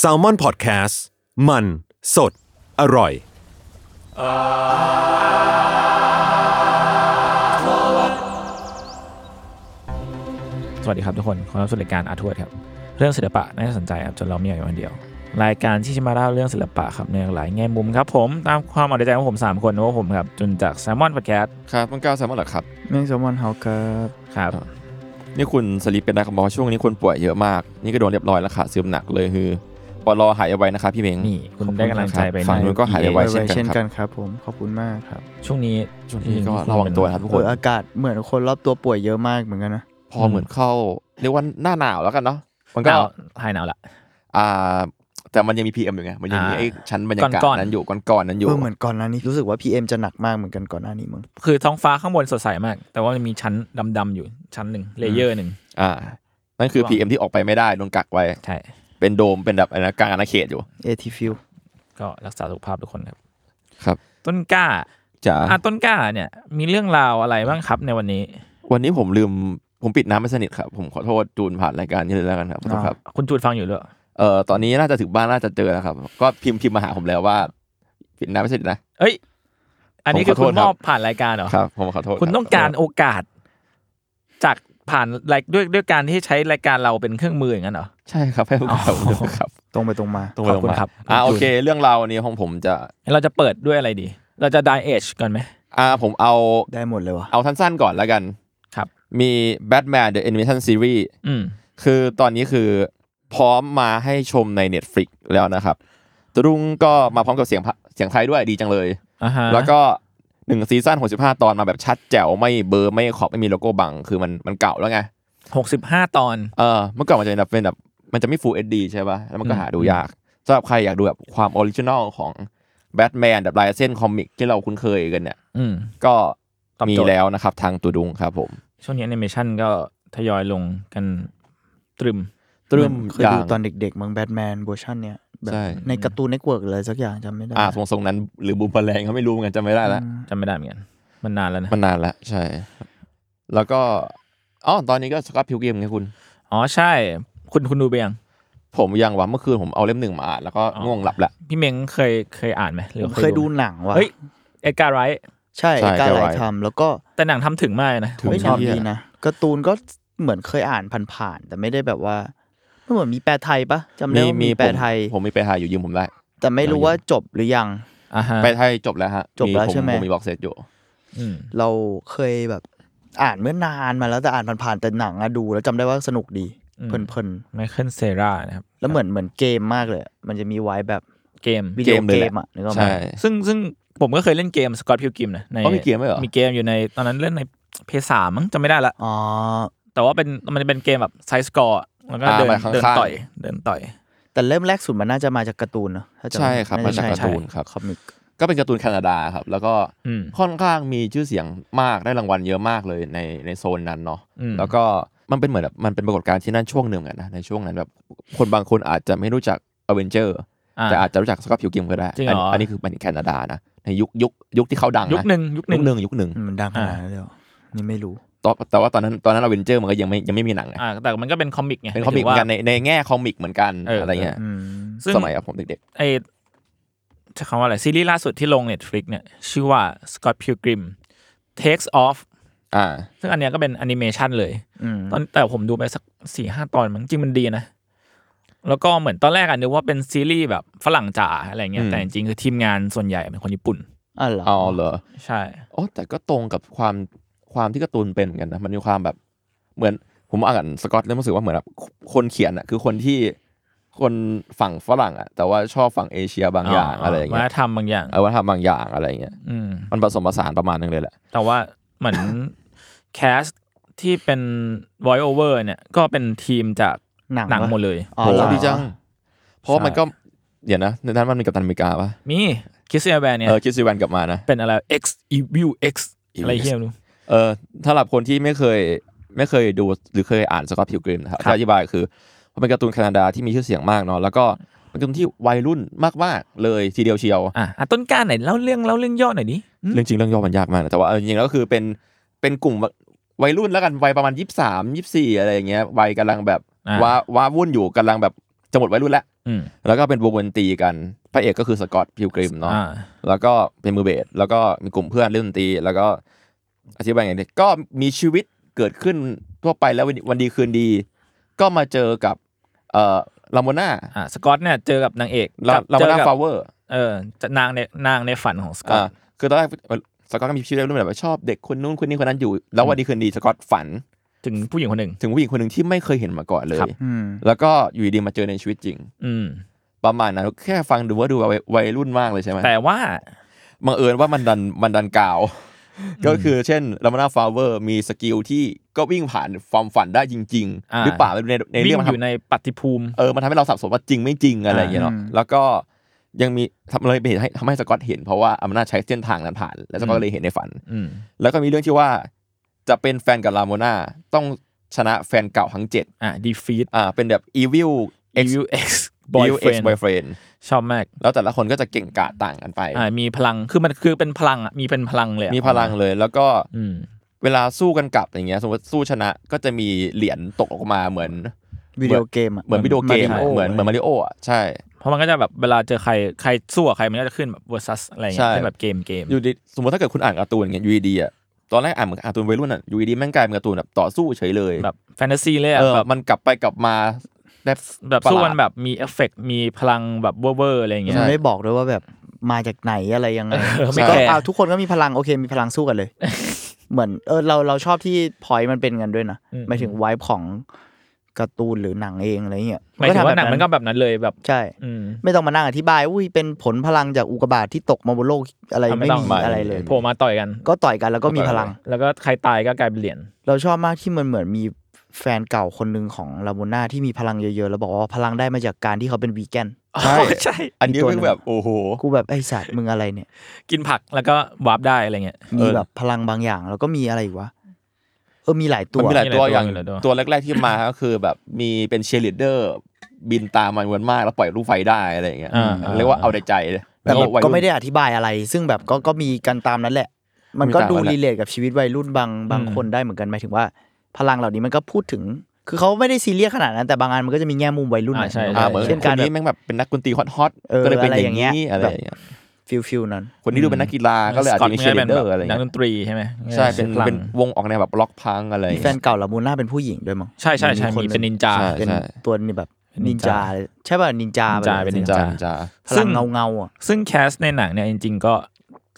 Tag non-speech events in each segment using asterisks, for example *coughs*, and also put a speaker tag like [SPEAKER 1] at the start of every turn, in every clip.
[SPEAKER 1] s a l ม o n PODCAST มันสดอร่อย
[SPEAKER 2] สวัสดีครับทุกคนขอต้อนรับสู่รายการอาร์ทวดครับ เรื่องศิลปะน่าสนใจครับจนเราไม่อยากอยู่คนเดียว รายการที่จะมาเล่าเรื่องศิลปะครับในหลายแง่มุมครับผมตามความเอาใจของผม 3 คนว่าผมครับจุนจากแซมมอนพอดแคสต์
[SPEAKER 3] ครับมังกาวแซลมอนเหรอครับ
[SPEAKER 4] แมงแซลมอนเฮาครับ
[SPEAKER 2] ครับ
[SPEAKER 3] นี่คุณสลิปเป็นได้ครับบอกว่าช่วงนี้คนป่วยเยอะมาก นี่ก็โดนเรียบร้อยแล้วค่ะซึมหนักเลยคือปอลอหายเอาไว้นะคะพี่เม้ง
[SPEAKER 2] นี่คุณได้กำลังใจไป
[SPEAKER 3] ฝั่งนู้นก็หายไว
[SPEAKER 4] ไว้
[SPEAKER 3] เช่นกันครับ
[SPEAKER 4] เช่นกันครับผมขอบคุณมากครับ
[SPEAKER 2] ช่วงนี้
[SPEAKER 3] ช่วงนี้ก็ระวังตัวนะครับทุก
[SPEAKER 4] เอ
[SPEAKER 3] ค
[SPEAKER 4] อน อากาศเหมือนคนรอบตัวป่วยเยอะมากเหมือนกันนะ
[SPEAKER 3] พอเหมือนเข้าเรียกว่าหน้าหนาวแล้วกันเนาะมัน
[SPEAKER 2] ห
[SPEAKER 3] ก็
[SPEAKER 2] นาวหายหนาวละ
[SPEAKER 3] อ่าแต่มันยังมีพีเอ็มอยู่ไงมันยังมี
[SPEAKER 2] อ่า
[SPEAKER 3] ไอ้ชั้นบรรยากาศ
[SPEAKER 2] ก้อนๆ
[SPEAKER 3] นั้นอยู่ก้อนๆนั้นอยู่
[SPEAKER 4] เออเหมือนก่อนหน้านี้รู้สึกว่า PM จะหนักมากเหมือนกันก่อนหน้านี้มึง
[SPEAKER 2] คือท้องฟ้าข้างบนสดใสมาก แต่ว่ามันมีชั้นดำๆอยู่ชั้นหนึ่งเลเยอร์หนึ่ง
[SPEAKER 3] อ่านั่นคือพีเอ็มที่ออกไปไม่ได้โดนกักไว้
[SPEAKER 2] ใช่
[SPEAKER 3] เป็นโดมเป็นแบบอะไรนะกลางอาณาเขตอยู่
[SPEAKER 4] เอทีฟิล
[SPEAKER 2] ก็รักษาสุขภาพทุกคนครับ
[SPEAKER 3] ครับ
[SPEAKER 2] ต้นกล้า
[SPEAKER 3] จ๋า
[SPEAKER 2] อ่ะต้นกล้าเนี่ยมีเรื่องราวอะไรบ้างครับในวันนี้
[SPEAKER 3] วันนี้ผมลืมผมปิดน้ำไม่สนิทครับผมขอโทษจูนผ่านรายการนี้เลยแล้วกันครับขอโทษครับ
[SPEAKER 2] คุณจูดฟังอยู่หรือเปล่า
[SPEAKER 3] เอ่อตอนนี้น่าจะถึงบ้านน่าจะเจอแล้วครับ ก็พิมพ์พิมพ์มาหาผมแล้วว่าปิดน้ำไม่เสร็จนะ
[SPEAKER 2] เอ้ย อันนี้
[SPEAKER 3] ผม
[SPEAKER 2] คือ
[SPEAKER 3] ขอโท
[SPEAKER 2] คุ
[SPEAKER 3] ษ
[SPEAKER 2] ณม
[SPEAKER 3] ครับ
[SPEAKER 2] อบผ่านรายการเหรอ
[SPEAKER 3] ครับผมขอโทษ
[SPEAKER 2] คุณ
[SPEAKER 3] บ
[SPEAKER 2] ต้องการโอกาส จากผ่านรายด้วยด้วยการที่ใช้รายการเราเป็นเครื่องมืออย่างนั้นเหรอ
[SPEAKER 3] ใช่ครับให้ผมขอบคุณด้วย
[SPEAKER 2] *laughs*
[SPEAKER 3] ครับ
[SPEAKER 4] ตรงไปตรงมา
[SPEAKER 2] ตรงไปตรงมาขอบคุณครับ
[SPEAKER 3] อ่าโอเค เรื่องเราวนี้ของผมจะ
[SPEAKER 2] งั้นเราจะเปิดด้วยอะไรดี เราจะด i เอชก่อนไหม
[SPEAKER 3] อ่าผมเอา
[SPEAKER 4] ได้หมดเลยว่ะ
[SPEAKER 3] เอาสั้นๆก่อนแล้วกัน
[SPEAKER 2] ครับ
[SPEAKER 3] มี Batman The Animation Series
[SPEAKER 2] อืม
[SPEAKER 3] คือตอนนี้คือพร้อมมาให้ชมใน Netflix แล้วนะครับตรุงก็มาพร้อมกับเสียงพะเสียงไทยด้วยดีจังเลย
[SPEAKER 2] อ่าฮะ
[SPEAKER 3] แล้วก็หนึ่งซีซั่น65 ตอนมาแบบชัดแจ๋วไม่เบลอร์ไม่ขอบไม่มีโลโก้บังคือมันมันเก่าแล้วไง
[SPEAKER 2] หกสิบห้าตอน
[SPEAKER 3] เออเมื่อก่อนมันจะเป็นแบบเป็นแบบมันจะไม่ Full HD ใช่ป่ะ แล้วมันก็
[SPEAKER 2] อืม
[SPEAKER 3] หาดูยากสำหรับใครอยากดูแบบความออริจินอลของแบทแมนแบบลายเส้นคอมิกที่เราคุ้นเคยกันเนี่ย
[SPEAKER 2] อืม
[SPEAKER 3] ก็
[SPEAKER 2] ตอบ
[SPEAKER 3] มี
[SPEAKER 2] โจทย์
[SPEAKER 3] แล้วนะครับทางตูดุงครับผม
[SPEAKER 2] ช่วงนี้แอนิเมชันก็ทยอยลงกันตรึม
[SPEAKER 3] ตรึม
[SPEAKER 4] เคย
[SPEAKER 3] อย่า
[SPEAKER 4] ดู
[SPEAKER 3] ง
[SPEAKER 4] ตอนเด็กๆมึงแบทแมนเวอร์ชันเนี้ยแบบ
[SPEAKER 3] ใช่
[SPEAKER 4] ในการ์ตูนเน็ตเวิร์กเลยสักอย่างจำไม่ได้
[SPEAKER 3] อ่าทรงทรงๆนั้น หรือบูมแรงเขาไม่รู้เหมือนกันจำไม่ได้ละ
[SPEAKER 2] จำไม่ได้เหมือนกัน มันนานแล้วนะ
[SPEAKER 3] มันนานละใช่ แล้วก็อ๋อตอนนี้ก็สกับพิวเกมไงคุณ
[SPEAKER 2] อ๋อใช่ คุณคุณดูไปยัง
[SPEAKER 3] ผมยังว่าเมื่อคืนผมเอาเล่มหนึ่งมาอ่านแล้วก็
[SPEAKER 2] อ๋อ
[SPEAKER 3] ง่วงหลับละ
[SPEAKER 2] พี่เมงเคยเคยอ่านไหมหรื
[SPEAKER 4] ผ
[SPEAKER 2] อ
[SPEAKER 4] มเคยดูหนังว่ะ
[SPEAKER 2] เฮ้ย เอ็ดการ์ไรท์
[SPEAKER 4] ใช่
[SPEAKER 3] ใช่
[SPEAKER 4] การไล
[SPEAKER 3] Edgar Wright
[SPEAKER 4] ทำแล้วก็
[SPEAKER 2] แต่หนังทำถึงมากเลยนะ
[SPEAKER 3] ถึง
[SPEAKER 4] เฮ้ย
[SPEAKER 2] ผม
[SPEAKER 4] ห
[SPEAKER 2] ชอบ
[SPEAKER 4] นังดีนะการ์ตูนก็เหมือนเคยอ่านผ่านๆแต่ไม่ได้แบบว่าไม่เหมือนมีแปลไทยปะจำได้ว่ามีแปล
[SPEAKER 3] ผม
[SPEAKER 4] ไทย
[SPEAKER 3] ผมมีไปลไทยอยู่ยืมผมได้
[SPEAKER 4] แต่ไม่รู้ว่าจบหรือยัง
[SPEAKER 2] อ่าฮะ
[SPEAKER 3] ไปลไทยจบแล้วฮะ
[SPEAKER 4] จบแล้วใช่ไหม
[SPEAKER 3] ผมมีบ็อกเซตอยู่
[SPEAKER 2] อืม
[SPEAKER 4] เราเคยแบบอ่านเมื่อนานมาแล้วแต่อ่านผ่านๆแต่หนังอะดูแล้วจำได้ว่าสนุกดี
[SPEAKER 2] อืม
[SPEAKER 4] เพลิน
[SPEAKER 2] ไมเคิลเซรานะครับ
[SPEAKER 4] ๆ แล้วเหมือนเหมือนเกมมากเลย มันจะมีไว้แบบ
[SPEAKER 2] เกม
[SPEAKER 4] วิดีโอ
[SPEAKER 3] เกมเลย
[SPEAKER 4] เก
[SPEAKER 3] แหละ
[SPEAKER 4] มอ่ะนึกออกไหม
[SPEAKER 3] ใช่
[SPEAKER 2] ซึ่งซึ่งผมก็เคยเล่นเกมสกอตพิวกิมนะใน
[SPEAKER 3] อ๋อมีเกมด้วยเหรอ
[SPEAKER 2] มีเกมอยู่ในตอนนั้นเล่นในเพสามมั้งจำไม่ได้ละ
[SPEAKER 4] อ๋อ
[SPEAKER 2] แต่ว่าเป็นมันเป็นเกมแบบไซส์สกอร์แล้วก็
[SPEAKER 3] อ่า
[SPEAKER 2] เดิน
[SPEAKER 3] ไปข้างๆ
[SPEAKER 2] เดินต่อยเดินต่อย
[SPEAKER 4] แต่เริ่มแรกสุดมันน่าจะมาจากการ์ตูนเนอะถ้าจำ
[SPEAKER 3] ใช่ครับ
[SPEAKER 4] น่
[SPEAKER 3] มา
[SPEAKER 4] จะ
[SPEAKER 3] จาก
[SPEAKER 4] ใช่
[SPEAKER 3] การ์ตูนครับ
[SPEAKER 4] คอมิก
[SPEAKER 3] ก็เป็นการ์ตูนแคนาดาครับ แล้วก็
[SPEAKER 2] อืม
[SPEAKER 3] ค่อนข้างมีชื่อเสียงมากได้รางวัลเยอะมากเลยในในโซนนั้นเนาะ
[SPEAKER 2] อืม
[SPEAKER 3] แล้วก็มันเป็นเหมือนแบบมันเป็นปรากฏการณ์ที่นั่นช่วงหนึ่งอะนะในช่วงนั้นแบบคนบางคนอาจจะไม่รู้จักอเวนเจอร์
[SPEAKER 2] อ่า
[SPEAKER 3] แต่อาจจะรู้จักสกอตพิวกิมก็ได้
[SPEAKER 2] จริงเหรออั
[SPEAKER 3] นนี้คือมันแคนาดานะในยุคยุคยุคที่เขาดังนะ
[SPEAKER 2] ยุคหนึ่งยุคห
[SPEAKER 3] ยุ
[SPEAKER 2] นึ่
[SPEAKER 3] ค
[SPEAKER 2] ง
[SPEAKER 3] หนึ่งยุคหนึ่ง
[SPEAKER 4] อืมมันดังขนาดนั้นเลยเหรอนี่ไม่รู้
[SPEAKER 3] ตอนแต่ว่าตอนนั้นตอนนั้นอเวนเจอร์มันก็ยังไม่ยังไม่มีหนังไง
[SPEAKER 2] อ่า แต่มันก็เป็นคอมิกไง
[SPEAKER 3] เป็นคอมิกเห
[SPEAKER 2] ห
[SPEAKER 3] มื
[SPEAKER 2] มา
[SPEAKER 3] อย น
[SPEAKER 2] ถึงว่า
[SPEAKER 3] กันในในแง่คอมิกเหมือนกัน
[SPEAKER 2] เอออ
[SPEAKER 3] อะไรเงี้ย
[SPEAKER 4] อืม
[SPEAKER 2] ซึ่ง
[SPEAKER 3] สมัยอะผมเด็ก
[SPEAKER 2] ไอใช้คำว่าอะไร ซีรีส์ล่าสุดที่ลง Netflix เนี่ย ชื่อว่า Scott Pilgrim Takes Off
[SPEAKER 3] ๆ อ่า
[SPEAKER 2] ซึ่งอันเนี้ยก็เป็นแอนิเมชันเลย
[SPEAKER 4] อืม
[SPEAKER 2] ตอนแต่ผมดูไปสักสี่ห้าตอนมันจริงมันดีนะ แล้วก็เหมือนตอนแรกอะนึกว่าเป็นซีรีส์แบบฝรั่งจ๋าอะไรเงี้ย
[SPEAKER 3] อืม
[SPEAKER 2] แต่จริงๆคือทีมงานส่วนใหญ่เป็นคนญี่ปุ่น
[SPEAKER 4] อ๋อเหรอ
[SPEAKER 3] เอาเหรอ
[SPEAKER 2] ใช่
[SPEAKER 3] โอ้แต่ก็ตรงกับความความที่การ์ตูนเป็นเหมือนกันนะมันมีความแบบเหมือนผมอ่านสกอตแล้วรู้สึกว่าเหมือนแบบคนเขียนอ่ะคือคนที่คนฝั่งฝรั่งอ่ะแต่ว่าชอบฝั่งเอเชียบางอย่างอะไรอย่าง
[SPEAKER 2] วัฒ
[SPEAKER 3] เงี้
[SPEAKER 2] น
[SPEAKER 3] ย
[SPEAKER 2] ธรรมบางอย่าง
[SPEAKER 3] เออวัฒนธรรมบางอย่างอะไรอย่างเงี้ย
[SPEAKER 2] อืม
[SPEAKER 3] มันผสมผสานประมาณนึงเลยแหละ
[SPEAKER 2] แต่ว่าเหมือน *coughs* แคสที่เป็น voice over เนี่ยก็เป็นทีมจาก
[SPEAKER 4] หนัง
[SPEAKER 2] หนัง
[SPEAKER 4] วะ
[SPEAKER 2] หมดเลย
[SPEAKER 4] อ๋อ
[SPEAKER 3] โห
[SPEAKER 4] เหรอ
[SPEAKER 3] ดีจัง เพราะว่ามันก็เดี๋ยวนะในนั้นมันมีกัปตันอเมริกาปะ
[SPEAKER 2] มีคิสเซียแบนเนี่ย
[SPEAKER 3] เออคิดซีแวนกลับมานะ
[SPEAKER 2] เป็นอะไร X Evil X อะไรเฮียไม่รู้
[SPEAKER 3] เออสำหรับคนที่ไม่เคยไม่เคยดูหรือเคยอ่านสกอตพิวกริมนะครับ
[SPEAKER 2] ครับ
[SPEAKER 3] จะอธิบายคือมันเป็นการ์ตูนแคนาดาที่มีชื่อเสียงมากเนาะแล้วก็เป็นการ์ตูนที่วัยรุ่นมากๆเลยทีเดียวเชียว
[SPEAKER 2] อ่ะอ่ะต้นกล้าไหนเล่าเรื่องเล่าเรื่องย่อหน่อยดิอืม
[SPEAKER 3] เรื่องจริงเรื่องย่อมันยากมากนะแต่ว่าเอาจริงๆแล้วก็คือเป็นเป็นกลุ่มวัยรุ่นแล้วกันวัยประมาณยี่สามยี่สี่อะไรอย่างเงี้ยวัยกำลังแบบ
[SPEAKER 2] อ่ะ
[SPEAKER 3] ว้าว้าวุ่นอยู่กำลังแบบ จะหมดวัยรุ่นแล้ว
[SPEAKER 2] อืม
[SPEAKER 3] แล้วก็เป็นวงดนตรีกัน พระเอกก็คือสกอตพิวกริมเนาะ
[SPEAKER 2] อ่า
[SPEAKER 3] แล้วก็เป็นมือเบส แล้วก็มีกลุ่มเพื่อนเล่นดนตรี แล้วก็อธิบายอย่างนี้ก็มีชีวิตเกิดขึ้นทั่วไปแล้ววันวันดีคืนดี ก็มาเจอกับเอ่อลาโมน่า
[SPEAKER 2] อ่าสกอตเนี่ยเจอกับนางเอกกับ
[SPEAKER 3] ลาโม
[SPEAKER 2] เจอ
[SPEAKER 3] น่า
[SPEAKER 2] กับ
[SPEAKER 3] ฟาเวอร์
[SPEAKER 2] เออนางในนางในฝันของสกอต
[SPEAKER 3] อ่าคือตอนแรกสกอตก็มีชื่อเรียกรุ่นแบบว่าชอบเด็กคนนู้นคนนี้คนนั้นอยู่ แล้ววันดีคืนดีสกอตฝัน
[SPEAKER 2] ถึงผู้หญิงคนหนึ่ง
[SPEAKER 3] ถึงผู้หญิงคนหนึ่งที่ไม่เคยเห็นมาก่อนเลย
[SPEAKER 2] ครับ
[SPEAKER 4] อืม
[SPEAKER 3] แล้วก็อยู่ดีๆมาเจอในชีวิตจริง
[SPEAKER 2] อืม
[SPEAKER 3] ประมาณนั้นแค่ฟังดูว่าดูวัยวัยรุ่นมากเลยใช่ไหม
[SPEAKER 2] แต่ว่า
[SPEAKER 3] บังเอิญว่ามันดันมันดันกาว ก็คือเช่นลามานาฟาเวอร์มีสกิลที่ก็วิ่งผ่านความฝันได้จริง
[SPEAKER 2] อ่า
[SPEAKER 3] ๆ หรือเปล่าไม่รู้ในใน
[SPEAKER 2] วิ่
[SPEAKER 3] เรื่อ
[SPEAKER 2] ง
[SPEAKER 3] งมั
[SPEAKER 2] อ
[SPEAKER 3] นทำ
[SPEAKER 2] ยู่ในปฏิภูมิ
[SPEAKER 3] เออ มันทำให้เราสับสนว่าจริงไม่จริงอะไรอย่างเงี้ยเนาะ
[SPEAKER 4] อ่า
[SPEAKER 3] แล้วก็ยังมีทำเลยเป็นเหตุให้ทำให้สกอตเห็นเพราะว่าอำนาจใช้เส้นทางนั้นผ่าน แล้วสกอ
[SPEAKER 2] อื
[SPEAKER 3] ต
[SPEAKER 2] ม
[SPEAKER 3] เลยเห็นในฝัน
[SPEAKER 2] อืม
[SPEAKER 3] แล้วก็มีเรื่องที่ว่าจะเป็นแฟนกับลาโมนาต้องชนะแฟนเก่าทั้งเจ็ด
[SPEAKER 2] อ่ะดีฟีด
[SPEAKER 3] อ่า เป็นแบบ evil ex
[SPEAKER 2] EU X
[SPEAKER 3] evil ex
[SPEAKER 2] boyfriend
[SPEAKER 3] boyfriend
[SPEAKER 2] ชอบมาก
[SPEAKER 3] แล้วแต่ละคนก็จะเก่งกาจต่างกันไป
[SPEAKER 2] อ่ามีพลังคือมันคือเป็นพลังอ่ะมีเป็นพลังเลยอะ
[SPEAKER 3] มีพลังเลย แล้วก็
[SPEAKER 2] อืม
[SPEAKER 3] เวลาสู้กันกลับอย่างเงี้ย สมมติสู้ชนะก็จะมีเหรียญตกออกมาเหมือน
[SPEAKER 4] วิดีโอเกมอะ
[SPEAKER 3] เหมือนวิดีโอเกมอะ
[SPEAKER 4] Mario
[SPEAKER 3] เหมือนเหมือนมาริโออ่ะ ใช่
[SPEAKER 2] เพราะมันก็จะแบบเวลาเจอใครใครสู้กับใครมันก็จะขึ้นแบบ versus อะไรอย่างเงี้ย
[SPEAKER 3] ใช่
[SPEAKER 2] เป็นแบบเกมเกม
[SPEAKER 3] อยู่ดีสมมติถ้าเกิดคุณอ่านการ์ตูนอย่างเงี้ยยูดีอ่ะตอนแรกอ่านเหมือนการ์ตูนวัยรุ่นอ่ะยูดีแม่งกลายเป็นการ์ตูนแบบต่อสู้เฉยเลย
[SPEAKER 2] แบบแฟนตาซีเลยอะ
[SPEAKER 3] เออ
[SPEAKER 2] แบบ
[SPEAKER 3] มันกลับไปกลับมาได้
[SPEAKER 2] แบบสู้มัน
[SPEAKER 3] ประหลาด
[SPEAKER 2] แบบมีเอฟเฟกมีพลังแบบเวอร์ๆอะไรอย่างเงี้ย
[SPEAKER 4] มันไม่บอกด้วยว่าแบบมาจากไหนอะไรยังไง
[SPEAKER 2] เออไม่
[SPEAKER 4] ก็
[SPEAKER 2] แคร์
[SPEAKER 4] เอาทุกคนก็มีพลังโอเคมีพลังสู้กันเลย เหมือนเออเราเราชอบที่พอยมันเป็นกันด้วยนะหมายถึงไวบ์ของการ์ตูนหรือหนังเองอะไรเงี้ย
[SPEAKER 2] หมายถึงว่าหนัง
[SPEAKER 4] ก็ทำแบบ
[SPEAKER 2] มันก็แบบนั้นเลยแบบ
[SPEAKER 4] ใช่
[SPEAKER 2] อืม
[SPEAKER 4] ไม่ต้องมานั่งอธิบาย อุ้ยเป็นผลพลังจากอุกกาบาตที่ตกมาบนโลกอะไร
[SPEAKER 2] ทำ
[SPEAKER 4] ไม่
[SPEAKER 2] ต้อง
[SPEAKER 4] มีอะไรเลย
[SPEAKER 2] โผล่มาต่อยกัน
[SPEAKER 4] ก็ต่อยกันแล้วก็มีพลัง
[SPEAKER 2] แล้วก็ใครตายก็กลายเป็นเหรียญ
[SPEAKER 4] เราชอบมากที่มันเหมือนมีแฟนเก่าคนหนึ่งของลาโมน่าที่มีพลังเยอะๆ แล้วบอกว่าพลังได้มาจากการที่เขาเป็นวีแกน
[SPEAKER 3] ใช่
[SPEAKER 2] ใช่
[SPEAKER 3] อันนี้
[SPEAKER 4] อีกตัวหนึ่
[SPEAKER 3] แม่ง
[SPEAKER 4] ง
[SPEAKER 3] แบบโอ้โห
[SPEAKER 4] กูแบบไอสัตว์มึงอะไรเนี่ย
[SPEAKER 2] กินผักแล้วก็วาร์ปได้อะไรเงี้ย
[SPEAKER 4] มี
[SPEAKER 3] เออ
[SPEAKER 4] แบบพลังบางอย่าง แล้วก็มีอะไรอีกวะเออมีหลายตั
[SPEAKER 3] มัน
[SPEAKER 4] ว
[SPEAKER 3] มีหลาย
[SPEAKER 2] มีหลาย
[SPEAKER 3] ตัว
[SPEAKER 2] ตัว
[SPEAKER 3] อย่าง
[SPEAKER 2] มีหลายตัว
[SPEAKER 3] ตัวแรก ๆที่มาก็คือแบบมีเป็นเชียร์ลีดเดอร์ บินตามมันวนมากแล้วปล่อยลูกไฟได้อะไรอย่างเงี้ย
[SPEAKER 2] อ่า
[SPEAKER 3] เรียกว่าเอาแต่ใจเลย
[SPEAKER 4] แต่
[SPEAKER 3] ล้ววัย
[SPEAKER 4] ก็
[SPEAKER 3] รุ่น
[SPEAKER 4] ไม่ได้อธิบายอะไร ซึ่งแบบก็ก็มีกันตามนั้นแหละ มันก็
[SPEAKER 3] มีตาม
[SPEAKER 4] ดู
[SPEAKER 3] นั้นแหละ
[SPEAKER 4] รีเลทกับชีวิตวัยรุ่นบางบาง
[SPEAKER 2] อืม
[SPEAKER 4] คนได้เหมือนกันหมายถึงว่า พลังเหล่านี้มันก็พูดถึง คือเขาไม่ได้ซีเรียสขนาดนั้นแต่บางงานมันก็จะมีแง่มุมวัยรุ่น
[SPEAKER 2] อ่าใช่
[SPEAKER 4] หน่ย
[SPEAKER 3] อ่าเหมือน
[SPEAKER 4] เช่น
[SPEAKER 3] ค
[SPEAKER 4] การ
[SPEAKER 3] น
[SPEAKER 4] แบ
[SPEAKER 3] นี้
[SPEAKER 4] บ
[SPEAKER 3] แม่งแบบเป็นนักดนตรีฮอต
[SPEAKER 4] เอ
[SPEAKER 3] ๆ
[SPEAKER 4] อ
[SPEAKER 3] ก็เลยเป็นอย่าง
[SPEAKER 4] อะไรอย่างเงี้
[SPEAKER 3] นี้
[SPEAKER 4] ย
[SPEAKER 3] อะไรอย่างเงี้ย
[SPEAKER 4] ฟิลฟิลนั้น
[SPEAKER 3] คนนี้ดูเป็นนักกีฬาก็เลยอาจจะมีเชียร์ลีดเดอร์อะไรอย่าง
[SPEAKER 2] นักด
[SPEAKER 3] เงี้ย
[SPEAKER 2] นตรีใช่ไหม
[SPEAKER 3] ใช่เป็นเป็น
[SPEAKER 2] พลัง
[SPEAKER 3] วงออกแนวแบบล็อกพังอะไรอ
[SPEAKER 4] มี
[SPEAKER 3] ย่าง
[SPEAKER 4] แฟ
[SPEAKER 3] เงี้ย
[SPEAKER 4] นเก่าลาบูน่าเป็นผู้หญิงด้วยมั้ง
[SPEAKER 2] ใช่ใช่ใช่
[SPEAKER 4] มี
[SPEAKER 2] มี
[SPEAKER 4] คนหนึ่ง
[SPEAKER 2] เป็นนินจา
[SPEAKER 3] ใช่
[SPEAKER 4] เป็นตัวนี้แบบ
[SPEAKER 2] เป็นนิ
[SPEAKER 4] นิ
[SPEAKER 2] น
[SPEAKER 4] น
[SPEAKER 2] จา
[SPEAKER 4] จาใช่ป่ะนินจา
[SPEAKER 2] นินจาเป็นนินจา
[SPEAKER 3] จ้าจ้า
[SPEAKER 4] พลังเงาเงาๆอ่ะ
[SPEAKER 2] ซึ่งแคสในหนังเนี่ยจริง ๆ ก็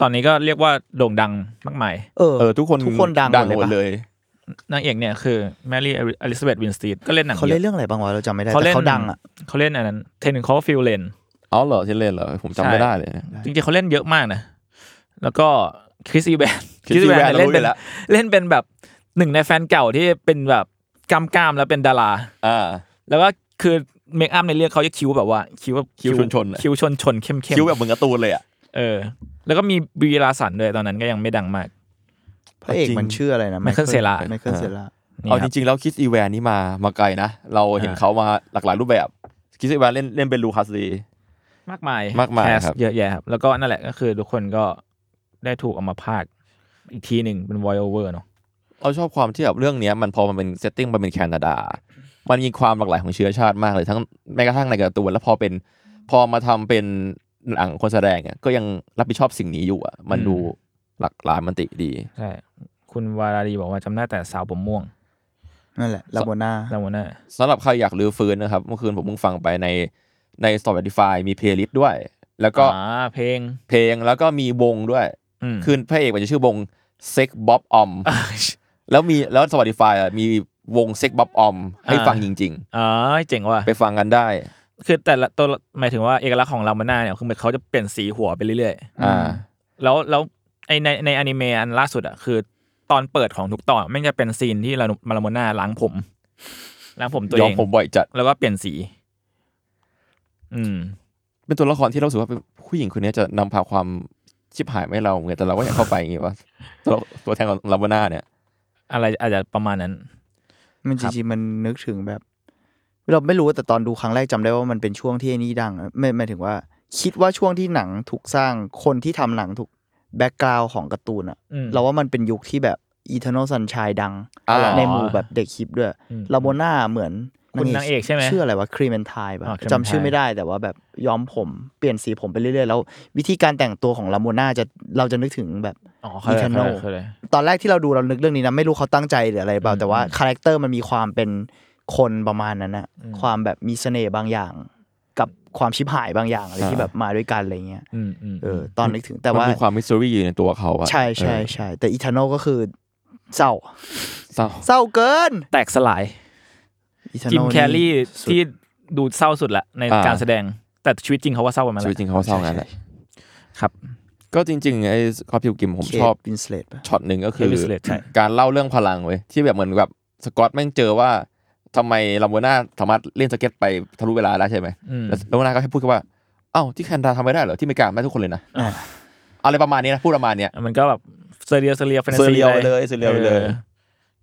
[SPEAKER 2] ตอนนี้ก็เรียกว่าโด่งดังมากมาย
[SPEAKER 4] เออ
[SPEAKER 3] เออทุกคน
[SPEAKER 4] ทุกคนดังหมดเลยปะ
[SPEAKER 3] เลย
[SPEAKER 2] นางเอกเนี่ยคือแมรี่อลิซาเบธวินสตีดก็เล่นหนัง
[SPEAKER 4] เขา
[SPEAKER 2] ย
[SPEAKER 4] เล่
[SPEAKER 2] อะ
[SPEAKER 4] นเรื่องอะไรบ้างวะเราจำไม่ได้
[SPEAKER 2] เขาเล่
[SPEAKER 4] แต่
[SPEAKER 2] น
[SPEAKER 4] เขาดังอ่ะ
[SPEAKER 2] เขาเล่นอันนั้นเทนนิคอฟิลเลน
[SPEAKER 3] เอาเหรอที่เล่นเหรอผมจำ
[SPEAKER 2] ใช่
[SPEAKER 3] ไม่ได้เลยนะ
[SPEAKER 2] จริงๆเขาเล่นเยอะมากนะ แล้วก็คริสอีแบน
[SPEAKER 3] *laughs* Chris Evans
[SPEAKER 2] เล่นเป็น
[SPEAKER 3] เรารู้อยู่แล้ว
[SPEAKER 2] เล่นเป็นแบบหนึ่งในแฟนเก่าที่เป็นแบบกำกามๆแล้วเป็นดารา
[SPEAKER 3] อ่า
[SPEAKER 2] แล้วก็คือเมคอัพในเรื่องเขาจะคิ้วแบบว่าคิ้วแบบ
[SPEAKER 3] คิ้วชนๆอะ
[SPEAKER 2] คิ้วชนชนๆเข้มๆ
[SPEAKER 3] คิ้วแบบเหมือนการ์ตูนเลยอ่ะ
[SPEAKER 2] เออ แล้วก็มีบีลาสันด้วยตอนนั้นก็ยังไม่ดังมาก
[SPEAKER 4] พระเอก
[SPEAKER 3] จริง
[SPEAKER 4] มันชื่ออะไรนะ
[SPEAKER 2] Michael Cera
[SPEAKER 4] ไมเคิลเซล่า
[SPEAKER 2] นี่
[SPEAKER 3] เอา
[SPEAKER 2] ค
[SPEAKER 3] จ
[SPEAKER 2] รับ
[SPEAKER 3] ริงๆแล้วคิสอีแวนนี่มามาไกลนะ เราเห็น
[SPEAKER 2] อ่า
[SPEAKER 3] เขามาหลากหลายรูปแบบคิสอีแวนเล่นเล่นเป็นลูคัสดี
[SPEAKER 2] มากมาย
[SPEAKER 3] มากมาย
[SPEAKER 2] แคส
[SPEAKER 3] ครับ
[SPEAKER 2] เยอะแยะครับ แล้วก็นั่นแหละก็คือทุกคนก็ได้ถูกเอามาพากย์อีกทีหนึ่งเป็น voice over เนาะ
[SPEAKER 3] เราชอบความที่แบบเรื่องเนี้ยมันพอมันเป็นเซตติ้งมันเป็นแคนาดา มันมีความหลากหลายของเชื้อชาติมากเลยทั้งแม้กระทั่งในการ์ตูนแล้วพอเป็นพอมาทำเป็นหนังคนแสดงอะก็ยังรับผิดชอบสิ่งนี้อยู่อ่ะมัน
[SPEAKER 2] อืม
[SPEAKER 3] ดูหลากหลายมันติดี
[SPEAKER 2] ใช่คุณวาราดีบอกว่าจำได้แต่สาวผมม่วง
[SPEAKER 4] นั่นแหละลาโบนา
[SPEAKER 2] แล้ววันน่ะ
[SPEAKER 3] สำหรับใครอยากรื้อฟื้นนะครับเมื่อคืนผมเพิ่งฟังไปในใน Spotify มีเพลย์ลิสต์ด้วย แล้วก็
[SPEAKER 2] อ่าเพลง
[SPEAKER 3] เพลงแล้วก็มีวงด้วย
[SPEAKER 2] อืม
[SPEAKER 3] คือพระเอกมันจะชื่อวงเซ็กบ๊อบอมแล้วมีแล้ว Spotify อ่ะมีวงเซ็กบ๊อบอมให้
[SPEAKER 2] อ่า
[SPEAKER 3] ฟังจริง
[SPEAKER 2] อ๋อเจ๋งว่ะ
[SPEAKER 3] ๆ ไปฟังกันได้
[SPEAKER 2] คือแต่ละตัวหมายถึงว่าเอกลักษณ์ของรามาน่าเนี่ยคือเขาจะเปลี่ยนสีหัวไปเรื่อย
[SPEAKER 3] อ่า
[SPEAKER 2] ๆ แล้วแล้วไอในในอนิเมะอันล่าสุดอ่ะคือ ตอนเปิดของทุกตอนแม่งจะเป็นซีนที่เรามาราโมน่าล้างผมล้างผมตัวเอย
[SPEAKER 3] อม
[SPEAKER 2] ง
[SPEAKER 3] ผมบ่อยจัด
[SPEAKER 2] แล้วก็เปลี่ยนสี อืม
[SPEAKER 3] เป็นตัวละครที่เรารู้สึกว่าเป็นผู้หญิงคนนี้จะนำพาความชิบหายไม่เราเหมือนกันแต่เราก็อยากเข้าไปอย่างงี้วะ *laughs* ตัวตัวแทนของลาบาน่าเนี่ย
[SPEAKER 2] อะไรอาจจะประมาณนั้น
[SPEAKER 4] มัน
[SPEAKER 2] ค
[SPEAKER 4] จ
[SPEAKER 2] รับ
[SPEAKER 4] ริงๆมันนึกถึงแบบ เราไม่รู้แต่ตอนดูครั้งแรกจำได้ว่ามันเป็นช่วงที่ไอ้นี่ดังอะไม่หมายถึงว่า คิดว่าช่วงที่หนังถูกสร้างคนที่ทำหนังถูกแบ็กกราวของการ์ตูนอะ
[SPEAKER 2] อืม
[SPEAKER 4] เราว่ามันเป็นยุคที่แบบอีเทอร์นอลซันชายดัง
[SPEAKER 3] อ่า
[SPEAKER 4] ในหมู่แบบเด็กฮิปด้วย
[SPEAKER 2] อืม
[SPEAKER 4] ลาโบน่าเหมือน
[SPEAKER 2] คุณนางเอกใช่ไหม
[SPEAKER 4] ชื่ออะไรวะครีเมนทายป่ะ
[SPEAKER 2] อ๋อ Clementine
[SPEAKER 4] จำชื่อไม่ได้แต่ว่าแบบย้อมผมเปลี่ยนสีผมไปเรื่อยๆ แล้ว วิธีการแต่งตัวของลาโมนาจะเราจะนึกถึงแบบ
[SPEAKER 2] อ๋อเคยเลยเคย
[SPEAKER 4] Eternal
[SPEAKER 2] เลยเคยเลย
[SPEAKER 4] ตอนแรกที่เราดูเรานึกเรื่องนี้นะไม่รู้เขาตั้งใจหรืออะไรเปล่า
[SPEAKER 2] อืม
[SPEAKER 4] แต่ว่า
[SPEAKER 2] อืม
[SPEAKER 4] คาแรคเตอร์มันมีความเป็นคนประมาณนั้นนะ
[SPEAKER 2] อืม
[SPEAKER 4] ความแบบมีเสน่ห์บางอย่าง กับความชิบหายบางอย่างอะไรที่
[SPEAKER 3] อ่า
[SPEAKER 4] แบบมาด้วยกันอะไรเงี้ย
[SPEAKER 2] อืมอืม
[SPEAKER 4] เออตอนนึกถึงแต่
[SPEAKER 3] มัน
[SPEAKER 4] ว่า
[SPEAKER 3] มีความมิสซิรี่อยู่ในตัวเขาอะ
[SPEAKER 4] ใช่ใช่
[SPEAKER 3] เออ
[SPEAKER 4] ใช่แต่อีธานอลก็คือเศร้า
[SPEAKER 3] เศร้า
[SPEAKER 4] เศร้าเกิน
[SPEAKER 2] แตกสลาย
[SPEAKER 4] อีธานอล
[SPEAKER 2] จิมแคลรี่
[SPEAKER 4] สุด
[SPEAKER 2] ที่ดูเศร้าสุดละในการแสดงแต่ชีวิตจริงเขาว่าเศร้ากันมาแล้ว
[SPEAKER 3] ชีิตจริงเขาก็เศร้างั้นแหละ
[SPEAKER 2] ครับ
[SPEAKER 3] ก็จริงๆไอ้คอพิวกิมผม
[SPEAKER 4] เคท
[SPEAKER 3] ชอบ
[SPEAKER 4] วินสเลตป่ะ
[SPEAKER 3] ช็อตหนึ่งก็คือ
[SPEAKER 2] Kate Winslet ใช่
[SPEAKER 3] การเล่าเรื่องพลังเว้ยที่แบบเหมือนแบบสกอตแม่งเจอว่าทำไมลาโมนาสามารถเล่นสเก็ตไปทะลุเวลาได้ใช่ไหม
[SPEAKER 2] อืม
[SPEAKER 3] แล้วลาโมนาก็แค่พูดแค่ว่าเอ้าที่แคนดาทำไม่ได้เหรอที่อเมริกาไม่ได้ทุกคนเลยนะ
[SPEAKER 4] อ่า
[SPEAKER 3] อะไรประมาณนี้นะพูดประมาณเนี้ย
[SPEAKER 2] มันก็แบบเซเรียลเซเรียลแฟนตาซี
[SPEAKER 3] surreal ไปเลย surreal ไปเลย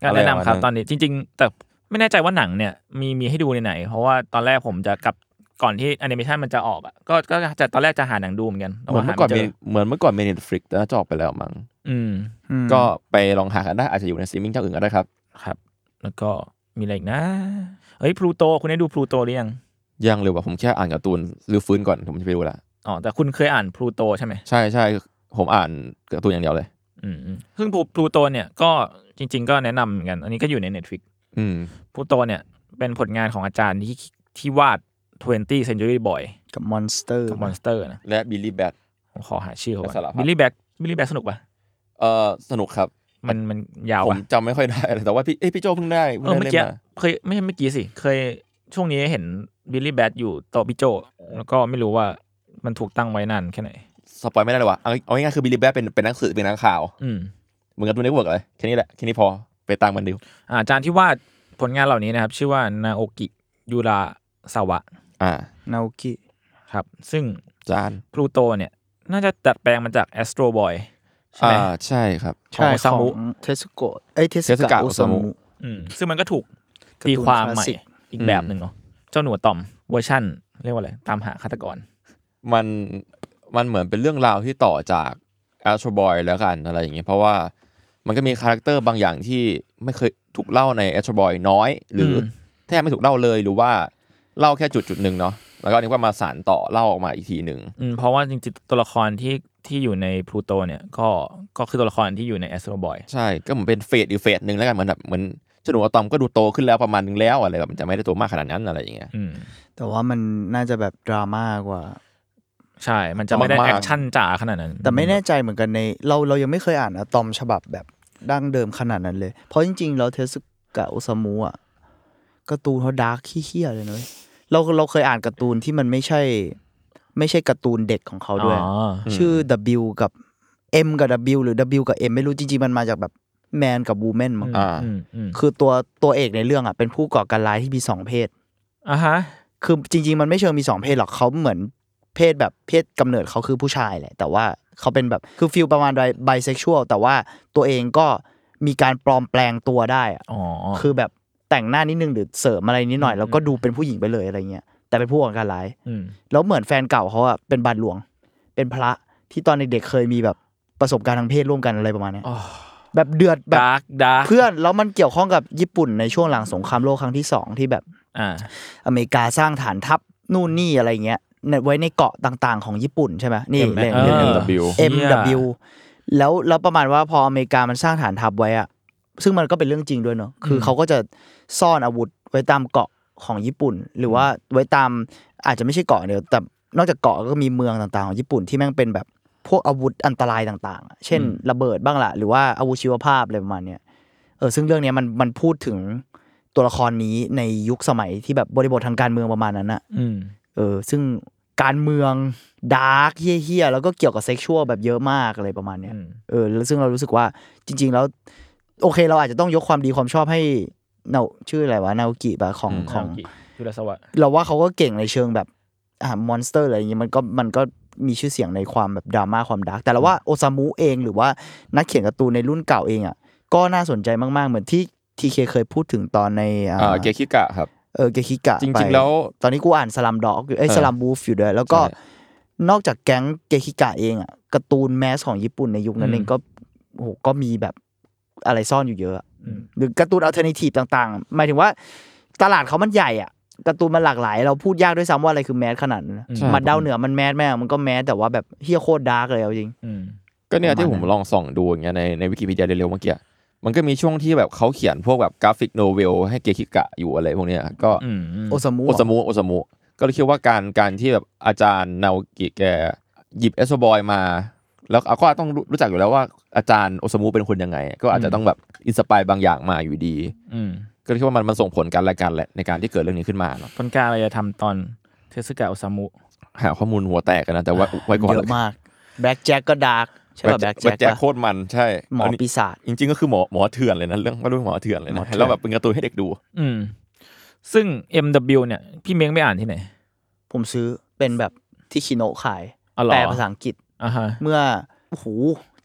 [SPEAKER 2] ก็แนะนำครับ
[SPEAKER 3] อะไรประมาณนั้น
[SPEAKER 2] ตอนนี้จริง ๆ แต่ไม่แน่ใจว่าหนังเนี่ยมีมีให้ดูในไหน เพราะว่าตอนแรกผมจะกลับก่อนที่แอนิเมชันมันจะออกอ่ะก็ก็จะตอนแรกจะหาหนังดูเหมือนกันแต่
[SPEAKER 3] เหมือ
[SPEAKER 2] ว่าน หา
[SPEAKER 3] เมื่อก่
[SPEAKER 2] ไม่
[SPEAKER 3] อน
[SPEAKER 2] เจอน
[SPEAKER 3] เมเหมือนเมื่อก่อนเมนิทฟลิกแต่น่าจะออกไปแล้วมั้ง
[SPEAKER 2] อืม
[SPEAKER 4] อืม
[SPEAKER 3] ก็ไปลองหากันได้อาจจะอยู่ในสตรีมมิ่งเจ้าอื่นก็ได้ครับ
[SPEAKER 2] ครับ แล้วก็มีอะไรอีกนะเอ้ยพลูโตคุณได้ดูพลูโตหรือยัง
[SPEAKER 3] ยังเลยว่ะผมแค่อ่านการ์ตูนหรือฟื้นก่อนผมจะไปดูละ
[SPEAKER 2] อ๋อแต่คุณเคยอ่านพลูโตใช่ไหม
[SPEAKER 3] ใช่ใช่ผมอ่านการ์ตูนอย่างเดียวเลย
[SPEAKER 2] อืมซึ่งพลูโตเนี่ยก็จริง ๆ ก็แนะนำเหมือนกัน อันนี้ก็อยู่ใน Netflix
[SPEAKER 3] อืม
[SPEAKER 2] พลูโตเนี่ยเป็นผลงานของอาจารย์ที่ที่วาด 20 Century Boy
[SPEAKER 4] กับมอนสเตอร์
[SPEAKER 2] กับ Monster นะ
[SPEAKER 3] และบิลลี่แบท
[SPEAKER 2] ผมขอหาชื่อเขา
[SPEAKER 3] และสารพัด
[SPEAKER 2] บิลลี่แบ็กบิลลี่แบ็กสนุกปะ
[SPEAKER 3] เออสนุกครับ
[SPEAKER 2] มันมันยาว
[SPEAKER 3] ผม
[SPEAKER 2] ปะ
[SPEAKER 3] จำไม่ค่อยได้เลยแต่ว่าพี่เอ้ยพี่โจเพิ่งได้
[SPEAKER 2] เออ
[SPEAKER 3] เพิ่ง
[SPEAKER 2] เมื่อ
[SPEAKER 3] ได้เล่
[SPEAKER 2] กี้
[SPEAKER 3] นมา
[SPEAKER 2] เคยไม่ใช่เมื่อกี้สิ เคยช่วงนี้เห็นบิลลี่แบ็กอยู่โตะบิโจ แล้วก็ไม่รู้ว่ามันถูกตั้งไว้นานแค่ไหน
[SPEAKER 3] สปอยไม่ได้เลยว่ะเอาเอาง่ายๆคือบิลลี่แบทเป็นเป็นนักสืบเป็นนักข่าว
[SPEAKER 2] อืม
[SPEAKER 3] เหมือนกับตัวเน็ตเวิร์กเลยแค่นี้แหละแค่นี้พอไปตามมันดิว
[SPEAKER 2] อาจารย์ที่วาดผลงานเหล่านี้นะครับ ชื่อว่านาโอกิยูราสาวะ
[SPEAKER 3] อ่า
[SPEAKER 4] นาโอกิ
[SPEAKER 2] ครับ ซึ่ง
[SPEAKER 3] จาน
[SPEAKER 2] พลูโตเนี่ยน่าจะดัดแปลงมาจากแอสโตรบอยใช่ไหม
[SPEAKER 3] อ่าใช่ครับ
[SPEAKER 2] ของซามุ
[SPEAKER 4] เทสโกะเอ้ยเทส
[SPEAKER 3] เทส
[SPEAKER 4] กะ
[SPEAKER 3] กะ
[SPEAKER 4] โอ
[SPEAKER 3] โอ
[SPEAKER 4] ซา
[SPEAKER 3] ซามุ
[SPEAKER 4] มุ
[SPEAKER 2] อืมซึ่งมันก็ถูกตีความใหม่
[SPEAKER 4] การ์ตูนคลาสสิก
[SPEAKER 2] อีกแบบหนึ่งเนาะเจ้าหนูตอมเวอร์ชั่น เรียกว่าอะไร ตามหาฆาตกร
[SPEAKER 3] มันมันเหมือนเป็นเรื่องราวที่ต่อจากแอชบอยแล้วกันอะไรอย่างเงี้ยเพราะว่ามันก็มีคาแรคเตอร์บางอย่างที่ไม่เคยถูกเล่าในแอชบอยน้อย หรืออ
[SPEAKER 2] ม
[SPEAKER 3] แทบไม่ถูกเล่าเลยหรือว่าเล่าแค่จุดจุดๆหนึ่งเนาะแล้วก็อันนี้ก็มาสานต่อเล่าออกมาอีกทีหนึ่ง
[SPEAKER 2] อืมเพราะว่าจริงๆ ตัวละครที่ที่อยู่ในพลูโตเนี่ยก็ก็คือตัวละครที่อยู่ในแอสโตรบอย
[SPEAKER 3] ใช่ก็เหมือนเป็นเฟสอีกเฟสหนึ่งแล้วกันเหมือนแบบเหมือนเจาหนูอะตอมก็ดูโตขึ้นแล้วประมาณนึงแล้วอะไรแบบมันจะไม่ได้โตมากขนาดนั้นอะไรอย่างเงี้ย
[SPEAKER 2] อืม
[SPEAKER 4] แต่ว่ามันน่าจะแบบดราม่ากว่า
[SPEAKER 2] ใช่มันจะไม่ได้
[SPEAKER 3] มากๆ
[SPEAKER 2] แอคชั่นจ๋าขนาดนั้น
[SPEAKER 4] แต่ไม่แน่ใจเหมือนกันใน เราเรายังไม่เคยอ่านอะตอมฉบับแบบดั้งเดิมขนาดนั้นเลย เพราะจริงๆแล้วเทสกะโอซามุอ่ะการ์ตูนเขาดาร์กขี้เหี้ยเลยนะเว้ยเราเราเคยอ่านการ์ตูนที่มันไม่ใช่ ไม่ใช่การ์ตูนเด็กของเขาด้วย
[SPEAKER 2] อ๋อ
[SPEAKER 4] ชื่อ W กับ M กับ W หรือ W กับ M ไม่รู้จริงๆมันมาจากแบบแมนกับวูแมนมั้ง
[SPEAKER 3] อ่า
[SPEAKER 2] อืมอืม
[SPEAKER 4] คือตัวตัวเอกในเรื่องอ่ะเป็นผู้ก่อการร้ายที่มีสองเพศ
[SPEAKER 2] อ่ะฮะ
[SPEAKER 4] คือจริง ๆ มันไม่เชิงมีสองเพศหรอกเขาเหมือนเพศแบบเพศกำเนิดเขาคือผู้ชายแหละ แต่ว่าเขาเป็นแบบคือฟิลประมาณไบเซ็กชวลแต่ว่าตัวเองก็มีการปลอมแปลงตัวได้อะ
[SPEAKER 2] อ๋อ
[SPEAKER 4] คือแบบแต่งหน้านิดนึงหรือเสริมอะไรนิดหน่อย แล้วก็ดูเป็นผู้หญิงไปเลยอะไรเงี้ยแต่เป็นผู้ก่อการร้าย
[SPEAKER 2] อืม
[SPEAKER 4] แล้วเหมือนแฟนเก่าเขาอ่ะเป็นบาทหลวง เป็นพระที่ตอนเด็กๆเคยมีแบบประสบการณ์ทางเพศร่วมกันอะไรประมาณเนี้ย
[SPEAKER 2] อ๋อ
[SPEAKER 4] แบบเดือดแบบ
[SPEAKER 2] ดาร์กดาร์ก
[SPEAKER 4] เพื่อนแล้วมันเกี่ยวข้องกับญี่ปุ่นในช่วงหลังสงครามโลกครั้งที่สองที่แบบ
[SPEAKER 2] อ่า
[SPEAKER 4] อเมริกาสร้างฐานทัพนู่นนี่อะไรเงี้ยไว้ในเกาะต่างๆของญี่ปุ่นใช่ไหมนี่เรื่อง
[SPEAKER 2] เอ
[SPEAKER 4] เรื่อง
[SPEAKER 2] อ
[SPEAKER 4] นี้
[SPEAKER 3] MW
[SPEAKER 4] MW แล้วแล้วประมาณว่าพออเมริกามันสร้างฐานทัพไว้อะซึ่งมันก็เป็นเรื่องจริงด้วยเนอะคือเขาก็จะซ่อนอาวุธไว้ตามเกาะของญี่ปุ่น หรือว่าไว้ตามอาจจะไม่ใช่เกาะเดียวแต่นอกจากเกาะก็มีเมืองต่างๆของญี่ปุ่นที่แม่งเป็นแบบพวกอาวุธอันตรายต่างๆอะเช่น
[SPEAKER 2] อืม
[SPEAKER 4] ระเบิดบ้างละหรือว่าอาวุธชีวภาพอะไรประมาณเนี้ยเออซึ่งเรื่องเนี้ยมันมันพูดถึงตัวละครนี้ในยุคสมัยที่แบบบริบททางการเมืองประมาณนั้นอะ
[SPEAKER 2] อืม
[SPEAKER 4] เออซึ่งการเมืองดาร์กเฮี้ยๆ แล้วก็เกี่ยวกับเซ็กชวลแบบเยอะมากอะไรประมาณเนี้ย
[SPEAKER 2] อืม
[SPEAKER 4] เออแล้วซึ่งเรารู้สึกว่าจริง ๆ แล้ว โอเคเราอาจจะต้องยกความดีความชอบให้เนาชื่ออะไรวะนาโอกิปะของ
[SPEAKER 3] อืม
[SPEAKER 4] ของ
[SPEAKER 2] ยูราสวะ
[SPEAKER 4] เราว่าเขาก็เก่งในเชิงแบบอ่ามอนสเตอร์อะไรอย่างงี้มันก็มันก็มีชื่อเสียงในความแบบดราม่าความดาร์กแต่เราว่าโอซามุเองหรือว่านักเขียนการ์ตูนในรุ่นเก่าเองอ่ะก็น่าสนใจมากๆเหมือนที่ทีเคเคยพูดถึงตอนในอ่า
[SPEAKER 3] อ่าเกคิกะครับ
[SPEAKER 4] เออเกคิกะ
[SPEAKER 3] จ
[SPEAKER 4] ไป
[SPEAKER 3] ริง ๆ แล้ว
[SPEAKER 4] ตอนนี้กูอ่านสลัมดอกอยู่ไอ้ย
[SPEAKER 3] เออ
[SPEAKER 4] สลัมบูฟอยู่ด้วยแล้วก็
[SPEAKER 3] ใช่
[SPEAKER 4] นอกจากแก๊งเกคิกะเองอ่ะการ์ตูนแมสของญี่ปุ่นในยุคนั้น
[SPEAKER 2] อืม
[SPEAKER 4] เองก็โอ้โหก็มีแบบอะไรซ่อนอยู่เยอะอะ
[SPEAKER 2] อืม
[SPEAKER 4] หรือการ์ตูนอัลเทอร์เนทีฟต่างๆหมายถึงว่า ตลาดเขามันใหญ่อะการ์ตูนมันหลากหลาย เราพูดยากด้วยซ้ำว่าอะไรคือแมสขนาดนั้นนะ
[SPEAKER 2] อืม
[SPEAKER 4] มาเดาเหนือมันแมสแม่งมันก็แมสแต่ว่าแบบเฮี้ยโคตรดาร์กเลยเอาจริง
[SPEAKER 2] อืม
[SPEAKER 3] ก็เนี่ยที่
[SPEAKER 4] ประ
[SPEAKER 3] ผ
[SPEAKER 4] มาณ
[SPEAKER 3] ม
[SPEAKER 4] นั้น
[SPEAKER 3] ลองส่องดูอย่างเงี้ยในในวิกิพีเดียเร็วๆเมื่อกี้อะมันก็มีช่วงที่แบบเขาเขียนพวกแบบกราฟิกโนเวลให้เกคิกะอยู่อะไรพวกเนี้ยก็
[SPEAKER 2] อืม
[SPEAKER 4] โอซามุ
[SPEAKER 3] โอซามุโอซามุก็เลยคิดว่าการการที่แบบอาจารย์นาโอกิแกหยิบเอสโซบอยมา แล้วก็ต้องรู้รู้จักอยู่แล้วว่าอาจารย์โอซามุเป็นคนยังไง ก็อาจจะต้องแบบอินสปายบางอย่างมาอยู่ดี
[SPEAKER 2] อืม
[SPEAKER 3] ก็เลยคิดว่ามันมันส่งผลการรายการแหละในการที่เกิดเรื่องนี้ขึ้นมาเนาะ
[SPEAKER 2] ต้นกล้าอะไรจะทำตอนเทศกาลโอซามุ
[SPEAKER 3] หาข้อมูลหัวแตกกันนะแต่ว่าไว้ก่อน
[SPEAKER 4] เยอะมากแบล็กแจ็คก็ดาร์กใช่ป่ะแบล็กแจ็ค
[SPEAKER 3] แจ็คโคตรมันใช่
[SPEAKER 4] หมอ
[SPEAKER 3] อันนี้
[SPEAKER 4] ปีศาจ
[SPEAKER 3] จริงๆก็คือหมอหมอเถื่อนเลยนะเรื่องก็เรื่องหมอเถื่อนเลย
[SPEAKER 2] หมอ
[SPEAKER 3] นะ
[SPEAKER 2] เถื่อน
[SPEAKER 3] แล้วแบบเป็นการ์ตูนให้เด็กดู
[SPEAKER 2] อืม ซึ่ง MW เนี่ย พี่เม้งไม่อ่านที่ไหน
[SPEAKER 4] ผมซื้อเป็นแบบที่คิโนะขาย
[SPEAKER 2] อ๋อเหรอ
[SPEAKER 4] แปลภาษาอังกฤษ
[SPEAKER 2] อ่าฮะ
[SPEAKER 4] เมื่อโอ้โห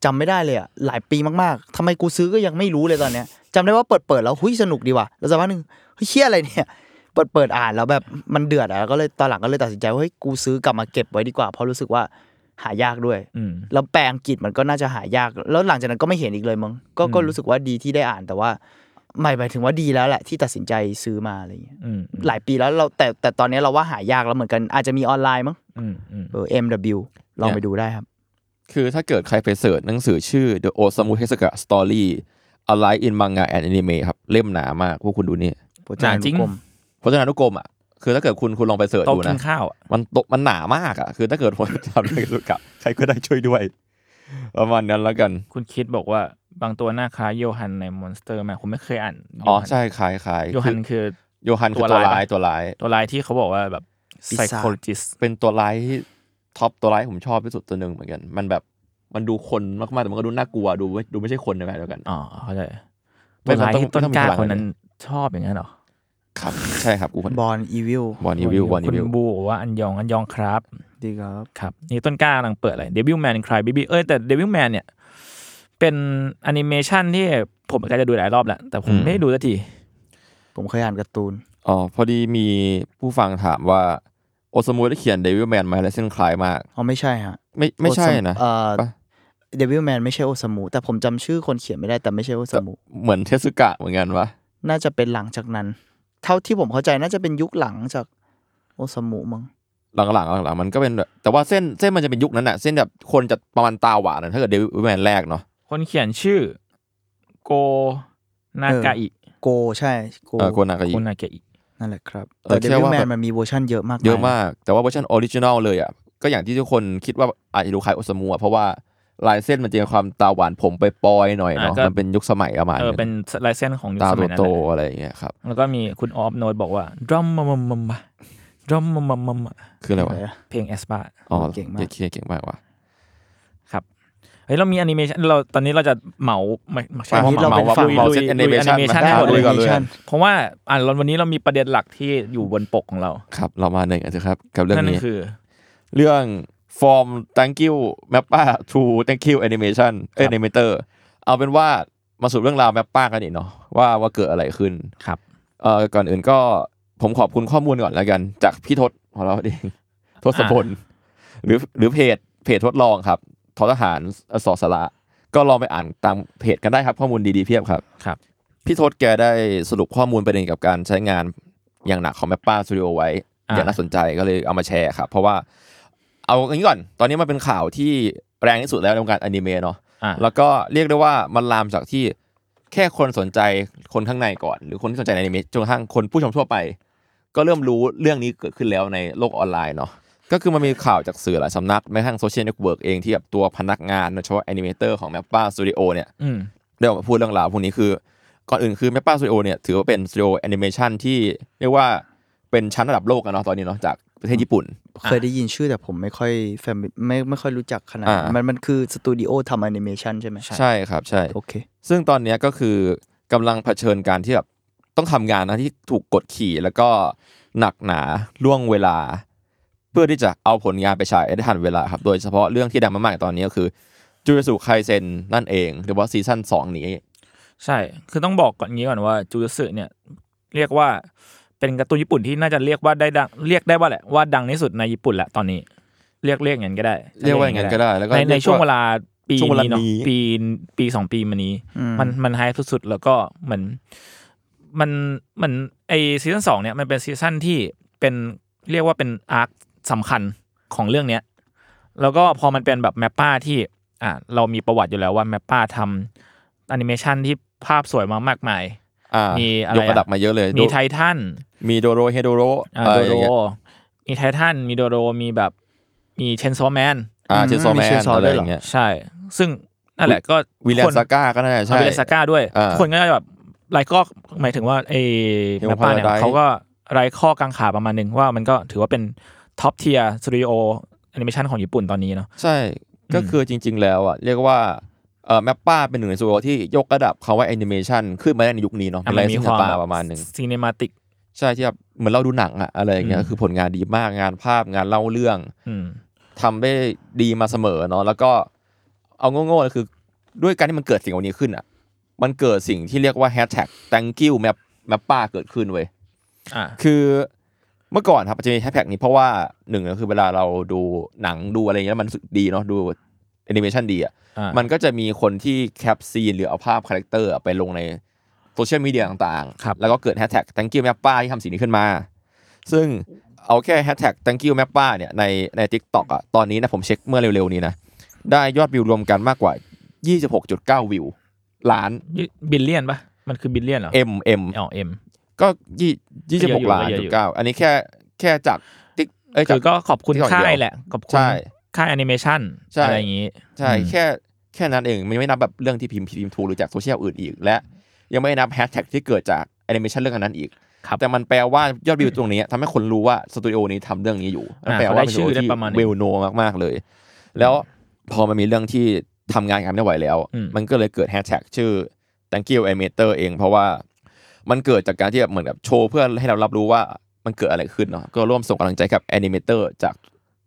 [SPEAKER 4] จำไม่ได้เลยอะหลายปีมากๆทำไมกูซื้อก็ยังไม่รู้เลยตอนเนี้ยจำได้ว่าเปิดเปิดๆแล้วหุ้ยสนุกดีว่ะแล้วสักพักหนึ่งเฮ้ยเชี่ยอะไรเนี่ยเปิดเปิดๆอ่านแล้วแบบมันเดือดอะแล้วก็เลยตอนหลังก็เลยตัดสินใจว่าเฮ้ยกูซื้อกลับมาเก็บไว้ดีกว่าเพราะรู้สึกว่าหายากด้วย
[SPEAKER 2] อืม
[SPEAKER 4] แล้วแปลอังกฤษมันก็น่าจะหายาก แล้วหลังจากนั้นก็ไม่เห็นอีกเลยมั้งก็ก็
[SPEAKER 2] อืม
[SPEAKER 4] รู้สึกว่าดีที่ได้อ่านแต่ว่าหมายหมายถึงว่าดีแล้วแหละที่ตัดสินใจซื้อมาอะไรอย่างเงี้ย
[SPEAKER 2] อืม
[SPEAKER 4] หลายปีแล้วเราแต่แต่ตอนนี้เราว่าหายากแล้วเหมือนกันอาจจะมีออนไลน์มั้ง
[SPEAKER 2] อืมอืม
[SPEAKER 4] เออ MW ลองไปดูได้ครับ
[SPEAKER 3] คือถ้าเกิดใครไปเสิร์ชหนังสือชื่อ The Osamu Tezuka Story A l i v e in Manga and Anime ครับ เล่มหนามากพวกคุณดูนี่
[SPEAKER 4] โพจนา
[SPEAKER 2] จริ
[SPEAKER 4] นุ
[SPEAKER 2] ง
[SPEAKER 4] กรม
[SPEAKER 3] พจนานุกรมอ่ะ คือถ้าเกิดคุณคุณลองไปเสิร์ช
[SPEAKER 2] โตะ
[SPEAKER 3] ดู
[SPEAKER 2] กิ
[SPEAKER 3] นะ
[SPEAKER 2] นข้าวอะ
[SPEAKER 3] มันโตมันหนามากอ่ะ คือถ้าเกิดผมทำเรื่องสุกับ *laughs* ใครก็ได้ช่วยด้วย ประมาณนั้นแล้วกัน
[SPEAKER 2] คุณคิดบอกว่าบางตัวหน้าคล้ายโยฮันในมอนสเตอร์แมนผมไม่เคยอ่าน
[SPEAKER 3] อ๋อ
[SPEAKER 2] โยฮัน
[SPEAKER 3] ใช่คล้ายคล้าย
[SPEAKER 2] โยฮันคือ
[SPEAKER 3] โยฮันคือ
[SPEAKER 2] ตัว
[SPEAKER 3] ตัว
[SPEAKER 2] ร้า
[SPEAKER 3] ร้าย ยตัวร้าย
[SPEAKER 2] ตัวลายที่เขาบอกว่าแบบ psychologist
[SPEAKER 3] เป็นตัวร้ายที่ท็อปตัวร้ายผมชอบที่สุดตัวหนึ่งเหมือนกัน มันแบบมันดูคนมากๆแต่มันก็ดูน่ากลัวดูไม่ดูไม่ใช่คนในแบบเดียวกัน
[SPEAKER 2] อ๋อเข้าใจ
[SPEAKER 3] ไม่
[SPEAKER 2] ตัวลายที่
[SPEAKER 3] ต้
[SPEAKER 2] ต้
[SPEAKER 3] อน ง
[SPEAKER 2] กล้า
[SPEAKER 3] ไม่ต้องมีตัวร้าย
[SPEAKER 2] คนนั้นชอบอย่างนั้นเหรอ
[SPEAKER 3] ครับใช่ครับกูคน
[SPEAKER 4] บอลอีวิล
[SPEAKER 3] บอลอีวิวบอลอี
[SPEAKER 2] คุณ
[SPEAKER 3] วิว
[SPEAKER 2] บูบอกว่าอันยองอันยองครับ
[SPEAKER 4] ดีครับ
[SPEAKER 2] ครับนี่ต้นกล้ากำลังเปิดอะไรเดวิลแมนคลายบีบีเอ้ยแต่เดวิลแมนเนี่ยเป็นแอนิเมชันที่ผมก็จะดูหลายรอบแล้ว แต่ผมไม่ได้ดูสักที
[SPEAKER 4] ผมเคยอ่านการ์ตูน
[SPEAKER 3] อ๋อพอดีมีผู้ฟังถามว่าโอซามูได้เขียนเดวิลแมนมาและเส้นคล้ายมาก
[SPEAKER 4] อ๋อ ไม่ใช่ฮะ
[SPEAKER 3] ไม่ไม่ใช่นะ
[SPEAKER 4] เอ่อ
[SPEAKER 3] ปะ
[SPEAKER 4] เดวิลแมนไม่ใช่โอซามุแต่ผมจำชื่อคนเขียนไม่ได้แต่ไม่ใช่โอซามุ
[SPEAKER 3] เหมือนเทสึกะเหมือนกันวะ
[SPEAKER 4] น่าจะเป็นหลังจากนั้น เท่าที่ผมเข้าใจน่าจะเป็นยุคหลังจากโอซามุมั้ง
[SPEAKER 3] หลังๆหลังๆมันก็เป็นแบบแต่ว่าเส้นเส้นมันจะเป็นยุคนั้นอะเส้นแบบคนจะประมาณตาหวานอะถ้าเกิดเดวิลแมนแรกเนาะ
[SPEAKER 2] คนเขียนชื่อโกนากาอิ
[SPEAKER 4] โกใช่โก
[SPEAKER 3] เออโกนากา
[SPEAKER 2] โก
[SPEAKER 3] ยิ
[SPEAKER 2] นากาอิ
[SPEAKER 4] นั่นแหละครับ
[SPEAKER 3] เออ
[SPEAKER 4] แต่เด
[SPEAKER 3] เชื่อ
[SPEAKER 4] วิล
[SPEAKER 3] ว่า
[SPEAKER 4] แม
[SPEAKER 3] แบ
[SPEAKER 4] น
[SPEAKER 3] บ
[SPEAKER 4] มันมีเวอร์ชันเยอะมาก
[SPEAKER 3] เยอะ
[SPEAKER 4] น
[SPEAKER 3] มาก แต่ว่าเวอร์ชันออริจินอลเลยอ่ะ ก็อย่างที่ทุกคนคิดว่าอาจจะดูคล้ายโอซามูอ่ะ เพราะว่าลายเส้นมันจะมีความตาหวานผมไปปอยๆหน่อยเนาะ มันเป็นยุคสมัยประมาณ
[SPEAKER 2] เออ
[SPEAKER 3] นึ
[SPEAKER 2] เป็น
[SPEAKER 3] ง
[SPEAKER 2] ลายเส้นของยุค
[SPEAKER 3] ตา
[SPEAKER 2] สมัยนั้น
[SPEAKER 3] โต
[SPEAKER 2] แหละ
[SPEAKER 3] ๆอะไรอย่างเงี้ยครับ
[SPEAKER 2] แล้วก็มีคุณออฟโนดบอกว่าดรัมมัมมัมมัมมาดรัมมัมมัมมัมมา
[SPEAKER 3] คืออะไรวะ
[SPEAKER 4] เลยอะ
[SPEAKER 2] เพลงแอสปา
[SPEAKER 3] อ๋อ
[SPEAKER 4] เก่งมาก
[SPEAKER 3] เก่งเก่งมากว่ะ
[SPEAKER 2] ครับเฮ้ยเรามีแอนิเมชันเราตอนนี้เราจะเหมาไม่ไม่ใช่
[SPEAKER 4] อันนี้
[SPEAKER 2] ว่า
[SPEAKER 4] เรา
[SPEAKER 2] เหมา
[SPEAKER 4] เป็นฝั่ง
[SPEAKER 2] ลุย
[SPEAKER 3] เราเซ็ต
[SPEAKER 2] ลุย
[SPEAKER 3] animation
[SPEAKER 2] ลุย animation
[SPEAKER 3] มา
[SPEAKER 2] ให้หมด
[SPEAKER 3] เล
[SPEAKER 2] เลย ย
[SPEAKER 3] ก่อนเลยอะ
[SPEAKER 2] เพราะว่าอ่านวันนี้เรามีประเด็นหลักที่อยู่บนปกของเรา
[SPEAKER 3] ครับ เรามาหนึ่งกันเถอะครับ กับเรื่อง
[SPEAKER 2] นั่น
[SPEAKER 3] นี้
[SPEAKER 2] คือ
[SPEAKER 3] เรื่อง Form Thank You Mappa to Thank You Animation เอ้ย
[SPEAKER 2] ครับ
[SPEAKER 3] Animator เอาเป็นว่ามาสู่เรื่องราวแมปป้ากันอีกเนาะว่าว่าเกิดอะไรขึ้น
[SPEAKER 2] ครับ
[SPEAKER 3] เอ่อก่อนอื่นก็ผมขอบคุณข้อมูลก่อนแล้วกัน จากพี่ทศของเราเอง ทศพลหรือหรือเพจเพจทดลองครับทอทหารอสอสระก็ลองไปอ่านตามเพจกันได้ครับข้อมูลดีๆเพียบครับ
[SPEAKER 2] ครับ
[SPEAKER 3] พี่ทศแกได้สรุปข้อมูลประเด็นกับการใช้งานอย่างหนักของแมปป้าสตูดิโอไว้
[SPEAKER 2] อ่า
[SPEAKER 3] อย่างน่าสนใจก็เลยเอามาแชร์ครับ เพราะว่าเอาอย่างนี้ก่อน ตอนนี้มันเป็นข่าวที่แรงที่สุดแล้วในวงการอนิเมะเนาะ
[SPEAKER 2] อ่า
[SPEAKER 3] แล้วก็เรียกได้ว่ามันลามจากที่แค่คนสนใจคนข้างในก่อน หรือคนที่สนใจในอนิเมะจนกระทั่งคนผู้ชมทั่วไป ก็เริ่มรู้เรื่องนี้เกิดขึ้นแล้วในโลกออนไลน์เนาะก็คือมันมีข่าวจากสื่อหลายสำนักแม้กระทั่งโซเชียลเน็ตเวิร์กเองที่แบบตัวพนักงานโดยเฉพาะแอนิเมเตอร์ของแมปป้าสตูดิโอเนี่ย
[SPEAKER 2] อืม
[SPEAKER 3] ได้ออกมาพูดเรื่องราวพวกนี้คือ ก่อนอื่นคือแมปป้าสตูดิโอเนี่ยถือว่าเป็นสตูดิโอแอนิเมชันที่เรียกว่าเป็นชั้นระดับโลกอะเนาะตอนนี้เนาะจากประเทศญี่ปุ่น
[SPEAKER 4] เคยได้ยินชื่อแต่ผมไม่ค่อยแฟมไม่ไม่ค่อยรู้จักขนาดนั้น
[SPEAKER 3] อ่ามั
[SPEAKER 4] มันมันคือสตูดิโอทำแอนิเมชันใช่ไหม
[SPEAKER 3] ใช่ครับใช่
[SPEAKER 4] โอเค
[SPEAKER 3] ซึ่งตอนเนี้ยก็คือกำลังเผชิญการที่แบบต้องทำงานนะที่ถูกกดขี่แล้วก็หนักหนาล่วงเวลา เพื่อที่จะเอาผลงานไปฉายได้ทันเวลาครับ โดยเฉพาะเรื่องที่ดังมากๆตอนนี้ก็คือจูเ s สุไคเซนนั่นเอง หรือว่าซีซั่น2 นี้
[SPEAKER 2] ใช่ คือต้องบอกก่อนงี้ก่อนว่าจูจสึเนี่ย เรียกว่าเป็นการ์ตูนญี่ปุ่นที่น่าจะเรียกว่าได้ดังเรียกได้ว่าแหละว่าดังที่สุดในญี่ปุ่นแหละตอนนี้ เรียกเรียกอย่างนั้นก็ได้
[SPEAKER 3] เรียกว่าอย่างนั้นก็ได้แล้วก็
[SPEAKER 2] ในในช่วงเวลาปี
[SPEAKER 3] ช่วงเวลา
[SPEAKER 2] นี้เนาะ
[SPEAKER 3] นี้
[SPEAKER 2] ปีปีสองปีมานี้
[SPEAKER 4] อืม
[SPEAKER 2] มันมันไฮสุดๆ แล้วก็เหมือนมันมัน ไอซีซั่นสองเนี่ยมันเป็นซีซั่นที่เป็นเรียกว่าเป็นอาร์คสำคัญของเรื่องเนี้ยแล้วก็พอมันเป็นแบบแมปป้าที่อ่ะเรามีประวัติอยู่แล้วว่าแมปป้าทำแอนิเมชันที่ภาพสวยมามากมาย
[SPEAKER 3] อ่า
[SPEAKER 2] มีอะไร
[SPEAKER 3] ยกระดับ
[SPEAKER 2] อะ
[SPEAKER 3] มาเยอะเลย
[SPEAKER 2] มี
[SPEAKER 3] โด
[SPEAKER 2] ไททัน
[SPEAKER 3] มีโดโรเฮโดโร
[SPEAKER 2] อ่า
[SPEAKER 3] เอ่
[SPEAKER 2] โด
[SPEAKER 3] อ
[SPEAKER 2] โร
[SPEAKER 3] อย่างเงี้ย
[SPEAKER 2] มีไททัน มีโดโร มีแบบ มีเชนซอแมน
[SPEAKER 3] อ่าเชนซอ
[SPEAKER 4] มี
[SPEAKER 3] แมน
[SPEAKER 4] Chainsaw
[SPEAKER 3] อะไร
[SPEAKER 4] ด้วย
[SPEAKER 3] อ
[SPEAKER 4] เหรอ
[SPEAKER 3] ย่างเงี้ย
[SPEAKER 2] ใช่ ซึ่งนั่นแหละก็
[SPEAKER 3] วิลเล
[SPEAKER 2] คน
[SPEAKER 3] ซาก้าก็น่าจะใช่
[SPEAKER 2] วิลเลนซาก้าด้วย
[SPEAKER 3] อ่า
[SPEAKER 2] คนก็จะแบบไรก็หมายถึงว่าไอ้
[SPEAKER 3] Hero
[SPEAKER 2] แมปป้าเนี่ย
[SPEAKER 3] Paradise
[SPEAKER 2] เขาก็ไรข้อกังขาประมาณหนึ่งว่ามันก็ถือว่าเป็นท็อปเทียร์สตูดิโอแอนิเมชันของญี่ปุ่นตอนนี้เนาะ
[SPEAKER 3] ใช่ก็คือจริง ๆ แล้วอ่ะเรียกว่าเอ่อแมปป้าเป็นหนึ่งในสตูดิโอที่ยกระดับคำว่าแอนิเมชันขึ้นมาได้ในยุคนี้เนาะ
[SPEAKER 2] อ่ะ
[SPEAKER 3] เป็น
[SPEAKER 2] มัน
[SPEAKER 3] ไร
[SPEAKER 2] มี
[SPEAKER 3] ซิ่
[SPEAKER 2] ค
[SPEAKER 3] ง
[SPEAKER 2] วาม
[SPEAKER 3] ตา
[SPEAKER 2] แบบ
[SPEAKER 3] ประมาณหนึ่ง
[SPEAKER 2] ซีเนมาติก
[SPEAKER 3] ใช่ที่แบบเหมือนเราดูหนังอะอะไรอย่างเงี้ย
[SPEAKER 2] อืม
[SPEAKER 3] คือผลงานดีมากงานภาพงานเล่าเรื่อง
[SPEAKER 2] อืม
[SPEAKER 3] ทำได้ดีมาเสมอเนาะแล้วก็เอาโง่ๆเลยคือด้วยการที่มันเกิดสิ่งเหล่านี้ขึ้นอะมันเกิดสิ่งที่เรียกว่าแฮชแท็ก thank you map map ป้าเกิดขึ้นเว้ย
[SPEAKER 2] อ่า
[SPEAKER 3] คือเมื่อก่อนครับมันจะมีแฮชแท็กนี้เพราะว่าหนึ่งก็คือเวลาเราดูหนังดูอะไรอย่างเงี้ยมันรู้สึกดีเนาะดูแอนิเมชันดีอะ
[SPEAKER 2] อ่า
[SPEAKER 3] มันก็จะมีคนที่แคปซีนหรือเอาภาพคาแรคเตอร์ไปลงในโซเชียลมีเดียต่าง
[SPEAKER 2] ครับ
[SPEAKER 3] แล้วก็เกิดแฮชแท็ก thank you mappa ที่ทำสิ่งนี้ขึ้นมา ซึ่งเอาแค่แฮชแท็ก thank you mappa เนี่ยในใน TikTok อ่ะตอนนี้นะผมเช็คเมื่อเร็วๆนี้นะ ได้ยอดวิวรวมกันมากกว่า 26.9 วิว ล้าน
[SPEAKER 2] บิลเลียนปะมันคือบิลเลียนเหรอ
[SPEAKER 3] M M
[SPEAKER 2] อ๋อเอ็ม
[SPEAKER 3] ก็ยี่
[SPEAKER 2] ก็เยอะอยู่
[SPEAKER 3] 26ล้าน
[SPEAKER 2] ก็เยอะ
[SPEAKER 3] จุ
[SPEAKER 2] อยู่
[SPEAKER 3] ดเก้าอันนี้แค่แค่จากติ๊กเอ้ยจา
[SPEAKER 2] คือก็ขอบคุณ
[SPEAKER 3] TikTok
[SPEAKER 2] ค่าย
[SPEAKER 3] เดีว
[SPEAKER 2] แหละ ขอบคุ
[SPEAKER 3] ใช่
[SPEAKER 2] ณค่ายแอนิเมชัน
[SPEAKER 3] ใช่
[SPEAKER 2] อะไรอย่างนี้
[SPEAKER 3] ใช่
[SPEAKER 2] อืม
[SPEAKER 3] แค่แค่นั้นเองมันยังไม่นับแบบเรื่องที่พิมพ์พิมพ์ทูกหรือจากโซเชียลอื่นอีก และยังไม่นับแฮชแท็กที่เกิดจากแอนิเมชันเรื่องอันนั้นอีก
[SPEAKER 2] ครับ
[SPEAKER 3] แต่มันแปลว่ายอดวิวตรงนี้ทำให้คนรู้ว่าสตูดิโอนี้ทำเรื่องนี้อยู่
[SPEAKER 2] อ่า
[SPEAKER 3] แปลว่าเป็นสตู
[SPEAKER 2] เขา
[SPEAKER 3] ดิ
[SPEAKER 2] ได้ชื่อได้
[SPEAKER 3] โอที่
[SPEAKER 2] ประมาณหนึ่ง
[SPEAKER 3] เวลโนมากๆเลย แล้วพอมันมีเรื่องที่ทำงานกันไม่ไหวแล้ว
[SPEAKER 2] อืม
[SPEAKER 3] มันก็เลยเกิดแฮชแท็กชื่อ thank you animator เอง เพราะว่ามันเกิดจากการที่แบบเหมือนแบบโชว์เพื่อให้เรารับรู้ว่ามันเกิดอะไรขึ้นเนาะก็ร่วมส่งกำลังใจกับแอนิเมเตอร์จาก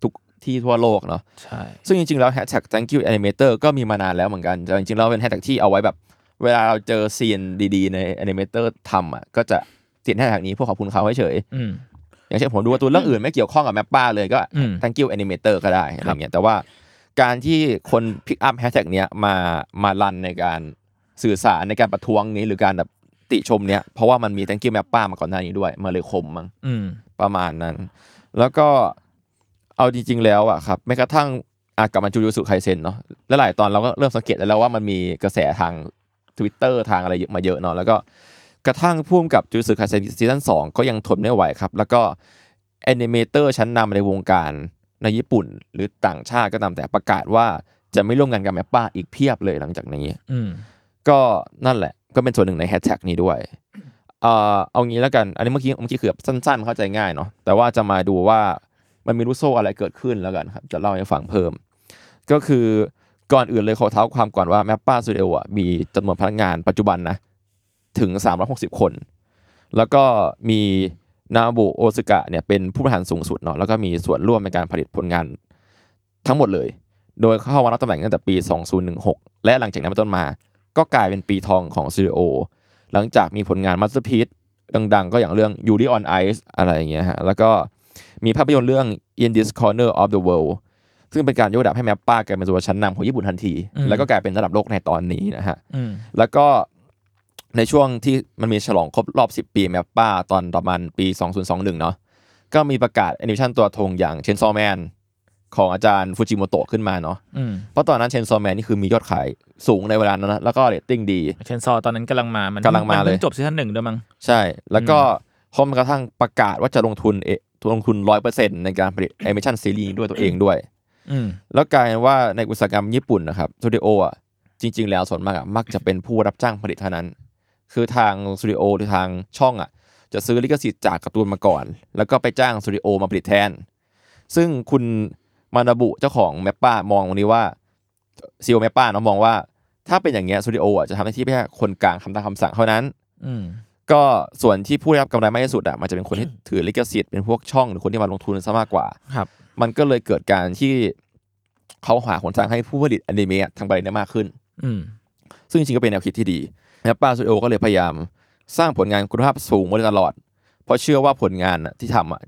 [SPEAKER 3] ทุกที่ทั่วโลกเนาะ
[SPEAKER 2] ใช่
[SPEAKER 3] ซึ่งจริงๆ แล้วแฮชแท็ก thank you animator ก็มีมานานแล้วเหมือนกันแต่จริงๆ แล้วเป็นแฮชแท็กที่เอาไว้แบบ เวลาเราเจอซีนดีๆ ใน animator ทำอ่ะก็จะติดแฮชแท็กนี้เพื่อขอบคุณเขาเฉย
[SPEAKER 2] อืม
[SPEAKER 3] ๆอย่างเช่นผมดูการ์ตัวเรื่องอื่นไม่เกี่ยวข้องกับแมปป้าเลยก็
[SPEAKER 2] อืม
[SPEAKER 3] thank you animator ก็ได้อะไรเงี้ยแต่ว่าการที่คนพิกอัพแฮชแท็กเนี้ยมามารันในการสื่อสารในการประท้วงนี้หรือการแบบติชมเนี้ยเพราะว่ามันมี thank you แมปป้ามาก่อนหน้านี้ด้วยมาเลยคมมั้ง
[SPEAKER 2] อืม
[SPEAKER 3] ประมาณนั้น แล้วก็เอาจริง ๆ แล้วอะครับแม้กระทั่งอากลับมาจูยูสุไคเซนเนาะแล้วหลายตอนเราก็เริ่มสังเกตได้แล้วว่ามันมีกระแสทาง Twitter ทางอะไรเยอะมาเยอะเนาะแล้วก็กระทั่งพุ่มกับจูยูสุไคเซนซีซั่นสองก็ยังทนไม่ไหวครับ แล้วก็แอนิเมเตอร์ชั้นนำในวงการในญี่ปุ่น หรือต่างชาติก็ตามแต่ประกาศว่าจะไม่ร่วมงานกับแมปป้าอีกเพียบเลยหลังจากนี้
[SPEAKER 2] อืม
[SPEAKER 3] ก็นั่นแหละก็เป็นส่วนหนึ่งในแฮชแท็กนี้ด้วย เอ่อเอางี้แล้วกัน อันนี้เมื่อกี้เมื่อกี้คือแบบสั้นๆ เข้าใจง่ายเนาะแต่ว่าจะมาดูว่ามันมีรูโซอะไรเกิดขึ้นแล้วกันครับ จะเล่าให้ฟังเพิ่ม ก็คือก่อนอื่นเลยขอเท้าความก่อนว่าแมปป้าสตูดิโออ่ะมีจำนวนพนักงานปัจจุบันนะ ถึง 360 คน แล้วก็มีนาบุโอซึกะเนี่ยเป็นผู้บริหารสูงสุดเนาะแล้วก็มีส่วนร่วมในการผลิตผลงานทั้งหมดเลย โดยเข้ามารับตำแหน่งตั้งแต่ปี 2016 และหลังจากนั้นเป็นต้นมา ก็กลายเป็นปีทองของสตูดิโอหลังจากมีผลงานมัสเตอร์พีซดังๆ ก็อย่างเรื่อง Yuri on Ice อะไรอย่างเงี้ยฮะแล้วก็มีภาพยนตร์เรื่อง In This Corner of the World ซึ่งเป็นการยกระดับให้แมปป้ากลายเป็นตัวชั้นนำของญี่ปุ่นทันที
[SPEAKER 2] อืม
[SPEAKER 3] แล้วก็กลายเป็นระดับโลกในตอนนี้นะฮะ
[SPEAKER 2] อืม
[SPEAKER 3] แล้วก็ในช่วงที่มันมีฉลองครบรอบ 10 ปีแมปป้าตอนประมาณปี 2021 เนาะก็มีประกาศแอนิเมชันตัวธงอย่างเชนซอแมนของอาจารย์ฟูจิโมโตะขึ้นมาเนาะ
[SPEAKER 2] อืม
[SPEAKER 3] เพราะตอนนั้นเชนซอแมนนี่คือมียอดขายสูงในเวลานั้นนะแล้วก็เรตติ้งดี
[SPEAKER 2] เชนซอตอนนั้นกำลังมา มัน
[SPEAKER 3] กำลังมาเลย
[SPEAKER 2] นพิ่จบซีซั่นหนึ่งด้วยมั้ง
[SPEAKER 3] ใช่ แล้วก็พร้อมกระทั่งประกาศว่าจะลงทุนเอลงทุน 100%ในการผลิตแอนิเมชันซีรีส์ด้วยตัวเองด้วย
[SPEAKER 2] อืม
[SPEAKER 3] แล้วกลายเป็นว่าในอุตสาหกรรมญี่ปุ่นนะครับสตูดิโออ่ะจริง ๆ แล้วส่วนมากอ่ะมักจะเป็นผู้รับจ้างผลิตเท่านั้น คือทางสตูดิโอหรือทางช่องอ่ะจะซื้อลิขสิทธิ์จากการ์ตูนมาก่อน แล้วก็ไปจ้างสตูดิโอมาผลิตแทน ซึ่งคุณมานาบุเจ้าของแมปป้ามองตรงนี้ว่าซีอแมปป้าเนาะมองว่า ถ้าเป็นอย่างเงี้ยสตูดิโออ่ะจะทำหน้าที่แค่คนกลางทำตามคำสั่งเท่านั้น
[SPEAKER 2] อืม
[SPEAKER 3] ก็ส่วนที่ผู้ได้รับกำไรมากที่สุดอ่ะมันจะเป็นคนที่ถือลิขสิทธิ์เป็นพวกช่องหรือคนที่มาลงทุนซะมากกว่า
[SPEAKER 2] ครับ
[SPEAKER 3] มันก็เลยเกิดการที่เขาหาหนทางให้ผู้ผลิตอนิเมะทางไปได้มากขึ้น
[SPEAKER 2] อืม
[SPEAKER 3] ซึ่งจริงๆก็เป็นแนวคิดที่ดีนะครับป้าสตูดิโอก็เลยพยายามสร้างผลงานคุณภาพสูงมาโดยตลอด เพราะเชื่อว่าผลงานน่ะที่ทำอ่ะ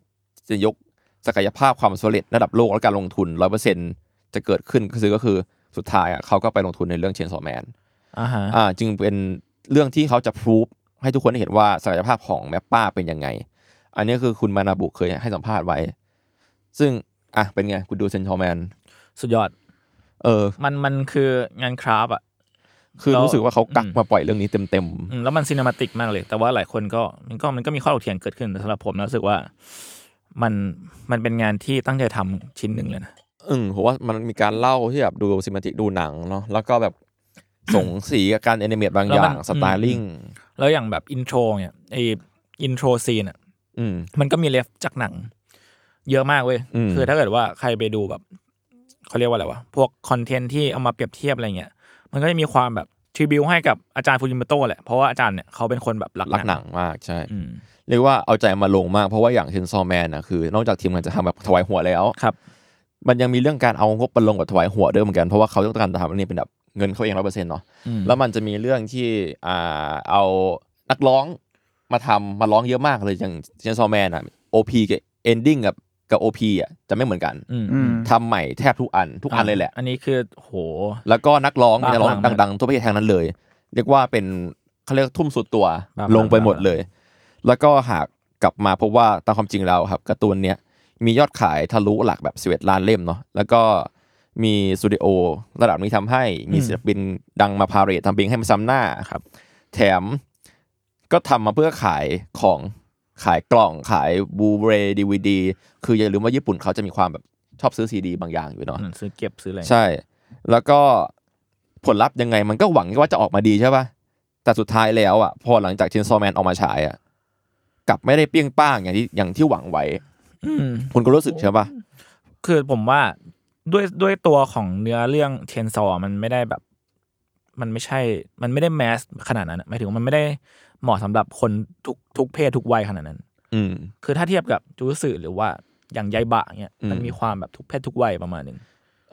[SPEAKER 3] จะยกศักยภาพความสำเร็จระดับโลกและการลงทุนร้อยเปอร์เซ็นจะเกิดขึ้นก็คือก็คือสุดท้ายอ่ะเขาก็ไปลงทุนในเรื่องเชนซอแมน
[SPEAKER 2] อ่าฮะ
[SPEAKER 3] อ่าจึงเป็นเรื่องที่เขาจะพรูฟ ให้ทุกคนได้เห็นว่าศักยภาพของแมปป้าเป็นยังไง อันนี้คือคุณมานาบุเคยให้สัมภาษณ์ไว้ ซึ่งอ่ะเป็นไงคุณดูเซนทอแมน
[SPEAKER 2] สุดยอด
[SPEAKER 3] เออ
[SPEAKER 2] มันมันคืองานคราฟต์อ่ะ
[SPEAKER 3] คือ
[SPEAKER 2] แล้ว
[SPEAKER 3] รู้สึกว่าเขากัก
[SPEAKER 2] อืม
[SPEAKER 3] มาปล่อยเรื่องนี้เต็ม
[SPEAKER 2] อืมแล้วมันซีน e มาติกมากเลย แต่ว่าหลายคนก็มันก็มันก็มีข้อถกเถียงเกิดขึ้นแต่สำหรับผมนะรู้สึกว่า มันมันเป็นงานที่ตั้งใจทำชิ้นหนึ่งเลยนะ
[SPEAKER 3] ๆอืมผมว่ามันมีการเล่าที่แบบดูซิมาติกดูหนังเนาะแล้วก็แบบ สงสีกับการแอนิเมตบาง
[SPEAKER 2] แล้
[SPEAKER 3] อ
[SPEAKER 2] วมั
[SPEAKER 3] ย่าน งสไตลิ่ง
[SPEAKER 2] อื แล้วอย่างแบบอินโทรเนี่ยไออินโทรซีนอ่ะ
[SPEAKER 3] อืม
[SPEAKER 2] มันก็มีเลฟจากหนัง เยอะมากเว้ย
[SPEAKER 3] อืม
[SPEAKER 2] คือถ้าเกิดว่าใครไปดูแบบเขาเรียกว่าอะไรวะ พวกคอนเทนต์ที่เอามาเปรียบเทียบอะไรเงี้ย มันก็จะมีความแบบทริบิวให้กับอาจารย์ฟูจิโมโตะแหละ เพราะว่าอาจารย์เนี่ยเขาเป็นคนแบบรัก
[SPEAKER 3] รักหนังมากใช่
[SPEAKER 2] อืม
[SPEAKER 3] เรียกว่าเอาใจมาลงมากเพราะว่าอย่างเชนซอแมนนะคือนอกจากทีมงานจะทำแบบถวายหัวแล้ว
[SPEAKER 2] ครับ
[SPEAKER 3] มันยังมีเรื่องการเอางบมาลงกับถวายหัวด้วยเหมือนกันเพราะว่าเขาต้องการทำอันนี้เป็นแบบเงินเขาเองร้อยเปอร์เซ็นต์เนาะ
[SPEAKER 2] อืม
[SPEAKER 3] แล้วมันจะมีเรื่องที่อ่าเอานักร้องมาทำมาร้องเยอะมากเลยอย่างเชนซอแมนอะโอพีกับเอนดิ้งกับกับโอพีอะจะไม่เหมือนกัน
[SPEAKER 2] อืม
[SPEAKER 4] อืม
[SPEAKER 3] ทำใหม่แทบทุกอันทุกอันเลยแหละ
[SPEAKER 2] อันนี้คือโห
[SPEAKER 3] แล้วก็นักร้องเป็นนักร้อง
[SPEAKER 2] บ้าพลัง
[SPEAKER 3] ดังๆทั่วประเทศทางนั้นเลย เรียกว่าเป็นเขาเรียกทุ่มสุดตัว
[SPEAKER 2] บ้าพลัง
[SPEAKER 3] ลงไปหมดเลย แล้วก็หากกลับมาพบว่าตามความจริงแล้วครับการ์ตูนเนี้ยมียอดขายทะลุหลักแบบสิบเอ็ดล้านเล่มเนาะแล้วก็มีสตูดิโอระดับนี้ทำให้มีศิลปินดังมาพาเรตทำเพลงให้มันซ้ำหน้าครับ แถมก็ทำมาเพื่อขายของขายกล่องขายบูเรดีวีดีคืออย่าลืมว่าญี่ปุ่นเขาจะมีความแบบชอบซื้อซีดีบางอย่างอยู่เนาะ
[SPEAKER 2] อืมซื้อเก็บซื้ออะไร
[SPEAKER 3] ใช่ แล้วก็ผลลัพธ์ยังไงมันก็หวังว่าจะออกมาดีใช่ป่ะ แต่สุดท้ายแล้วอ่ะพอหลังจากชินซอแมนออกมาฉายอ่ะกลับไม่ได้เปรี้ยงป้างอย่างที่อย่างที่หวังไว้
[SPEAKER 2] อืม
[SPEAKER 3] คุณก็รู้สึกใช่ป่ะ
[SPEAKER 2] คือผมว่าด้วยด้วยตัวของเนื้อเรื่องเชนซอมันไม่ได้แบบ มันไม่ใช่ มันไม่ได้แมสขนาดนั้นอะหมายถึงว่ามันไม่ได้เหมาะสำหรับคนทุกทุกเพศทุกวัยขนาดนั้น
[SPEAKER 3] อืม
[SPEAKER 2] คือถ้าเทียบกับจูสึหรือว่าอย่างยายบะเนี่ย
[SPEAKER 3] อืม
[SPEAKER 2] มันมีความแบบทุกเพศทุกวัยประมาณหนึ่ง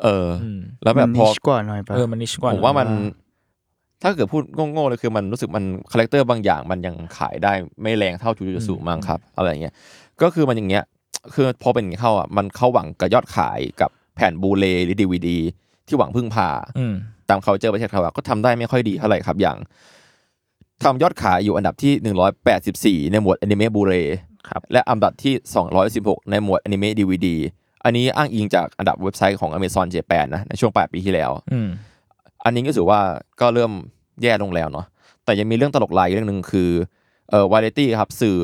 [SPEAKER 3] เอออ
[SPEAKER 2] อืม
[SPEAKER 3] แล้วแบบพอ
[SPEAKER 4] niche กว่าหน่อยปะ
[SPEAKER 2] เออมันนิชกว่า
[SPEAKER 3] ผมว่ามัน
[SPEAKER 4] อ่า
[SPEAKER 3] ถ้าเกิดพูดโง่ๆเลยคือมันรู้สึกมันคาแรคเตอร์บางอย่างมันยังขายได้ไม่แรงเท่าจูจูสุมั้งครับอะไรอย่างเงี้ยก็คือมันอย่างเงี้ย คือพอเป็นอย่างงี้เข้าอ่ะมันเข้าหวังกับยอดขายกับแผ่นบูเลหรือดีวดีที่หวังพึ่งพา
[SPEAKER 2] อืม
[SPEAKER 3] ตาม culture ประเทศเขาอะก็ทำได้ไม่ค่อยดีเท่าไหร่ครับอย่างทำยอดขายอยู่อันดับที่ 184 ในหมวด Anime Blu-ray
[SPEAKER 2] ครับ
[SPEAKER 3] และอันดับที่ 216 ในหมวด Anime DVD อันนี้อ้างอิงจากอันดับเว็บไซต์ของ Amazon Japan นะในช่วง 8 ปีที่แล้ว
[SPEAKER 2] อืม
[SPEAKER 3] อันนี้ก็ถือว่าก็เริ่มแย่ลงแล้วเนาะแต่ยังมีเรื่องตลกลายอีกเรื่องหนึ่งคือเอ่อวาไรตี้ครับสื่อ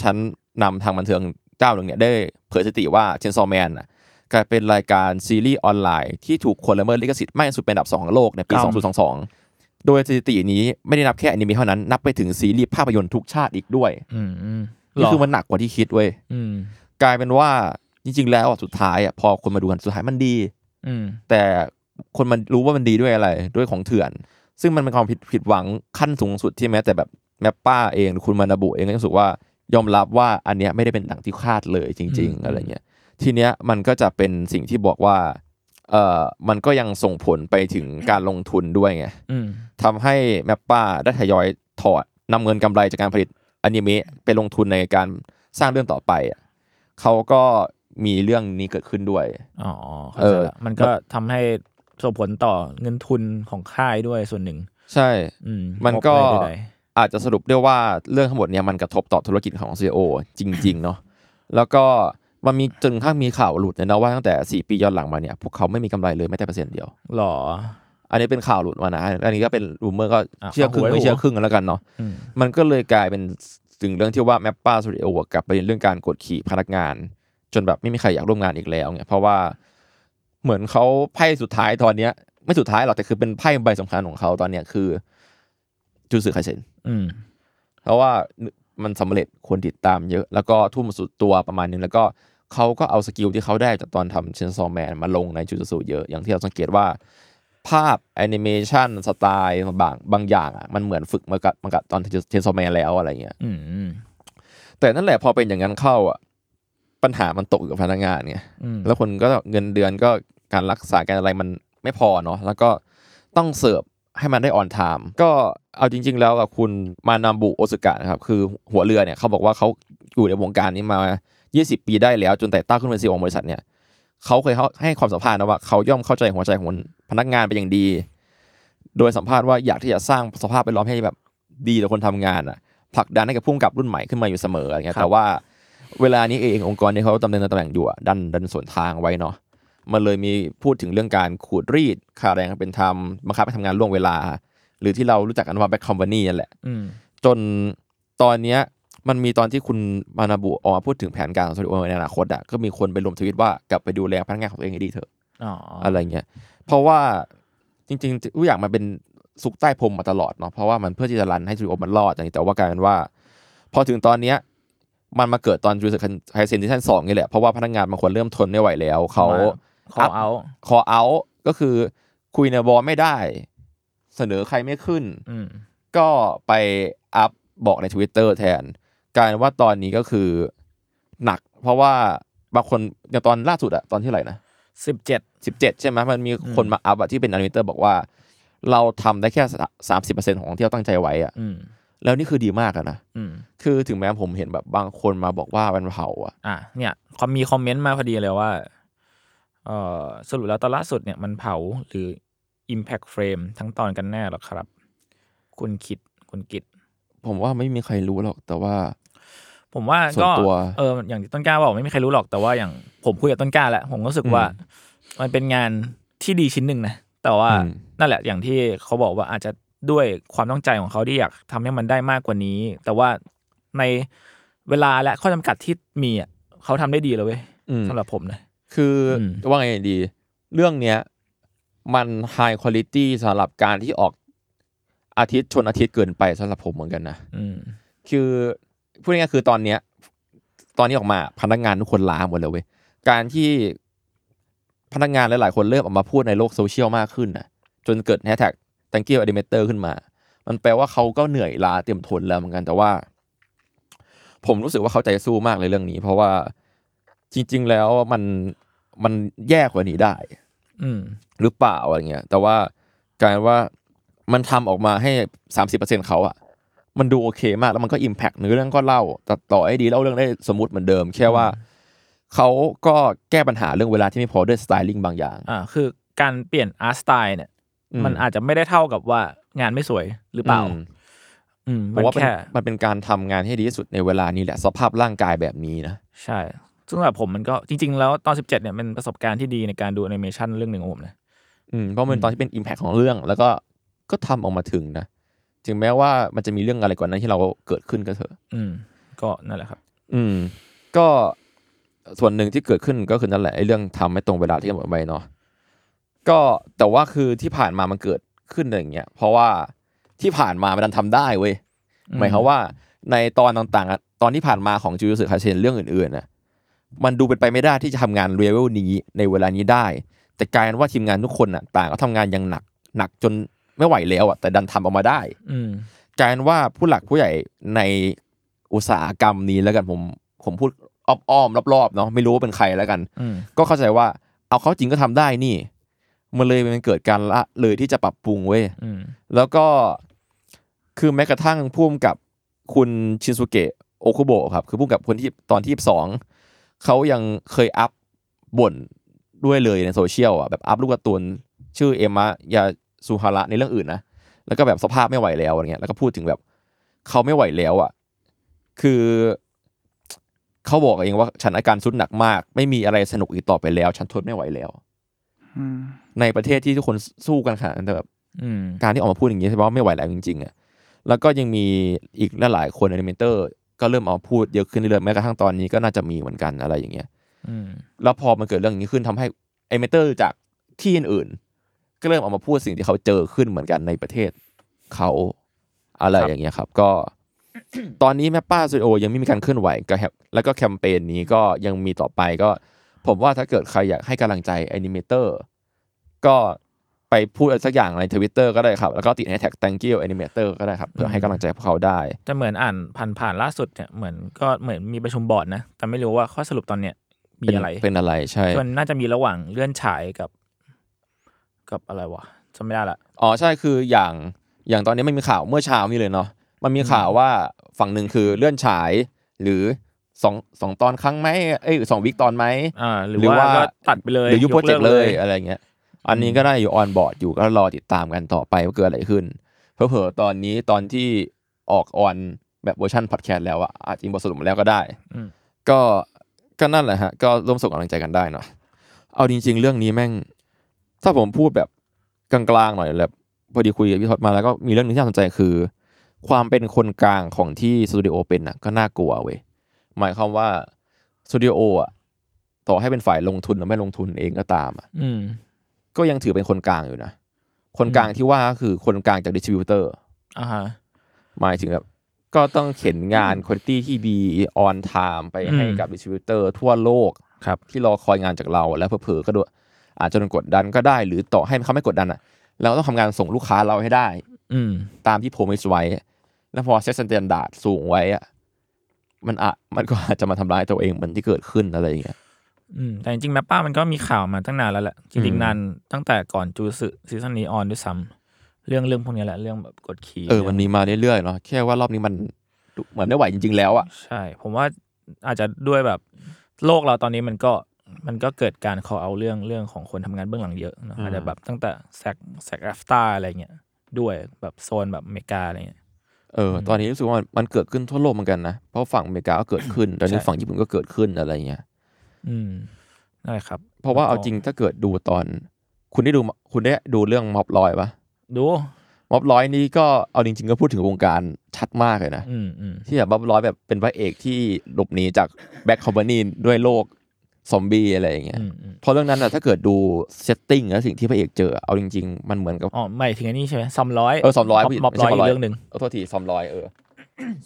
[SPEAKER 3] ชั้นนำทางบันเทิงเจ้าหนึ่งเนี่ยได้เผยสติว่าเชนซอแมนน่ะกลายเป็นรายการซีรีส์ออนไลน์ที่ถูกคนละเมิดลิขสิทธิ์มากที่สุดเป็นอันดับ 2 ของโลกในปี
[SPEAKER 2] ครับ
[SPEAKER 3] 2022 โดยสถิตินี้ไม่ได้นับแค่อนิเมะเท่านั้นนับไปถึงซีรีส์ภาพยนตร์ทุกชาติอีกด้วย
[SPEAKER 2] อืมอืม
[SPEAKER 3] นี่คือ
[SPEAKER 2] หร
[SPEAKER 3] มันหนักกว่าที่คิดเว้ย
[SPEAKER 2] อืม
[SPEAKER 3] กลายเป็นว่าจริง ๆ แล้วอ่ะสุดท้ายอ่ะพอคนมาดูกันสุดท้ายมันดี
[SPEAKER 2] อืม
[SPEAKER 3] แต่คนมันรู้ว่ามันดีด้วยอะไรด้วยของเถื่อน ซึ่งมันเป็นความผิดผิดหวังขั้นสูงสุดที่แม้แต่แบบแมปป้าเองหรือคุณมานาบุเองก็ยังรู้สึกว่ายอมรับว่าอันเนี้ยไม่ได้เป็นดังที่คาดเลยจริง
[SPEAKER 2] อืม
[SPEAKER 3] ๆ อะไรเงี้ยทีเนี้ยมันก็จะเป็นสิ่งที่บอกว่าเออมันก็ยังส่งผลไปถึงการลงทุนด้วยไง
[SPEAKER 2] อืม
[SPEAKER 3] ทำให้แมปป้าได้ทยอยถอดนำเงินกำไรจากการผลิตอนิเมะไปลงทุนในการสร้างเรื่องต่อไปอะเขาก็มีเรื่องนี้เกิดขึ้นด้วย
[SPEAKER 2] อ๋อเข้า
[SPEAKER 3] เอ
[SPEAKER 2] ใจ
[SPEAKER 3] อ
[SPEAKER 2] ละมันก็ทำให้ส่งผลต่อเงินทุนของค่ายด้วยส่วนหนึ่ง
[SPEAKER 3] ใช่
[SPEAKER 2] อืม
[SPEAKER 3] มันก็
[SPEAKER 2] ออไปได้
[SPEAKER 3] อาจจะสรุปได้ว่าเรื่องทั้งหมดเนี่ยมันกระทบต่อธุรกิจของ c ีโอจริง ๆ เนาะแล้วก็มันมีจนข้างมีข่าวหลุดเลยนะว่าตั้งแต่ 4 ปีย้อนหลังมาเนี่ยพวกเขาไม่มีกำไรเลยแม้แต่เปอร์เซ็นต์เดียว
[SPEAKER 2] หรอ
[SPEAKER 3] อันนี้เป็นข่าวหลุดมานะอันนี้ก็เป็นรูเมอร์ก็
[SPEAKER 2] อ่ะ
[SPEAKER 3] เชื่อครึ่ง
[SPEAKER 2] เอาหวย
[SPEAKER 3] ไม่เชื่อครึ่งกันแล้วกันเนาะ
[SPEAKER 2] อืม
[SPEAKER 3] มันก็เลยกลายเป็นถึงเรื่องที่ว่าแมปป้าสตูดิโอกลับไปเรื่องการกดขี่พนักงาน จนแบบไม่มีใครอยากร่วมงานอีกแล้วเนี่ยเพราะว่าเหมือนเขาไพ่สุดท้ายตอนเนี้ยไม่สุดท้ายหรอกแต่คือเป็นไพ่ใบสำคัญของเขาตอนเนี้ยคือจูสึไคเซน
[SPEAKER 2] อืม
[SPEAKER 3] เพราะว่ามันสำเร็จคนติดตามเยอะ แล้วก็ทุ่มสุดตัวประมาณนึง แล้วก็เขาก็เอาสกิลที่เขาได้จากตอนทำเชนซอแมนมาลงในจูจูสุเยอะ อย่างที่เราสังเกตว่า ภาพแอนิเมชันสไตล์บางบางอย่างอะมันเหมือนฝึกมากับมากับตอนเชนซอแมนแล้วอะไรเงี้ย
[SPEAKER 2] อืม
[SPEAKER 3] แต่นั่นแหละพอเป็นอย่างนั้นเข้าอ่ะปัญหามันตกอยู่กับพนักงานไง
[SPEAKER 2] อืม
[SPEAKER 3] แล้วคนก็เงินเดือนก็การรักษาการอะไรมันไม่พอเนาะแล้วก็ต้องเสิร์ฟให้มันได้ออนไทม์ก็เอาจริง ๆ แล้วอะคุณมานาบุโอสึกะนะครับคือหัวเรือเนี่ยเขาบอกว่าเขาอยู่ในวงการนี้มา 20 ปีได้แล้วจนแต่ต้าขึ้นเป็นซีอของบริษัทเนี่ยเขาเคยให้ความสัมภาษณ์นะว่าเขาย่อมเข้าใจหัวใจของพนักงานเป็นอย่างดี โดยสัมภาษณ์ว่าอยากที่จะสร้างสภาพแวดล้อมให้แบบดีต่อคนทำงานอะ ผลักดันให้กับผู้กำกับรุ่นใหม่ขึ้นมาอยู่เสมออะไรเงี้ย
[SPEAKER 2] ครับ
[SPEAKER 3] แต่ว่าเวลานี้เององค์กรเนี่ยเขาตำแหน่งตำแหน่งอยู่อะดันดันสวนทางไว้เนาะมันเลยมีพูดถึงเรื่องการขูดรีดค่าแรงให้เป็นธรรมบังคับให้ทำงานล่วงเวลา หรือที่เรารู้จักกันว่าแบ็คคอมพานีนั่นแหละ
[SPEAKER 2] อืม
[SPEAKER 3] จนตอนเนี้ยมันมีตอนที่คุณมานาบุออกมาพูดถึงแผนการของสตูดิโอในอนาคตอะก็มีคนไปรวมทวิตว่ากลับไปดูแลพนักงานของตัวเองให้ดีเถอะ
[SPEAKER 2] อ๋อ
[SPEAKER 3] อะไรเงี้ย เพราะว่าจริงๆทุกอย่างมันเป็นซุกใต้พรมมาตลอดเนาะ เพราะว่ามันเพื่อที่จะรันให้จูโอมันรอดอย่างนี้แต่ว่ากลายเป็นว่า พอถึงตอนเนี้ยมันมาเกิดตอนจูเซคันไฮเซนที่ท่านสองนี่แหละ เพราะว่าพนักงานบางคนเริ่มทนไม่ไหวแล้ว เขา
[SPEAKER 2] ขอเอา
[SPEAKER 3] คอเอาก็คือคุยในบอร์ดไม่ได้ เสนอใครไม่ขึ้น
[SPEAKER 2] อืม
[SPEAKER 3] ก็ไปอัพบอกใน Twitter แทนกลารว่าตอนนี้ก็คือหนัก เพราะว่าบางคนอย่างตอนล่าสุดอะตอนที่อะไหรนะ
[SPEAKER 2] สิบเจ็ด
[SPEAKER 3] สิบเจ็ดใช่ไหมมันมีคนมาอัพอะที่เป็นอนิเมเตอร์บอกว่า เราทำได้แค่สามสิบเปอร์เซ็นของที่เราตั้งใจไว้อะ
[SPEAKER 2] อืม
[SPEAKER 3] แล้วนี่คือดีมากอะนะ
[SPEAKER 2] อืม
[SPEAKER 3] คือถึงแม้ผมเห็นแบบบางคนมาบอกว่ามันเผาอะ
[SPEAKER 2] อ่ะ เนี่ยคอมมีคอมเมนต์มาพอดีเลยว่า เอ่อ สรุปแล้วตอนล่าสุดเนี่ยมันเผาหรือ Impact Frame ทั้งตอนกันแน่หรอครับ คุณคิด คุณกิด
[SPEAKER 3] ผมว่าไม่มีใครรู้หรอกแต่ว่า
[SPEAKER 2] ผมว่า
[SPEAKER 3] ส่ว
[SPEAKER 2] ก็
[SPEAKER 3] นตัว
[SPEAKER 2] เอออย่างที่ต้นกล้าบอกไม่มีใครรู้หรอกแต่ว่าอย่างผมคุยกับต้นกล้าแล้วผมก็รู้สึกว่า มันเป็นงานที่ดีชิ้นหนึ่งนะแต่ว่า
[SPEAKER 3] อืม
[SPEAKER 2] นั่นแหละอย่างที่เขาบอกว่าอาจจะด้วยความตั้งใจของเขาที่อยากทำให้มันได้มากกว่านี้ แต่ว่าในเวลาและข้อจำกัดที่มีอ่ะเขาทำได้ดีแล้วเว้ย
[SPEAKER 3] อืม
[SPEAKER 2] สำหรับผมนะ
[SPEAKER 3] คืออ
[SPEAKER 2] ม
[SPEAKER 3] ว่าไงดี เรื่องเนี้ยมันไฮคุณลิตี้สำหรับการที่ออกอาทิตย์ชนอาทิตย์เกินไปสำหรับผมเหมือนกันนะ
[SPEAKER 2] อืม
[SPEAKER 3] คือพูดง่ายๆคือตอนเนี้ย ตอนนี้ออกมาพนักงานทุกคนล้าหมดเลยเว้ยการที่พนักงานหลายๆ คนเริ่มออกมาพูดในโลกโซเชียลมากขึ้นนะจนเกิดแฮชแท็ก thank you animator ขึ้นมา มันแปลว่าเขาก็เหนื่อยล้าเต็มทนแล้วเหมือนกันแต่ว่า ผมรู้สึกว่าเขาใจสู้มากเลยเรื่องนี้ เพราะว่าจริง ๆ แล้วมันมันแย่กว่านี้ได้
[SPEAKER 2] อืม
[SPEAKER 3] หรือเปล่าอะไรเงี้ย แต่ว่ากลารว่ามันทำออกมาให้สามสิบเปอร์เซ็นเขาอะมันดูโอเคมากแล้วมันก็อิมแพกเนื้อเรื่องก็เล่าตัดต่อให้ดีเล่าเรื่องได้สมมติเหมือนเดิม แค่ว่าเขาก็แก้ปัญหาเรื่องเวลาที่ไม่พอด้วยสไตลิ่งบางอย่าง
[SPEAKER 2] อ่าคือการเปลี่ยนอาร์ตสไตล์เนี่ย
[SPEAKER 3] อืม
[SPEAKER 2] มันอาจจะไม่ได้เท่ากับว่างานไม่สวยหรือเปล่า
[SPEAKER 3] อืม
[SPEAKER 2] อืม
[SPEAKER 3] ผ
[SPEAKER 2] มั
[SPEAKER 3] ม
[SPEAKER 2] น
[SPEAKER 3] ว่าเป็น
[SPEAKER 2] แค่
[SPEAKER 3] มันเป็นการทำงานให้ดีที่สุดในเวลานี้แหละสภาพร่างกายแบบนี้นะ
[SPEAKER 2] ใช่ ซึ่งสำหรับผมมันก็จริง ๆ แล้วตอน 17 เนี่ยเป็นประสบการณ์ที่ดีในการดูแอนิเมชันเรื่องหนึ่งของผมนะ
[SPEAKER 3] อืมเพราะมันเป็นตอนที่เป็นอิมแพคของเรื่อง แล้วก็ก็ทำออกมาถึงนะถึงแม้ว่ามันจะมีเรื่องอะไรกว่านั้นที่เราเกิดขึ้นก็เถอะ
[SPEAKER 2] อืม ก็นั่นแหละครับ
[SPEAKER 3] อืมก็ส่วนหนึ่งที่เกิดขึ้นก็คือนั่นแหละไอ้เรื่องทำไม่ตรงเวลาที่กำหนดไว้เนาะก็แต่ว่าคือที่ผ่านมามันเกิดขึ้นอย่างเงี้ยเพราะว่าที่ผ่านมามันดันทำได้เว้ย
[SPEAKER 2] อืม
[SPEAKER 3] หมายความว่าในตอนต่างๆอะตอนที่ผ่านมาของจูเลียสคาเชนเรื่องอื่นๆนะมันดูเป็นไปไม่ได้ที่จะทำงานเลเวลนี้ในเวลานี้ได้ แต่กลายเป็นว่าทีมงานทุกคนอ่ะต่างก็ทำงานอย่างหนักหนักจนไม่ไหวแล้วอ่ะแต่ดันทำออกมาได้
[SPEAKER 2] อืม
[SPEAKER 3] กลายเป็นว่าผู้หลักผู้ใหญ่ในอุตสาหกรรมนี้แล้วกันผมผมพูดอ้อมๆรอบๆเนาะไม่รู้ว่าเป็นใครแล้วกัน
[SPEAKER 2] อืม
[SPEAKER 3] ก็เข้าใจว่าเอาเขาจริงก็ทำได้นี่ มันเลยมันเกิดการละเลยที่จะปรับปรุงเว้ย
[SPEAKER 2] อืม
[SPEAKER 3] แล้วก็คือแม้กระทั่งพุ่มกับคุณชินสุเกะโอคุโบะครับ คือพุ่มกับคนที่ตอนที่สองเขายังเคยอัพบ่นด้วยเลยในโซเชียลอ่ะแบบอัพลูกการ์ตูนชื่อเอมะยาซูฮาระในเรื่องอื่นนะ แล้วก็แบบสภาพไม่ไหวแล้วอะไรเงี้ย แล้วก็พูดถึงแบบเขาไม่ไหวแล้วอ่ะ คือ เขาบอกเองว่าฉันอาการสุดหนักมาก ไม่มีอะไรสนุกอีกต่อไปแล้ว ฉันทนไม่ไหวแล้ว
[SPEAKER 4] อืม
[SPEAKER 3] ในประเทศที่ทุกคนสู้กันขนาดนั้นแต่แบบ
[SPEAKER 2] อืม
[SPEAKER 3] การที่ออกมาพูดอย่างนี้แสดงว่าไม่ไหวแล้วจริงๆอ่ะ แล้วก็ยังมีอีกหลายๆคนในเมนเตอร์ ก็เริ่มเอามาพูดเยอะขึ้นเรื่อยๆแม้กระทั่งตอนนี้ก็น่าจะมีเหมือนกันอะไรอย่างเงี้ย
[SPEAKER 2] อืม
[SPEAKER 3] แล้วพอมันเกิดเรื่องอย่างนี้ขึ้นทำให้ไอเมนเตอร์จากที่อื่นๆก็เริ่มออกมาพูดสิ่งที่เขาเจอขึ้นเหมือนกันในประเทศเขาอะไร
[SPEAKER 2] ครับ
[SPEAKER 3] อย่างเงี้ยครับ ก็ *coughs* ตอนนี้แม่ป้าซูโอยังไม่มีการเคลื่อนไหวก็แฮปแล้วก็แคมเปญนี้ก็ยังมีต่อไปก็ ผมว่าถ้าเกิดใครอยากให้กำลังใจแอนิเมเตอร์ก็ไปพูดอะไรสักอย่างในทวิตเตอร์ก็ได้ครับ แล้วก็ติดแฮชแท็ก thank you animator ก็ได้ครับเพื่อให้กำลังใจพวกเขาได้
[SPEAKER 2] แต่เหมือนอ่านผ่านผ่านๆล่าสุดเนี่ยเหมือนก็เหมือนมีประชุมบอร์ดนะ แต่ไม่รู้ว่าข้อสรุปตอนเนี้ยมี
[SPEAKER 3] เป็น
[SPEAKER 2] อะไร
[SPEAKER 3] เป็นอะไรใช่
[SPEAKER 2] ส่วนน่าจะมีระหว่างเลื่อนฉายกับ กับอะไรวะจำไม่ได้ละ
[SPEAKER 3] อ๋อใช่คืออย่างอย่างตอนนี้มันมีข่าวเมื่อเช้านี้เลยเนาะมันมีข่าวว่าฝั่งหนึ่งคือเลื่อนฉายหรือสองสองตอนครั้งไหมเอ้ยสองวิกตอนไหม
[SPEAKER 2] อ่า หรือ
[SPEAKER 3] หรือ
[SPEAKER 2] ว่า
[SPEAKER 3] ว่า
[SPEAKER 2] ก็ตัดไปเลย
[SPEAKER 3] หรือยุบโปรเจกต์
[SPEAKER 2] ลิ
[SPEAKER 3] เลยอะไรเงี้ย อันนี้ก็ได้อยู่ออนบอร์ดอยู่ก็รอติดตามกันต่อไปว่าเกิดอะไรขึ้น เผลอๆตอนนี้ตอนที่ออกออน แบบเวอร์ชันพอดแคสต์แล้วอะอาจจะอินบทสรุปมาแล้วก็ได้
[SPEAKER 2] อืม
[SPEAKER 3] ก็ก็นั่นแหละฮะ ก็ร่วมส่งกำลังใจกันได้เนาะเอาจริง ๆ เรื่องนี้แม่ง ถ้าผมพูดแบบกลางๆหน่อยแบบพอดีคุยกับพี่ทศมาแล้วก็มีเรื่องหนึงที่น่าสนใจคือ ความเป็นคนกลางของที่สตูดิโอเป็นน่ะก็น่ากลัวเว้ยหมายความว่าสตูดิโออะต่อให้เป็นฝ่ายลงทุนหรือไม่ลงทุนเองก็ตามอะ
[SPEAKER 2] อืม
[SPEAKER 3] ก็ยังถือเป็นคนกลางอยู่นะ คนกลางที่ว่าก็คือคนกลางจากดิสติบิวเตอร์
[SPEAKER 2] อ่าฮะ
[SPEAKER 3] หมายถึงแบบก็ต้องเข็นงานคุณตี้ที่ดีออนไทม์ไปให้
[SPEAKER 2] อืม
[SPEAKER 3] กับดิสติบิวเตอร์ทั่วโลก
[SPEAKER 2] ครับ
[SPEAKER 3] ที่รอคอยงานจากเรา แล้วเผลอๆก็โดนอาจจะโดนกดดันก็ได้ หรือต่อให้เขาไม่กดดันอ่ะ เราต้องทำงานส่งลูกค้าเราให้ได้
[SPEAKER 2] อืม
[SPEAKER 3] ตามที่โพมิสไว้ แล้วพอเซตสแตนดาร์ดสูงไว้อะมันอะมันก็อาจจะมาทำร้ายตัวเองเหมือนที่เกิดขึ้นอะไรอย่างเงี้ย
[SPEAKER 2] อืม แต่จริงๆแมปป้ามันก็มีข่าวมาตั้งนานแล้วแหละ จริง
[SPEAKER 3] อืม
[SPEAKER 2] ๆนานตั้งแต่ก่อนจูสึซีซั่นนี้ออนด้วยซ้ำเรื่องเรื่องพวกนี้แหละเรื่องแบบกดขี่
[SPEAKER 3] เออมันมีมาเรื่อยๆเนาะแค่ว่ารอบนี้มันดูเหมือนไม่ไหวจริง ๆ แล้วอะ
[SPEAKER 2] ใช่ ผมว่าอาจจะด้วยแบบโลกเราตอนนี้มันก็มันก็เกิดการขอเอาเรื่องเรื่องของคนทำงานเบื้องหลังเยอะเนอะ
[SPEAKER 3] อืม
[SPEAKER 2] อาจจะแบบตั้งแต่แซกแซกแอฟตาอะไรเงี้ยด้วยแบบโซนแบบอเมริกาอะไรเงี้ย
[SPEAKER 3] เอออตอนนี้รู้สึกว่ามันมันเกิดขึ้นทั่วโลกเหมือนกันนะ เพราะฝั่งอเมริกาก็เกิดขึ้น ตอนนี้
[SPEAKER 2] ใช่
[SPEAKER 3] ฝั่งญี่ปุ่นก็เกิดขึ้นอะไรเงี้ย
[SPEAKER 2] อืมนั่นแหละครับ
[SPEAKER 3] เพราะว่าเอาจริงถ้าเกิดดูตอน คุณได้ดูคุณได้ดูเรื่องม็อบลอยปะ
[SPEAKER 2] ดู
[SPEAKER 3] ม็อบลอยนี้ก็เอาจริงๆก็พูดถึงวงการชัดมากเลยนะ
[SPEAKER 2] อืมอืม
[SPEAKER 3] ที่แบบม็อบลอยแบบเป็นพระเอกที่หลบหนีจากแบ็คคอมพานีด้วยโลกซอมบี้อะไรอย่างเงี้ย
[SPEAKER 2] อืมอืม
[SPEAKER 3] เพราะเรื่องนั้นอะถ้าเกิดดูเซตติ้งและสิ่งที่พระเอกเจอเอาจริง ๆ มันเหมือนกับ
[SPEAKER 2] อ๋อไม่ถึงอันนี้ใช่ไหมซอมร้อย
[SPEAKER 3] เออซอมร้อย
[SPEAKER 2] มอบร้อยอีกเรื่องหนึ่ง
[SPEAKER 3] เออโทษทีซอมร้อยเออ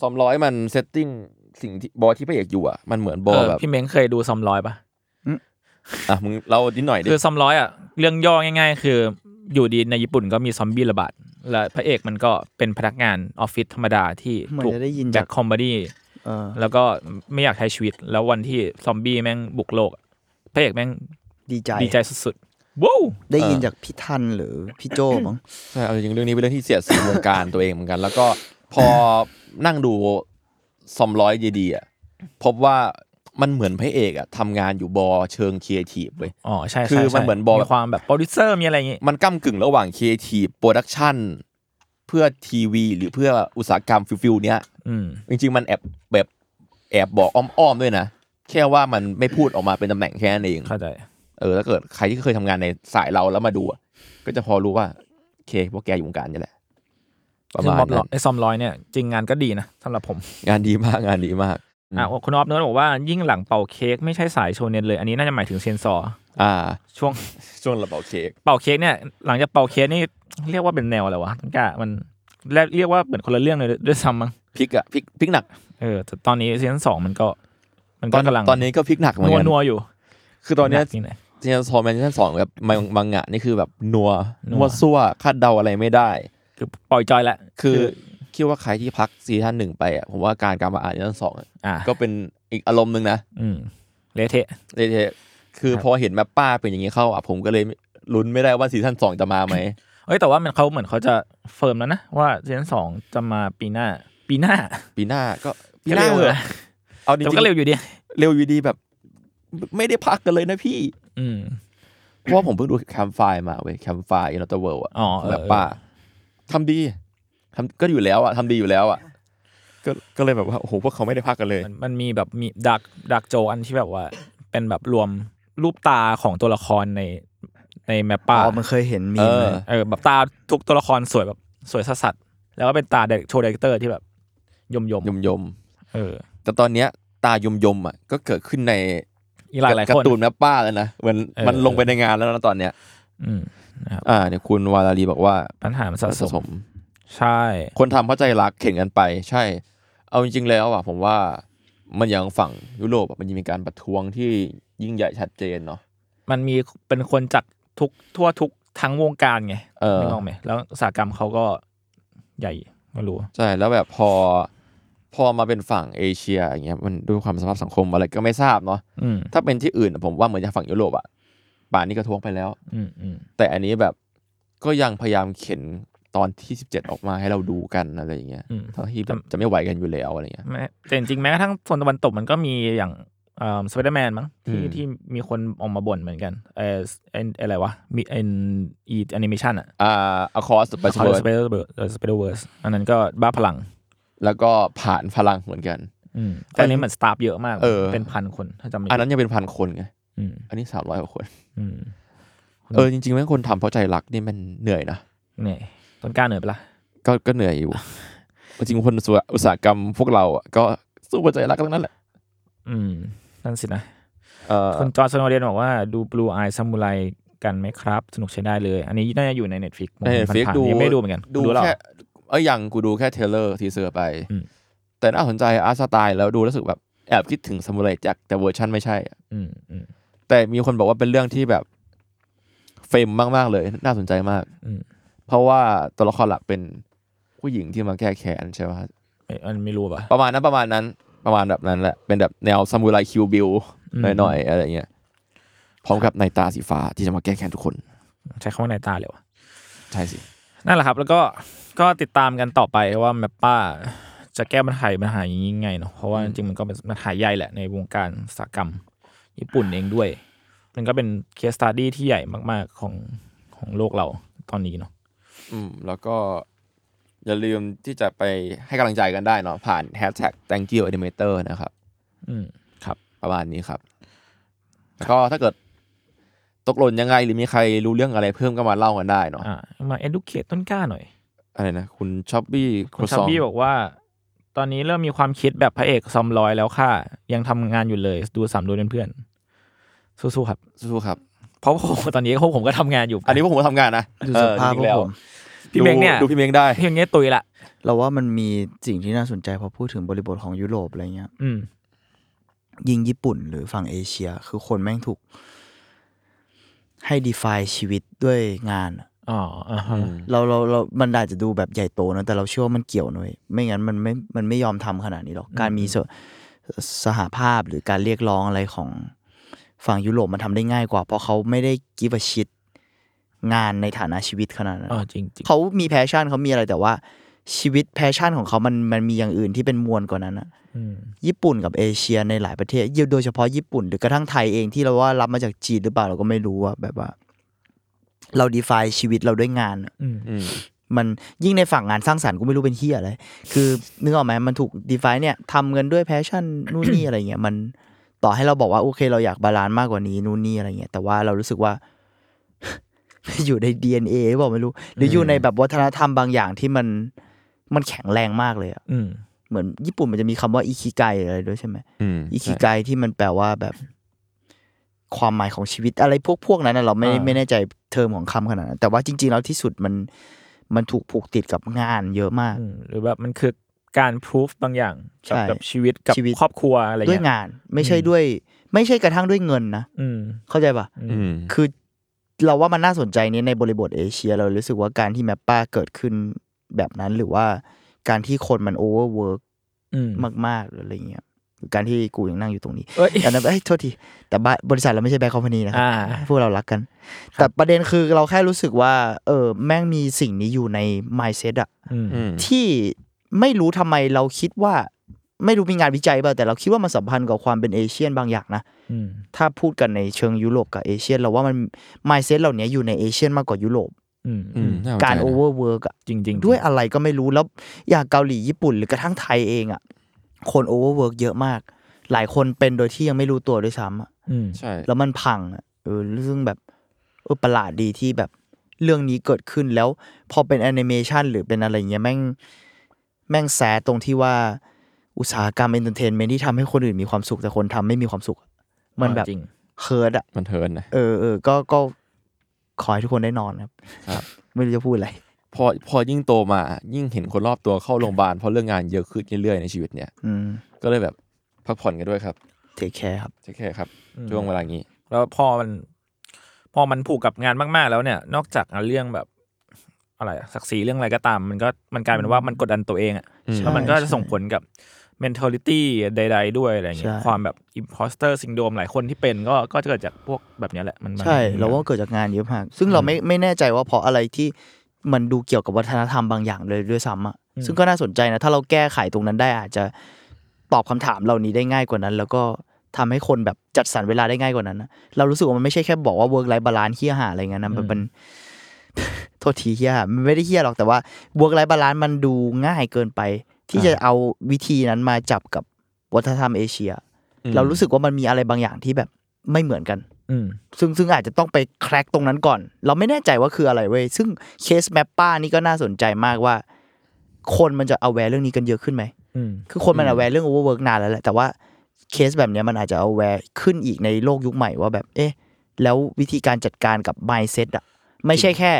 [SPEAKER 3] ซอมร้อยมันเซตติ้งสิ่งที่บอที่พระเอกอยู่อ่ะ มันเหมือนบอ
[SPEAKER 2] เออ
[SPEAKER 3] แบบ
[SPEAKER 2] พี่เม้งเคยดูซอมร้อยปะ
[SPEAKER 3] อ่ะมึงเรานิดหน่อยดิ
[SPEAKER 2] คือซอมร้อยอ่ะเรื่องย่อง่าย ๆ คืออยู่ดีในญี่ปุ่นก็มีซอมบี้ระบาดและพระเอกมันก็เป็นพนักงานออฟฟิศธรรมดาที่
[SPEAKER 4] เหมือน
[SPEAKER 2] ถูก
[SPEAKER 4] จะได้ยินจาก
[SPEAKER 2] แบ็คคอมบดี้
[SPEAKER 4] เออ
[SPEAKER 2] แล้วก็ไม่อยากใช้ชีวิต แล้ววันที่ซอมบี้แม่งบุกโลกอะพระเอกแม่ง
[SPEAKER 4] ดีใจ
[SPEAKER 2] ดีใจสุดๆว้าว
[SPEAKER 4] ได้ยินจากพี่ทันหรือพี่โจมั้ง
[SPEAKER 3] ใช่เอาจริงๆเรื่องนี้เป็นเรื่องที่เสียดสีวงการตัวเองเหมือนกัน แล้วก็พอนั่งดูซอมร้อยดีๆอ่ะพบว่ามันเหมือนพระเอกอ่ะทำงานอยู่บอเชิงครีเอทีฟเว้ย
[SPEAKER 2] อ๋อใช่ใช่
[SPEAKER 3] คือมัน
[SPEAKER 2] ใช่
[SPEAKER 3] เหมือนบอก
[SPEAKER 2] มีความแบบโปรดิวเซอร์มีอะไรอย่างงี้
[SPEAKER 3] มันก้ากึ่งระหว่างครีเอทีฟโปรดักชันเพื่อทีวี หรือเพื่ออุตสาหกรรมฟิลๆเนี้ย
[SPEAKER 2] อืม
[SPEAKER 3] จริงๆ มันแอบแบบแอบบอกอ้อมๆด้วยนะ แค่ว่ามันไม่พูดออกมาเป็นตำแหน่งแค่นั้นเอง
[SPEAKER 2] เข้าใจ
[SPEAKER 3] เออถ้าเกิดใครที่เคยทำงานในสายเราแล้วมาดูอะก็จะพอรู้ว่าโอเคพวกแกอยู่วงการนี่แหละ ประ
[SPEAKER 2] ซึ่ง
[SPEAKER 3] มาณ
[SPEAKER 2] ม็อบร้
[SPEAKER 3] นั้
[SPEAKER 2] อย
[SPEAKER 3] น
[SPEAKER 2] ไอ้ซอมร้อยเนี่ยจริงงานก็ดีนะสำหรับผม
[SPEAKER 3] งานดีมากงานดีมาก อืม
[SPEAKER 2] อ่ะคุณออฟเนิร์ดบอกว่ายิ่งหลังเป่าเค้กไม่ใช่สายโชเนนเลย อันนี้น่าจะหมายถึงเซนซอร์
[SPEAKER 3] อ่า
[SPEAKER 2] ช่วง
[SPEAKER 3] ช่วงระเป๋าเค้ก
[SPEAKER 2] เป่าเค้กเนี่ยหลังจากเป่าเค้กนี่เรียกว่าเป็นแนวอะไรวะตั้งแต่มันเรียกเรียกว่าเหมือนคนละเรื่องเลยด้วยซ้ำมั้ง
[SPEAKER 3] พลิกอะพลิกพลิกหนัก
[SPEAKER 2] เออแต่ตอนนี้ซีซั่นสองมันก็ มัน
[SPEAKER 3] ต
[SPEAKER 2] ก็
[SPEAKER 3] อน
[SPEAKER 2] กำลัง
[SPEAKER 3] ตอนนี้ก็พลิกหนักเหมือ
[SPEAKER 2] นั
[SPEAKER 3] น
[SPEAKER 2] ว
[SPEAKER 3] กัน
[SPEAKER 2] นัวๆอยู่
[SPEAKER 3] คือตอนเนี้ย
[SPEAKER 2] หกไห
[SPEAKER 3] เจนซอมแมนชั่นสองแบบบางบางงะนี่คือแบบนัว
[SPEAKER 2] นัว
[SPEAKER 3] มั่วซั่วคาดเดาอะไรไม่ได้
[SPEAKER 2] คือปล่อยจอยละ
[SPEAKER 3] คือคิดว่าใครที่พักซีซั่นหนึ่งไปอะผมว่าการกลับมาอ่านซีซั่นสองอะ
[SPEAKER 2] อ่ะ
[SPEAKER 3] ก็เป็นอีกอารมณ์หนึ่งนะ
[SPEAKER 2] อืมเละเทะ
[SPEAKER 3] เละเทะคือ
[SPEAKER 2] ครับ
[SPEAKER 3] พอเห็นแมปป้าเป็นอย่างนี้เข้าอ่ะผมก็เลยลุ้นไม่ได้ว่าซีซั่นสองจะมาไหม
[SPEAKER 2] เอ้ยแต่ว่ามันเขาเหมือนเขาจะเฟิร์มแล้วนะ ว่าซีซั่นสองจะมาปีหน้า ปีหน้า
[SPEAKER 3] *laughs* ปีหน้าก็ปี
[SPEAKER 2] ก็
[SPEAKER 3] หน้า
[SPEAKER 2] เร็ว
[SPEAKER 3] เหอะ
[SPEAKER 2] นะ
[SPEAKER 3] เอาจริ
[SPEAKER 2] แต่มัน
[SPEAKER 3] ง
[SPEAKER 2] ก็
[SPEAKER 3] ๆ
[SPEAKER 2] เร็วอยู่ดี
[SPEAKER 3] เร็วอยู่ดีแบบ ไม่ได้พักกันเลยนะพี่
[SPEAKER 2] อืม
[SPEAKER 3] เพราะว่าผมเพิ่งดูแคมไฟมาเว้ยแคมไฟอินอตเวิลด์อ่ะ
[SPEAKER 2] อ๋อเออ
[SPEAKER 3] แมปป้าทำดีทำก็อยู่แล้วอ่ะทำดีอยู่แล้วอ่ะก็ก็เลยแบบว่าโอ้โหพวกเขาไม่ได้พักกันเลย
[SPEAKER 2] มันมันมีแบบมีดักดักโจอันที่แบบว่า เป็นแบบรวมรูปตาของตัวละครในในแมป
[SPEAKER 4] อ๋
[SPEAKER 2] ป้า
[SPEAKER 4] อ มันเคยเห็นมี
[SPEAKER 3] เอ
[SPEAKER 4] ม
[SPEAKER 3] อ
[SPEAKER 2] เออแบบตาทุกตัวละครสวยแบบสวยสัสสัสๆแล้วก็เป็นตาเด็กโชว์ดีเตอร์ที่แบบยมยม
[SPEAKER 3] ยมยม
[SPEAKER 2] ๆเออ
[SPEAKER 3] ๆแต่ตอนเนี้ยตายมยมๆอ่ะก็เกิดขึ้นใน
[SPEAKER 2] อีกหลายหลาย
[SPEAKER 3] กา
[SPEAKER 2] คน
[SPEAKER 3] ร์ตูนแมปป้าแล้วนะเหมือน
[SPEAKER 2] เออ
[SPEAKER 3] มันลงไปในงานแล้วนะตอนเนี้ย
[SPEAKER 2] อืม
[SPEAKER 3] อ่าเดี๋ยวคุณวาลาลีบอกว่า
[SPEAKER 2] ปัญหามันสะส
[SPEAKER 3] สะส
[SPEAKER 2] ม
[SPEAKER 3] ม
[SPEAKER 2] ใช่
[SPEAKER 3] คนทำเข้าใจรักเข็นกันไป ใช่ เอาจริงๆแล้วอ่ะผมว่ามันอย่างฝั่งยุโรปอะมันยังมีการประท้วงที่ยิ่งใหญ่ชัดเจนเนาะ
[SPEAKER 2] มันมีเป็นคนจากทุกทั่วทุกทั้งวงการไง
[SPEAKER 3] เออ
[SPEAKER 2] นึกออกไหมแล้วอุตสาหกรรมเขาก็ใหญ่ไม่รู้
[SPEAKER 3] ใช่แล้วแบบพอพอมาเป็นฝั่งเอเชียอย่างเงี้ยมันด้วยความสภาพสังคมอะไรก็ไม่ทราบเนาะ
[SPEAKER 2] อืม
[SPEAKER 3] ถ้าเป็นที่อื่นอะผมว่าเหมือนอย่างฝั่งยุโรปอ่ะป่านนี้ก็ท้วงไปแล้ว
[SPEAKER 2] อืมอืม
[SPEAKER 3] แต่อันนี้แบบก็ยังพยายามเข็นตอนที่ 17 ออกมาให้เราดูกันอะไรอย่างเงี้ย
[SPEAKER 2] อืม
[SPEAKER 3] ทั้งที่แบบจะไม่ไหวกันอยู่แล้วอะไรเงี้ย
[SPEAKER 2] แม้แต่จริงๆแม้กระทั่งโซนตะวันตกมันก็มีอย่างสไปเดอร์แมนมั้งที่
[SPEAKER 3] อืม
[SPEAKER 2] ที่มีคนออกมาบ่นเหมือนกันเออเอ็นอะไรวะมีเอ็นอีแอนิเมชันอะ
[SPEAKER 3] อ่า across the
[SPEAKER 2] ส
[SPEAKER 3] spider
[SPEAKER 2] ไปเดอร์เบิร์สไปเดอร์เวิร์สอันนั้นก็บ้าพลัง
[SPEAKER 3] แล้วก็ผ่านพลังเหมือนกัน
[SPEAKER 2] อืมตอนนี้เหมือนสตาฟเยอะมาก
[SPEAKER 3] เออ
[SPEAKER 2] นพันคนถ้าจำไม่
[SPEAKER 3] อั
[SPEAKER 2] ผิ
[SPEAKER 3] น
[SPEAKER 2] ด
[SPEAKER 3] นั้นยังเป็นพันคนไง
[SPEAKER 2] อืม
[SPEAKER 3] อันนี้สามร้อยกว่าคน
[SPEAKER 2] อืม
[SPEAKER 3] เออจริงๆแม่งคนทำเพราะใจรักนี่มันเหนื่อยนะ
[SPEAKER 2] เนี่ยต้นกล้าเหนื่อยปะล่ะ
[SPEAKER 3] ก็ก็เหนื่อยอยู่ จริงๆคนอุตสาหกรรมพวกเราอะก็สู้เพราะใจรักทั้งนั้นแหละ
[SPEAKER 2] อืมนั่นสินะ
[SPEAKER 3] เออ
[SPEAKER 2] คุณจอร์จสโนเดนบอกว่าดู Blue Eye Samurai กันไหมครับ สนุกใช้ได้เลย อันนี้น่าจะอยู่ใน Netflix ผม
[SPEAKER 3] ใน
[SPEAKER 2] เห็น
[SPEAKER 3] ฟิก
[SPEAKER 2] ผ่านๆ
[SPEAKER 3] ดู
[SPEAKER 2] ยังไม่ดูเหมือนกัน
[SPEAKER 3] ดู
[SPEAKER 2] แล้วเหร
[SPEAKER 3] แค่
[SPEAKER 2] อ
[SPEAKER 3] เอ้ยยังกูดูแค่เทเลอร์ทีเซอร์ไป
[SPEAKER 2] อืม
[SPEAKER 3] แต่น่าสนใจอาร์ตสไตล์แล้วดูรู้สึกแบบแอบคิดถึงซามูไรแจ็คแต่เวอร์ชันไม่ใช่อะ
[SPEAKER 2] อืมอืม
[SPEAKER 3] แต่มีคนบอกว่าเป็นเรื่องที่แบบเฟรมมากๆเลย น่าสนใจมาก
[SPEAKER 2] อืม
[SPEAKER 3] เพราะว่าตัวละครหลักเป็นผู้หญิงที่มาแก้แค้นใช่ไหมฮะ
[SPEAKER 2] เอ้ยอันไม่รู้ป่ะ
[SPEAKER 3] ประมาณนั้นประมาณนั้นประมาณแบบนั้นแหละ เป็นแบบแนวซามูไรคิวบิล
[SPEAKER 2] อืม
[SPEAKER 3] หน่อยๆอะไรเงี้ยพร้อมกับนายตาสีฟ้าที่จะมาแก้แค้นทุกคน
[SPEAKER 2] ใช้คำว่าในายตาเลยวะ
[SPEAKER 3] ใช่สิ
[SPEAKER 2] นั่นแหละครับ แล้วก็ก็ติดตามกันต่อไปว่าแมปป้าจะแก้ปัญหาปัญหาอย่างนี้ยังไงเนาะเพราะว่าจริงๆมันก็เป็นปัญหาใหญ่แหละในวงการอุตสาหกรรมญี่ปุ่นเองด้วย มันก็เป็นเคสตัดดี้ที่ใหญ่มากๆของของโลกเราตอนนี้เนาะ
[SPEAKER 3] อืม แล้วก็อย่าลืมที่จะไปให้กำลังใจกันได้เนาะผ่านแฮชแท็ก thank you animator นะครับ
[SPEAKER 2] อืมครับ
[SPEAKER 3] ประมาณนี้ครับ ก็ถ้าเกิดตกหล่นยังไง หรือมีใครรู้เรื่องอะไรเพิ่มก็มาเล่ากันได้เนาะ
[SPEAKER 2] อ่ามา educate ต้นกล้าหน่อย
[SPEAKER 3] อะไรนะ คุณช็อปปี้
[SPEAKER 2] คุณซอมบี้บอกว่า ตอนนี้เริ่มมีความคิดแบบพระเอกซอมร้อยแล้วค่ะ ยังทำงานอยู่เลยดูสามดูเป็นเพื่อน สู้ๆครับ
[SPEAKER 3] สู้ๆครับ
[SPEAKER 2] เพราะผมตอนนี้พว *laughs* กผมก็ทำงานอยู่
[SPEAKER 3] อันนี้พวกผมก็ทำงานนะ
[SPEAKER 4] ดูสภาพพวกผม
[SPEAKER 2] พี่เม้งเนี่ย
[SPEAKER 3] ดูพี่เม้งได้
[SPEAKER 2] เพียงเงี้ยตุยละ
[SPEAKER 4] เราว่ามันมีสิ่งที่น่าสนใจพอพูดถึงบริบทของยุโรปอะไรเงี้ย
[SPEAKER 2] อืม
[SPEAKER 4] ยิ่งญี่ปุ่นหรือฝั่งเอเชีย คือคนแม่งถูก ให้ดีฟ e ชีวิตด้วยงานอะ
[SPEAKER 2] อ๋ออ่าฮะ
[SPEAKER 4] เราเราเรามันอาจจะดูแบบใหญ่โตนะแต่เราเชื่อว่ามันเกี่ยวนะเว้ยไม่งั้นมันไม่มันไม่ยอมทำขนาดนี้หรอก การมีสสหภาพหรือการเรียกร้องอะไรของฝั่งยุโรปมันทำได้ง่ายกว่า เพราะเขาไม่ได้กิฟ a ชิตงานในฐานะชีวิตขนาดนั้น
[SPEAKER 2] อ๋อจริงจริง
[SPEAKER 4] เขามีแพชชั่นเขามีอะไรแต่ว่าชีวิตแพชชั่นของเขามันมันมีอย่างอื่นที่เป็นมวลกว่านั้นอะ
[SPEAKER 2] ๆอืม
[SPEAKER 4] ญี่ปุ่นกับเอเชียในหลายประเทศโดยเฉพาะญี่ปุ่นหรือกระทั่งไทยเองที่เราว่ารับมาจากจีนหรือเปล่าเราก็ไม่รู้ว่าแบบว่า เราดีฟ e ชีวิตเราด้วยงานอะ
[SPEAKER 2] อืม
[SPEAKER 3] อืม
[SPEAKER 4] มันยิ่งในฝั่งงานสร้างสรรค์กูไม่รู้เป็นเฮียอะไร คือนึกออกไหมมันถูกดีฟ e เนี่ยทำเงินด้วยแพชชั่น นู่นนี่อะไรเงี้ยมันต่อให้เราบอกว่าโอเค เราอยากบาลานซ์มากกว่านี้นู่นนี่อะไรเงี้ยแต่ว่าเรารู้สึกว่า *laughs* อยู่ใน DNA หรือเปล่าไม่รู้ หรืออยู่ในแบบวัฒนธรรมบางอย่างที่มันมันแข็งแรงมากเลยอะ
[SPEAKER 2] อืม
[SPEAKER 4] เหมือนญี่ปุ่นมันจะมีคำว่าอิคิไกอะไรด้วยใช่ไหม
[SPEAKER 3] อืม
[SPEAKER 4] อิคิไกที่มันแปลว่าแบบ ความหมายของชีวิตอะไรพวกพวกนั้นนะเราไม่
[SPEAKER 2] อ่า
[SPEAKER 4] ไม่แน่ใจเทอมของคำขนาดนั้น แต่ว่าจริง ๆ แล้วที่สุดมันมันถูกผูกติดกับงานเยอะมาก
[SPEAKER 2] อืมหรือแบบมันคือการพิสูจบางอย่าง
[SPEAKER 4] ใช่
[SPEAKER 2] กับกับชีวิตกับ
[SPEAKER 4] ชีวิต
[SPEAKER 2] ครอบครัวอะไร
[SPEAKER 4] ด้วย
[SPEAKER 2] เงี้ย
[SPEAKER 4] งานไม่ใช่
[SPEAKER 2] อืม
[SPEAKER 4] ด้วย ไม่ใช่กระทั่งด้วยเงินนะ
[SPEAKER 2] อืม
[SPEAKER 4] เข้าใจปะ
[SPEAKER 3] อืม
[SPEAKER 4] คือเราว่ามันน่าสนใจนี้ในบริบทเอเชีย เรารู้สึกว่าการที่แมปป้าเกิดขึ้นแบบนั้นหรือว่าการที่คนมันโอเวอร์เวิร์ก
[SPEAKER 2] อืม
[SPEAKER 4] มากๆหรืออะไรเงี้ยหรือการที่กูยังนั่งอยู่ตรงนี้
[SPEAKER 2] เอ้ย
[SPEAKER 4] อันนั้นเอ้ยโทษที แต่บ้านบริษัทเราไม่ใช่แบงค์คอมพานีนะครั
[SPEAKER 2] อ่า
[SPEAKER 4] พวกเรารักกัน แต่ประเด็นคือเราแค่รู้สึกว่า เออแม่งมีสิ่งนี้อยู่ใน mindset อะ
[SPEAKER 2] อืม
[SPEAKER 3] อืม
[SPEAKER 4] ที่ไม่รู้ทำไมเราคิดว่า ไม่รู้มีงานวิจัยเปล่าแต่เราคิดว่ามันสัมพันธ์กับความเป็นเอเชียนบางอย่างนะ
[SPEAKER 2] อืม
[SPEAKER 4] ถ้าพูดกันในเชิงยุโรปกับเอเชียนเราว่ามัน mindset เหล่านี้อยู่ในเอเชียนมากกว่ายุโรป
[SPEAKER 2] อืม
[SPEAKER 3] อืมน่สนใจนะ
[SPEAKER 4] การ overwork อะ
[SPEAKER 2] จริงๆจริงๆ
[SPEAKER 4] ด้วยอะไรก็ไม่รู้แล้วอย่างเกาหลีญี่ปุ่นหรือกระทั่งไทยเองอะคน overwork เยอะมาก หลายคนเป็นโดยที่ยังไม่รู้ตัวด้วยซ้ำอะ
[SPEAKER 2] อืม
[SPEAKER 3] ใช่
[SPEAKER 4] แล้วมันพังอะเออซึ่งแบบเออประหลาดดีที่แบบเรื่องนี้เกิดขึ้นแล้วพอเป็นแอนิเมชันหรือเป็นอะไรเงี้ยแม่งแม่งแสตรงที่ว่าอุตสาหกรรมเอนเตอร์เทนเมนที่ทำให้คนอื่นมีความสุขแต่คนทำไม่มีความสุขอะมันแบบ
[SPEAKER 2] จริง
[SPEAKER 4] เคิร์ดอะ
[SPEAKER 3] มันเทินนะ
[SPEAKER 4] เออเออก็ก็ขอให้ทุกคนได้นอนครับ
[SPEAKER 3] ครับ
[SPEAKER 4] ไม่รู้จะพูดอะไร
[SPEAKER 3] พอพอยิ่งโตมายิ่งเห็นคนรอบตัวเข้าโรงพยาบาลเพราะเรื่องงานเยอะขึ้นเรื่อยๆในชีวิตเนี่ย
[SPEAKER 4] อืม
[SPEAKER 3] ก็เลยแบบพักผ่อนกันด้วยครับ
[SPEAKER 4] เทคแคร์ครับ
[SPEAKER 3] ใช่แค่ครับช่วงเวลานี้
[SPEAKER 2] แล้วพอมันพอมันผูกกับงานมาก ๆ แล้วเนี่ย นอกจากเรื่องแบบอะไรอะศักดิ์ศรีเรื่องอะไรก็ตาม มันก็มันกลายเป็นว่ามันกดดันตัวเองอะแล้วมันก็จะส่งผลกับ mentality ใด ๆ ด้วยอะไรอย่างเงี้ย
[SPEAKER 4] ใช่
[SPEAKER 2] ความแบบ imposter syndrome หลายคนที่เป็นก็ก็จะเกิดจากพวกแบบเนี้ยแหละ มันมัน
[SPEAKER 4] ใช่ เราว่าเกิดจากงานเยอะมาก ซึ่งเราไม่ไม่แน่ใจว่าเพราะอะไรที่มันดูเกี่ยวกับวัฒนธรรมบางอย่างเลยด้วยซ้ำอ่ะซึ่งก็น่าสนใจนะ ถ้าเราแก้ไขตรงนั้นได้อาจจะตอบคำถามเหล่านี้ได้ง่ายกว่านั้น แล้วก็ทำให้คนแบบจัดสรรเวลาได้ง่ายกว่านั้นนะเรารู้สึกว่ามันไม่ใช่แค่บอกว่า work life balance เฮี้ยหาอะไรเงี้ยนะมันเป็น *laughs* โทษทีเฮี้ยหามันไม่ได้เฮี้ยหรอกแต่ว่า work life balance มันดูง่ายเกินไป ที่จะเอาวิธีนั้นมาจับกับวัฒนธรรมเอเชีย
[SPEAKER 3] อืม
[SPEAKER 4] เรารู้สึกว่ามันมีอะไรบางอย่างที่แบบไม่เหมือนกัน
[SPEAKER 2] อืม
[SPEAKER 4] ซึ่งซึ่งอาจจะต้องไปแคร็กตรงนั้นก่อน เราไม่แน่ใจว่าคืออะไรเว้ย ซึ่งเคสแมปป้านี่ก็น่าสนใจมากว่า คนมันจะเอาแวร์เรื่องนี้กันเยอะขึ้นไหม
[SPEAKER 2] อืม
[SPEAKER 4] คือคนมันเอาแวร์เรื่องโอเวอร์เวิร์กนานแล้วแหละ แต่ว่าเคสแบบเนี้ยมันอาจจะเอาแวร์ขึ้นอีกในโลกยุคใหม่ว่าแบบ เอ๊ะ แล้ววิธีการจัดการกับ mindset อะไม่ใช่แค่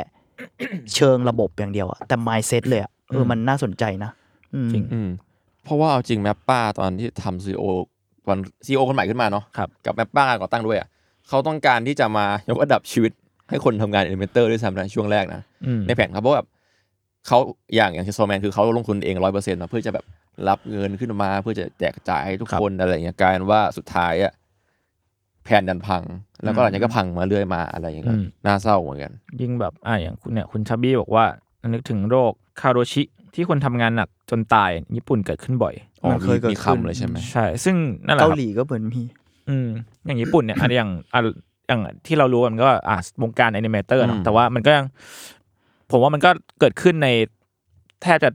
[SPEAKER 4] เชิงระบบอย่างเดียวอะแต่ mindset เลยอะเออ
[SPEAKER 2] ม
[SPEAKER 4] มันน่าสนใจนะอืม
[SPEAKER 2] จริง
[SPEAKER 3] อืมเพราะว่าเอาจริงแมปป้าตอนที่ทำซีโอตอนซีโอคนใหม่ขึ้นมาเนาะ
[SPEAKER 2] ครับ
[SPEAKER 3] กับแมปป้าการก่อตั้งด้วยอ่ะเขาต้องการที่จะมายกระดับชีวิตให้คนทำงานเอเลเมนเตอร์ด้วยซ้ำนะช่วงแรกนะ
[SPEAKER 2] อืม
[SPEAKER 3] ในแผนครับเพราะแบบเขาอย่างอย่างเชสโซแมนคือเขาลงทุนเองร้อยเปอร์เซ็นต์เพื่อจะแบบรับเงินขึ้นมา เพื่อจะแจกจ่ายให้ทุก
[SPEAKER 2] ครับ
[SPEAKER 3] คนอะไรอย่างเงี้ยกลายเป็นว่าสุดท้ายอะแผนดันพัง แล้วก็หลังจากนั้นก็พังมาเรื่อยมาอะไรอย่างเงี้ยน่าเศร้าเหมือนกัน
[SPEAKER 2] ยิ่งแบบอ่าอย่างคุณเนี่ยคุณชาบี้บอกว่า นึกถึงโรคคาโรชิ ที่คนทำงานหนักจนตายญี่ปุ่นเกิดขึ้นบ่อย
[SPEAKER 3] อ๋อ
[SPEAKER 4] มันเคยเกิด
[SPEAKER 3] มี
[SPEAKER 4] ขึ้น
[SPEAKER 3] คำเลยใช่ไหม
[SPEAKER 2] ใช่ ซึ่งนั่นแหละ
[SPEAKER 4] เการ
[SPEAKER 2] คั
[SPEAKER 4] ห
[SPEAKER 2] บ
[SPEAKER 4] ลีก็เหมือนมี
[SPEAKER 2] อืมอย่างญี่ปุ่นเนี่ยอันอย่างอ่ะอย่างที่เรารู้กันก็อ่ะวงการแอนิเมเตอร์เนอะ
[SPEAKER 3] อืม
[SPEAKER 2] แต่ว่ามันก็ยัง ผมว่ามันก็เกิดขึ้นในแทบจะ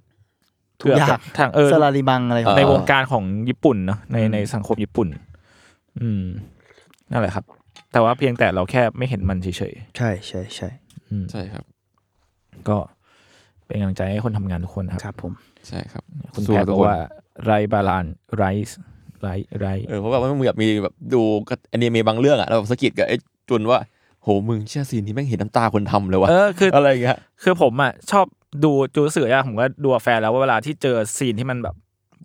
[SPEAKER 4] ทุกอย่าง
[SPEAKER 2] เบจะทางเออ
[SPEAKER 4] สลาริมังอะไรของ
[SPEAKER 2] ใน
[SPEAKER 4] เข
[SPEAKER 2] วงการของญี่ปุ่นเนาะในในสังคมญี่ปุ่น อืมนั่นแหละครับ แต่ว่าเพียงแต่เราแค่ไม่เห็นมันเฉย
[SPEAKER 4] ใช่ใช่ใช่
[SPEAKER 2] ๆอืม
[SPEAKER 3] ใช่ครับ
[SPEAKER 2] ก็เป็นกำลังใจให้คนทำงานทุกคนนะครับ
[SPEAKER 4] ครับผม
[SPEAKER 3] ใช่ครับ
[SPEAKER 2] คุณ
[SPEAKER 3] สู้
[SPEAKER 2] แพทย์
[SPEAKER 3] ทุ
[SPEAKER 2] บอก
[SPEAKER 3] กคน
[SPEAKER 2] ว่าไรบาลานไรส์ไรไร
[SPEAKER 3] เออเพราะแบบว่ามันแบบมีแบบดูอนิเมะบางเรื่องอะแล้วแบบสะกิดกับไอ้จุนว่าโหมึงเชื่อซีนนี้แม่งเห็นน้ำตาคนทำเลยวะ
[SPEAKER 2] เออคือ
[SPEAKER 3] อะไรอย่างเงี้ย
[SPEAKER 2] คือผมอ่ะชอบดูจูเสืออะผมก็ดูกับแฟนแล้วว่าเวลาที่เจอซีนที่มันแบบ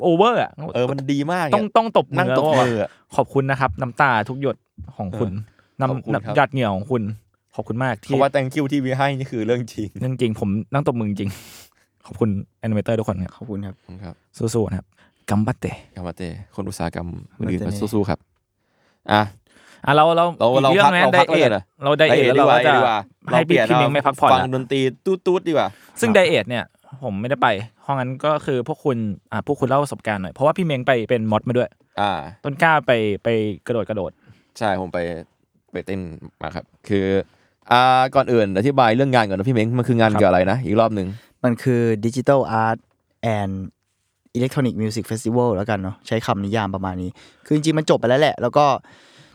[SPEAKER 2] โอเวอร์อ่ะ
[SPEAKER 3] เออมันดีมากะ
[SPEAKER 2] ต้องต้องตบมื
[SPEAKER 3] นั่ง
[SPEAKER 2] อแล้
[SPEAKER 3] ต
[SPEAKER 2] ว
[SPEAKER 3] บ
[SPEAKER 2] ว่า
[SPEAKER 3] มืออะ
[SPEAKER 2] ขอบคุณนะครับ น้ำตาทุกหยดของคุณ
[SPEAKER 3] ขอบคุณครับ
[SPEAKER 2] น้ำหยัดเหงื่อของคุณ ขอบคุณมาก
[SPEAKER 3] เพ
[SPEAKER 2] ที่
[SPEAKER 3] ราะว่า thank you ที่มีให้นี่คือเรื่องจริง
[SPEAKER 2] เรื่องจริงผมนั่งตบมือจริง ขอบคุณแอนิเมเตอร์ทุกคนครับ
[SPEAKER 4] ขอบคุณครับ
[SPEAKER 3] ครับ
[SPEAKER 2] สู้ๆนะครับกัมบัตเต
[SPEAKER 3] กามาเต้คนอุตสาหกรรม
[SPEAKER 4] มัน
[SPEAKER 3] อื่น
[SPEAKER 4] จะ
[SPEAKER 3] ๆมา
[SPEAKER 4] มี
[SPEAKER 3] สู้ๆครับ อ่ะ
[SPEAKER 2] อ่ะเราเรา
[SPEAKER 3] เรา
[SPEAKER 2] อีก
[SPEAKER 3] เรา
[SPEAKER 2] เรื่อ
[SPEAKER 3] พั
[SPEAKER 2] งนะ
[SPEAKER 3] กเรา
[SPEAKER 2] ได
[SPEAKER 3] พัก
[SPEAKER 2] เอ
[SPEAKER 3] เลย
[SPEAKER 2] ท
[SPEAKER 3] นะ
[SPEAKER 2] เราไดเอทแล้วเราก็จะ
[SPEAKER 3] ดีกว่า
[SPEAKER 2] ให้พี่คิมเอง
[SPEAKER 3] รา
[SPEAKER 2] ไม่พักผ่อน
[SPEAKER 3] ฟัง
[SPEAKER 2] ละ
[SPEAKER 3] ดนตรีตู้ๆดีกว่า
[SPEAKER 2] ซึ่งไดเอทเนี่ยผมไม่ได้ไปเพราะงั้นก็คือพวกคุณอ่ะพวกคุณเล่าประสบการณ์หน่อย เพราะว่าพี่เมงไปเป็นมอดมาด้วย
[SPEAKER 3] อ่า
[SPEAKER 2] ต้นกล้าไปไปกระโดดกระโดด
[SPEAKER 3] ใช่ผมไปไปเต้นมาครับ คืออ่าก่อนอื่นอธิบายเรื่องงานก่อนนะพี่เม้งมันคืองาน
[SPEAKER 2] ครับ
[SPEAKER 3] เกี่ยวอะไรนะ อีกรอบหนึ่ง
[SPEAKER 4] มันคือดิจิ t a ลอาร์ตแอนด์อิเล็กทรอนิกส์มิวสิกเฟสติวัลแล้วกันเนาะใช้คำนิยามประมาณนี้ คือจริงๆ มันจบไปแล้วแหละ แล้วก็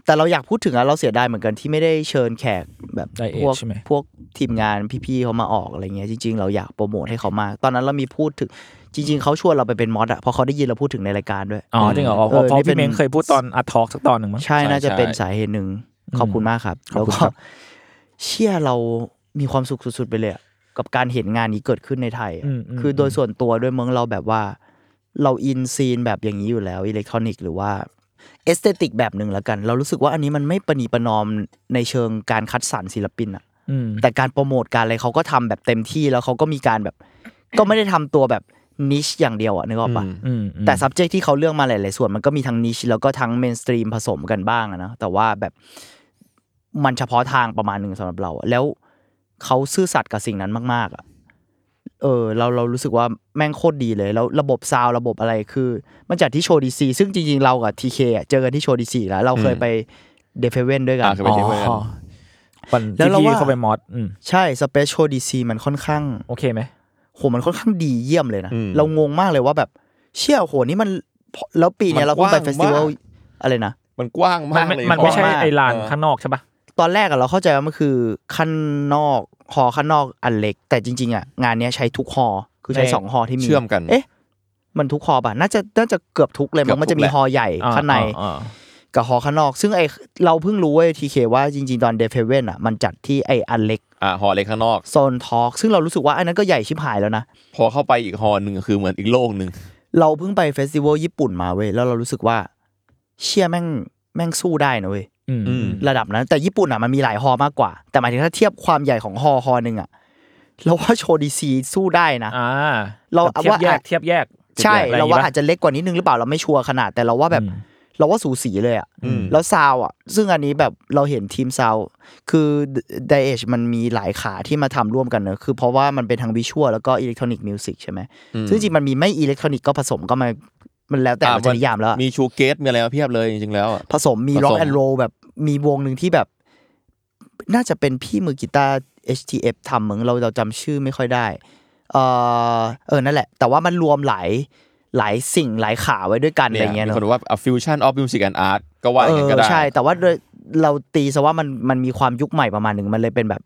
[SPEAKER 4] แต่เราอยากพูดถึงอะเราเสียดายเหมือนกันที่ไม่ได้เชิญแขกแบบ
[SPEAKER 2] ได้เอ
[SPEAKER 4] พว
[SPEAKER 2] ท
[SPEAKER 4] ก
[SPEAKER 2] ใช่ไหม
[SPEAKER 4] พวกทีมงานพี่ๆเขามาออกอะไรเงี้ยจริง ๆ เราอยากโปรโมทให้เขามาก ตอนนั้นเรามีพูดถึงจริง ๆเขาชวนเราไปเป็นมอดอะเพราะเขาได้ยินเราพูดถึงในรายการด้วย
[SPEAKER 2] อ๋อจริงเหรอ
[SPEAKER 4] เออ
[SPEAKER 2] เพราะ
[SPEAKER 4] นี่เป็
[SPEAKER 2] พี่
[SPEAKER 4] น
[SPEAKER 2] เมงเคยพูดตอนอัดทอกสักตอนหนึ่งมั้ง
[SPEAKER 4] ใช่น่าจะเป็นสาเหตุหนึ่งขอบคุณมากครับ
[SPEAKER 2] ขอ
[SPEAKER 4] แล้
[SPEAKER 2] บ
[SPEAKER 4] ว
[SPEAKER 2] คุณ
[SPEAKER 4] ก็
[SPEAKER 2] ครับ
[SPEAKER 4] เชื่อเรามีความสุขสุดๆไปเลยอะกับการเห็นงานนี้เกิดขึ้นในไทยอะ
[SPEAKER 2] มม
[SPEAKER 4] คือโดยส่วนตัวด้วยเมืองเราแบบว่า เราอินซีนแบบอย่างนี้อยู่แล้วอิเล็กทรอนิกส์หรือว่าเอสเตติกแบบหนึ่งแล้วกัน เรารู้สึกว่าอันนี้มันไม่ประนีประนอมในเชิงการคัดสรรศิลปินอะ
[SPEAKER 2] อืม
[SPEAKER 4] แต่การโปรโมทการอะไรเขาก็ทำแบบเต็มที่แล้วเขาก็มีการแบบ ก็ไม่ได้ทำตัวแบบนิชอย่างเดียวอะนึกออกปะ
[SPEAKER 3] อืม
[SPEAKER 2] อืมอืม
[SPEAKER 4] แต่ subject ที่เขาเลือกมาหลาย ๆ ส่วนมันก็มีทั้งนิชแล้วก็ทั้งเมนสตรีมผสมกันบ้างอะนะแต่ว่าแบบมันเฉพาะทางประมาณหนึ่งสำหรับเราอะแล้วเขาซื่อสัตย์กับสิ่งนั้นมากๆอะ เออเราเรารู้สึกว่าแม่งโคตรดีเลยแล้วระบบซาวด์ระบบอะไรคือมันจัดที่โชว์ดีซีซึ่งจริงๆ เรากับทีเคเจอกันที่โชว์ดีซีแล้ว เราเคยไปเดฟเว่นด้วยกั
[SPEAKER 3] อ่าน คือไปเที่ยวกัน
[SPEAKER 2] อ๋อวัน
[SPEAKER 4] แล้
[SPEAKER 2] ที่
[SPEAKER 4] วเรา
[SPEAKER 2] พี่
[SPEAKER 4] ว่า
[SPEAKER 2] เข้าไปมอดอืม
[SPEAKER 4] ใช่สเปซโชว์ดีซีมันค่อนข้าง
[SPEAKER 2] โอเคไหม
[SPEAKER 4] โหมันค่อนข้างดีเยี่ยมเลยนะ
[SPEAKER 3] อืม
[SPEAKER 4] เรางงมากเลยว่าแบบเชี่ยโหนี่มันแล้วปีเนี้
[SPEAKER 3] มัน
[SPEAKER 4] ยเราเพิ่งไป
[SPEAKER 3] กว้าง
[SPEAKER 4] เฟสติวัล
[SPEAKER 3] มาก
[SPEAKER 4] อะไรนะ
[SPEAKER 3] มันกว้าง
[SPEAKER 2] มั
[SPEAKER 3] มาน ก
[SPEAKER 2] ไม่
[SPEAKER 3] เลย
[SPEAKER 2] มันไม่ใช่
[SPEAKER 3] กว้างาก
[SPEAKER 2] ไอลาน
[SPEAKER 3] เออ
[SPEAKER 2] ข้างนอกใช่ปะ
[SPEAKER 4] ตอนแรกอะเราเข้าใจว่ามันคือขั้นนอกฮอขั้นนอกอันเล็ก แต่จริงๆอะงานเนี้ยใช้ทุกฮอคือใช้สองฮอที่มี
[SPEAKER 3] เชื่อมกัน
[SPEAKER 4] เอ๊ะ มันทุกฮอป่ะ น่าจะ น่าจะเกือบทุกเลย
[SPEAKER 3] เกื
[SPEAKER 4] มั
[SPEAKER 3] อบ
[SPEAKER 4] นมันจะ
[SPEAKER 3] ทุก
[SPEAKER 4] มี
[SPEAKER 3] แหละ
[SPEAKER 4] ฮอใหญ่ข้างใน
[SPEAKER 2] อ่า
[SPEAKER 4] กับฮอข้างนอก ซึ่งไอเราเพิ่งรู้เว้ยทีเคว่าจริง ๆ ตอนเดฟเว่นอ่ะ มันจัดที่ไออันเล็ก
[SPEAKER 3] อ่าหอเล็กข้างนอก
[SPEAKER 4] โซนทอล์กซึ่งเรารู้สึกว่าอันนั้นก็ใหญ่ชิบหายแล้วนะ
[SPEAKER 3] พอเข้าไปอีกหอหนึ่งก็คือเหมือนอีกโลกหนึ่ง
[SPEAKER 4] เราเพิ่งไปเฟสติวัลญี่ปุ่นมาเว้ย แล้วเรารู้สึกว่า เชี่ยแม่งแม่งสู้ได้นะเว้ย
[SPEAKER 2] อืม
[SPEAKER 3] อืม
[SPEAKER 4] ระดับนั้น แต่ญี่ปุ่นอ่ะมันมีหลายฮอมากกว่า แต่หมายถึงถ้าเทียบความใหญ่ของฮอฮอหนึ่งอ่ะเราว่า *laughs* โชว์ดีซีสู้ได้นะ
[SPEAKER 2] อ่า
[SPEAKER 4] เรา
[SPEAKER 2] แบบเทียบ
[SPEAKER 4] ว่า
[SPEAKER 2] แยกเทียบแยก
[SPEAKER 4] ใช่
[SPEAKER 2] อะไรอย่างงี้
[SPEAKER 4] เราว่า
[SPEAKER 2] ปะ
[SPEAKER 4] อาจจะเล็กกว่านิดนึงหรือเปล่าเราไม่ชัวร์ขนาดแต่เราว่าแบบ
[SPEAKER 2] อืม
[SPEAKER 4] เราว่าสูสีเลยอ่ะ
[SPEAKER 3] อืม
[SPEAKER 4] แล้วซาวอ่ะ ซึ่งอันนี้แบบเราเห็นทีมซาวคือไดเอชมันมีหลายขาที่มาทำร่วมกันเนอะคือเพราะว่ามันเป็นทางวิชวลแล้วก็อิเล็กทรอนิกส์มิวสิกใช่ไหม
[SPEAKER 3] อืม
[SPEAKER 4] ซึ่งจริงๆมันมีไม่อิเล็กทรอนิกส์ก็ผสมก็มามันแล้วแต่
[SPEAKER 3] อ่ะ
[SPEAKER 4] มันจะนิยามแล้วอะ
[SPEAKER 3] มีชูเกตมีอะไรมาเพียบเลยจริงๆแล้วอะ
[SPEAKER 4] ผสมมี
[SPEAKER 3] ผสม
[SPEAKER 4] ร็อกแอนด์โรลแบบมีวงหนึ่งที่แบบ น่าจะเป็นพี่มือกีตาร์ HTF ทำเหมือนเราเราจำชื่อไม่ค่อยได้ เออเออนั่นแหละ แต่ว่ามันรวมหลาย หลายสิ่งหลายขาไว้ด้วยกันอะไร
[SPEAKER 3] เนี่ย
[SPEAKER 4] เงี้ย
[SPEAKER 3] มี
[SPEAKER 4] เนาะ
[SPEAKER 3] คนบอกว่า a fusion of music and art ก็ว่าอย่างนั้นก็ได้
[SPEAKER 4] เใช่ แต่ว่าโดยเราตีซะว่ามันมันมีความยุคใหม่ประมาณหนึ่งมันเลยเป็นแบบ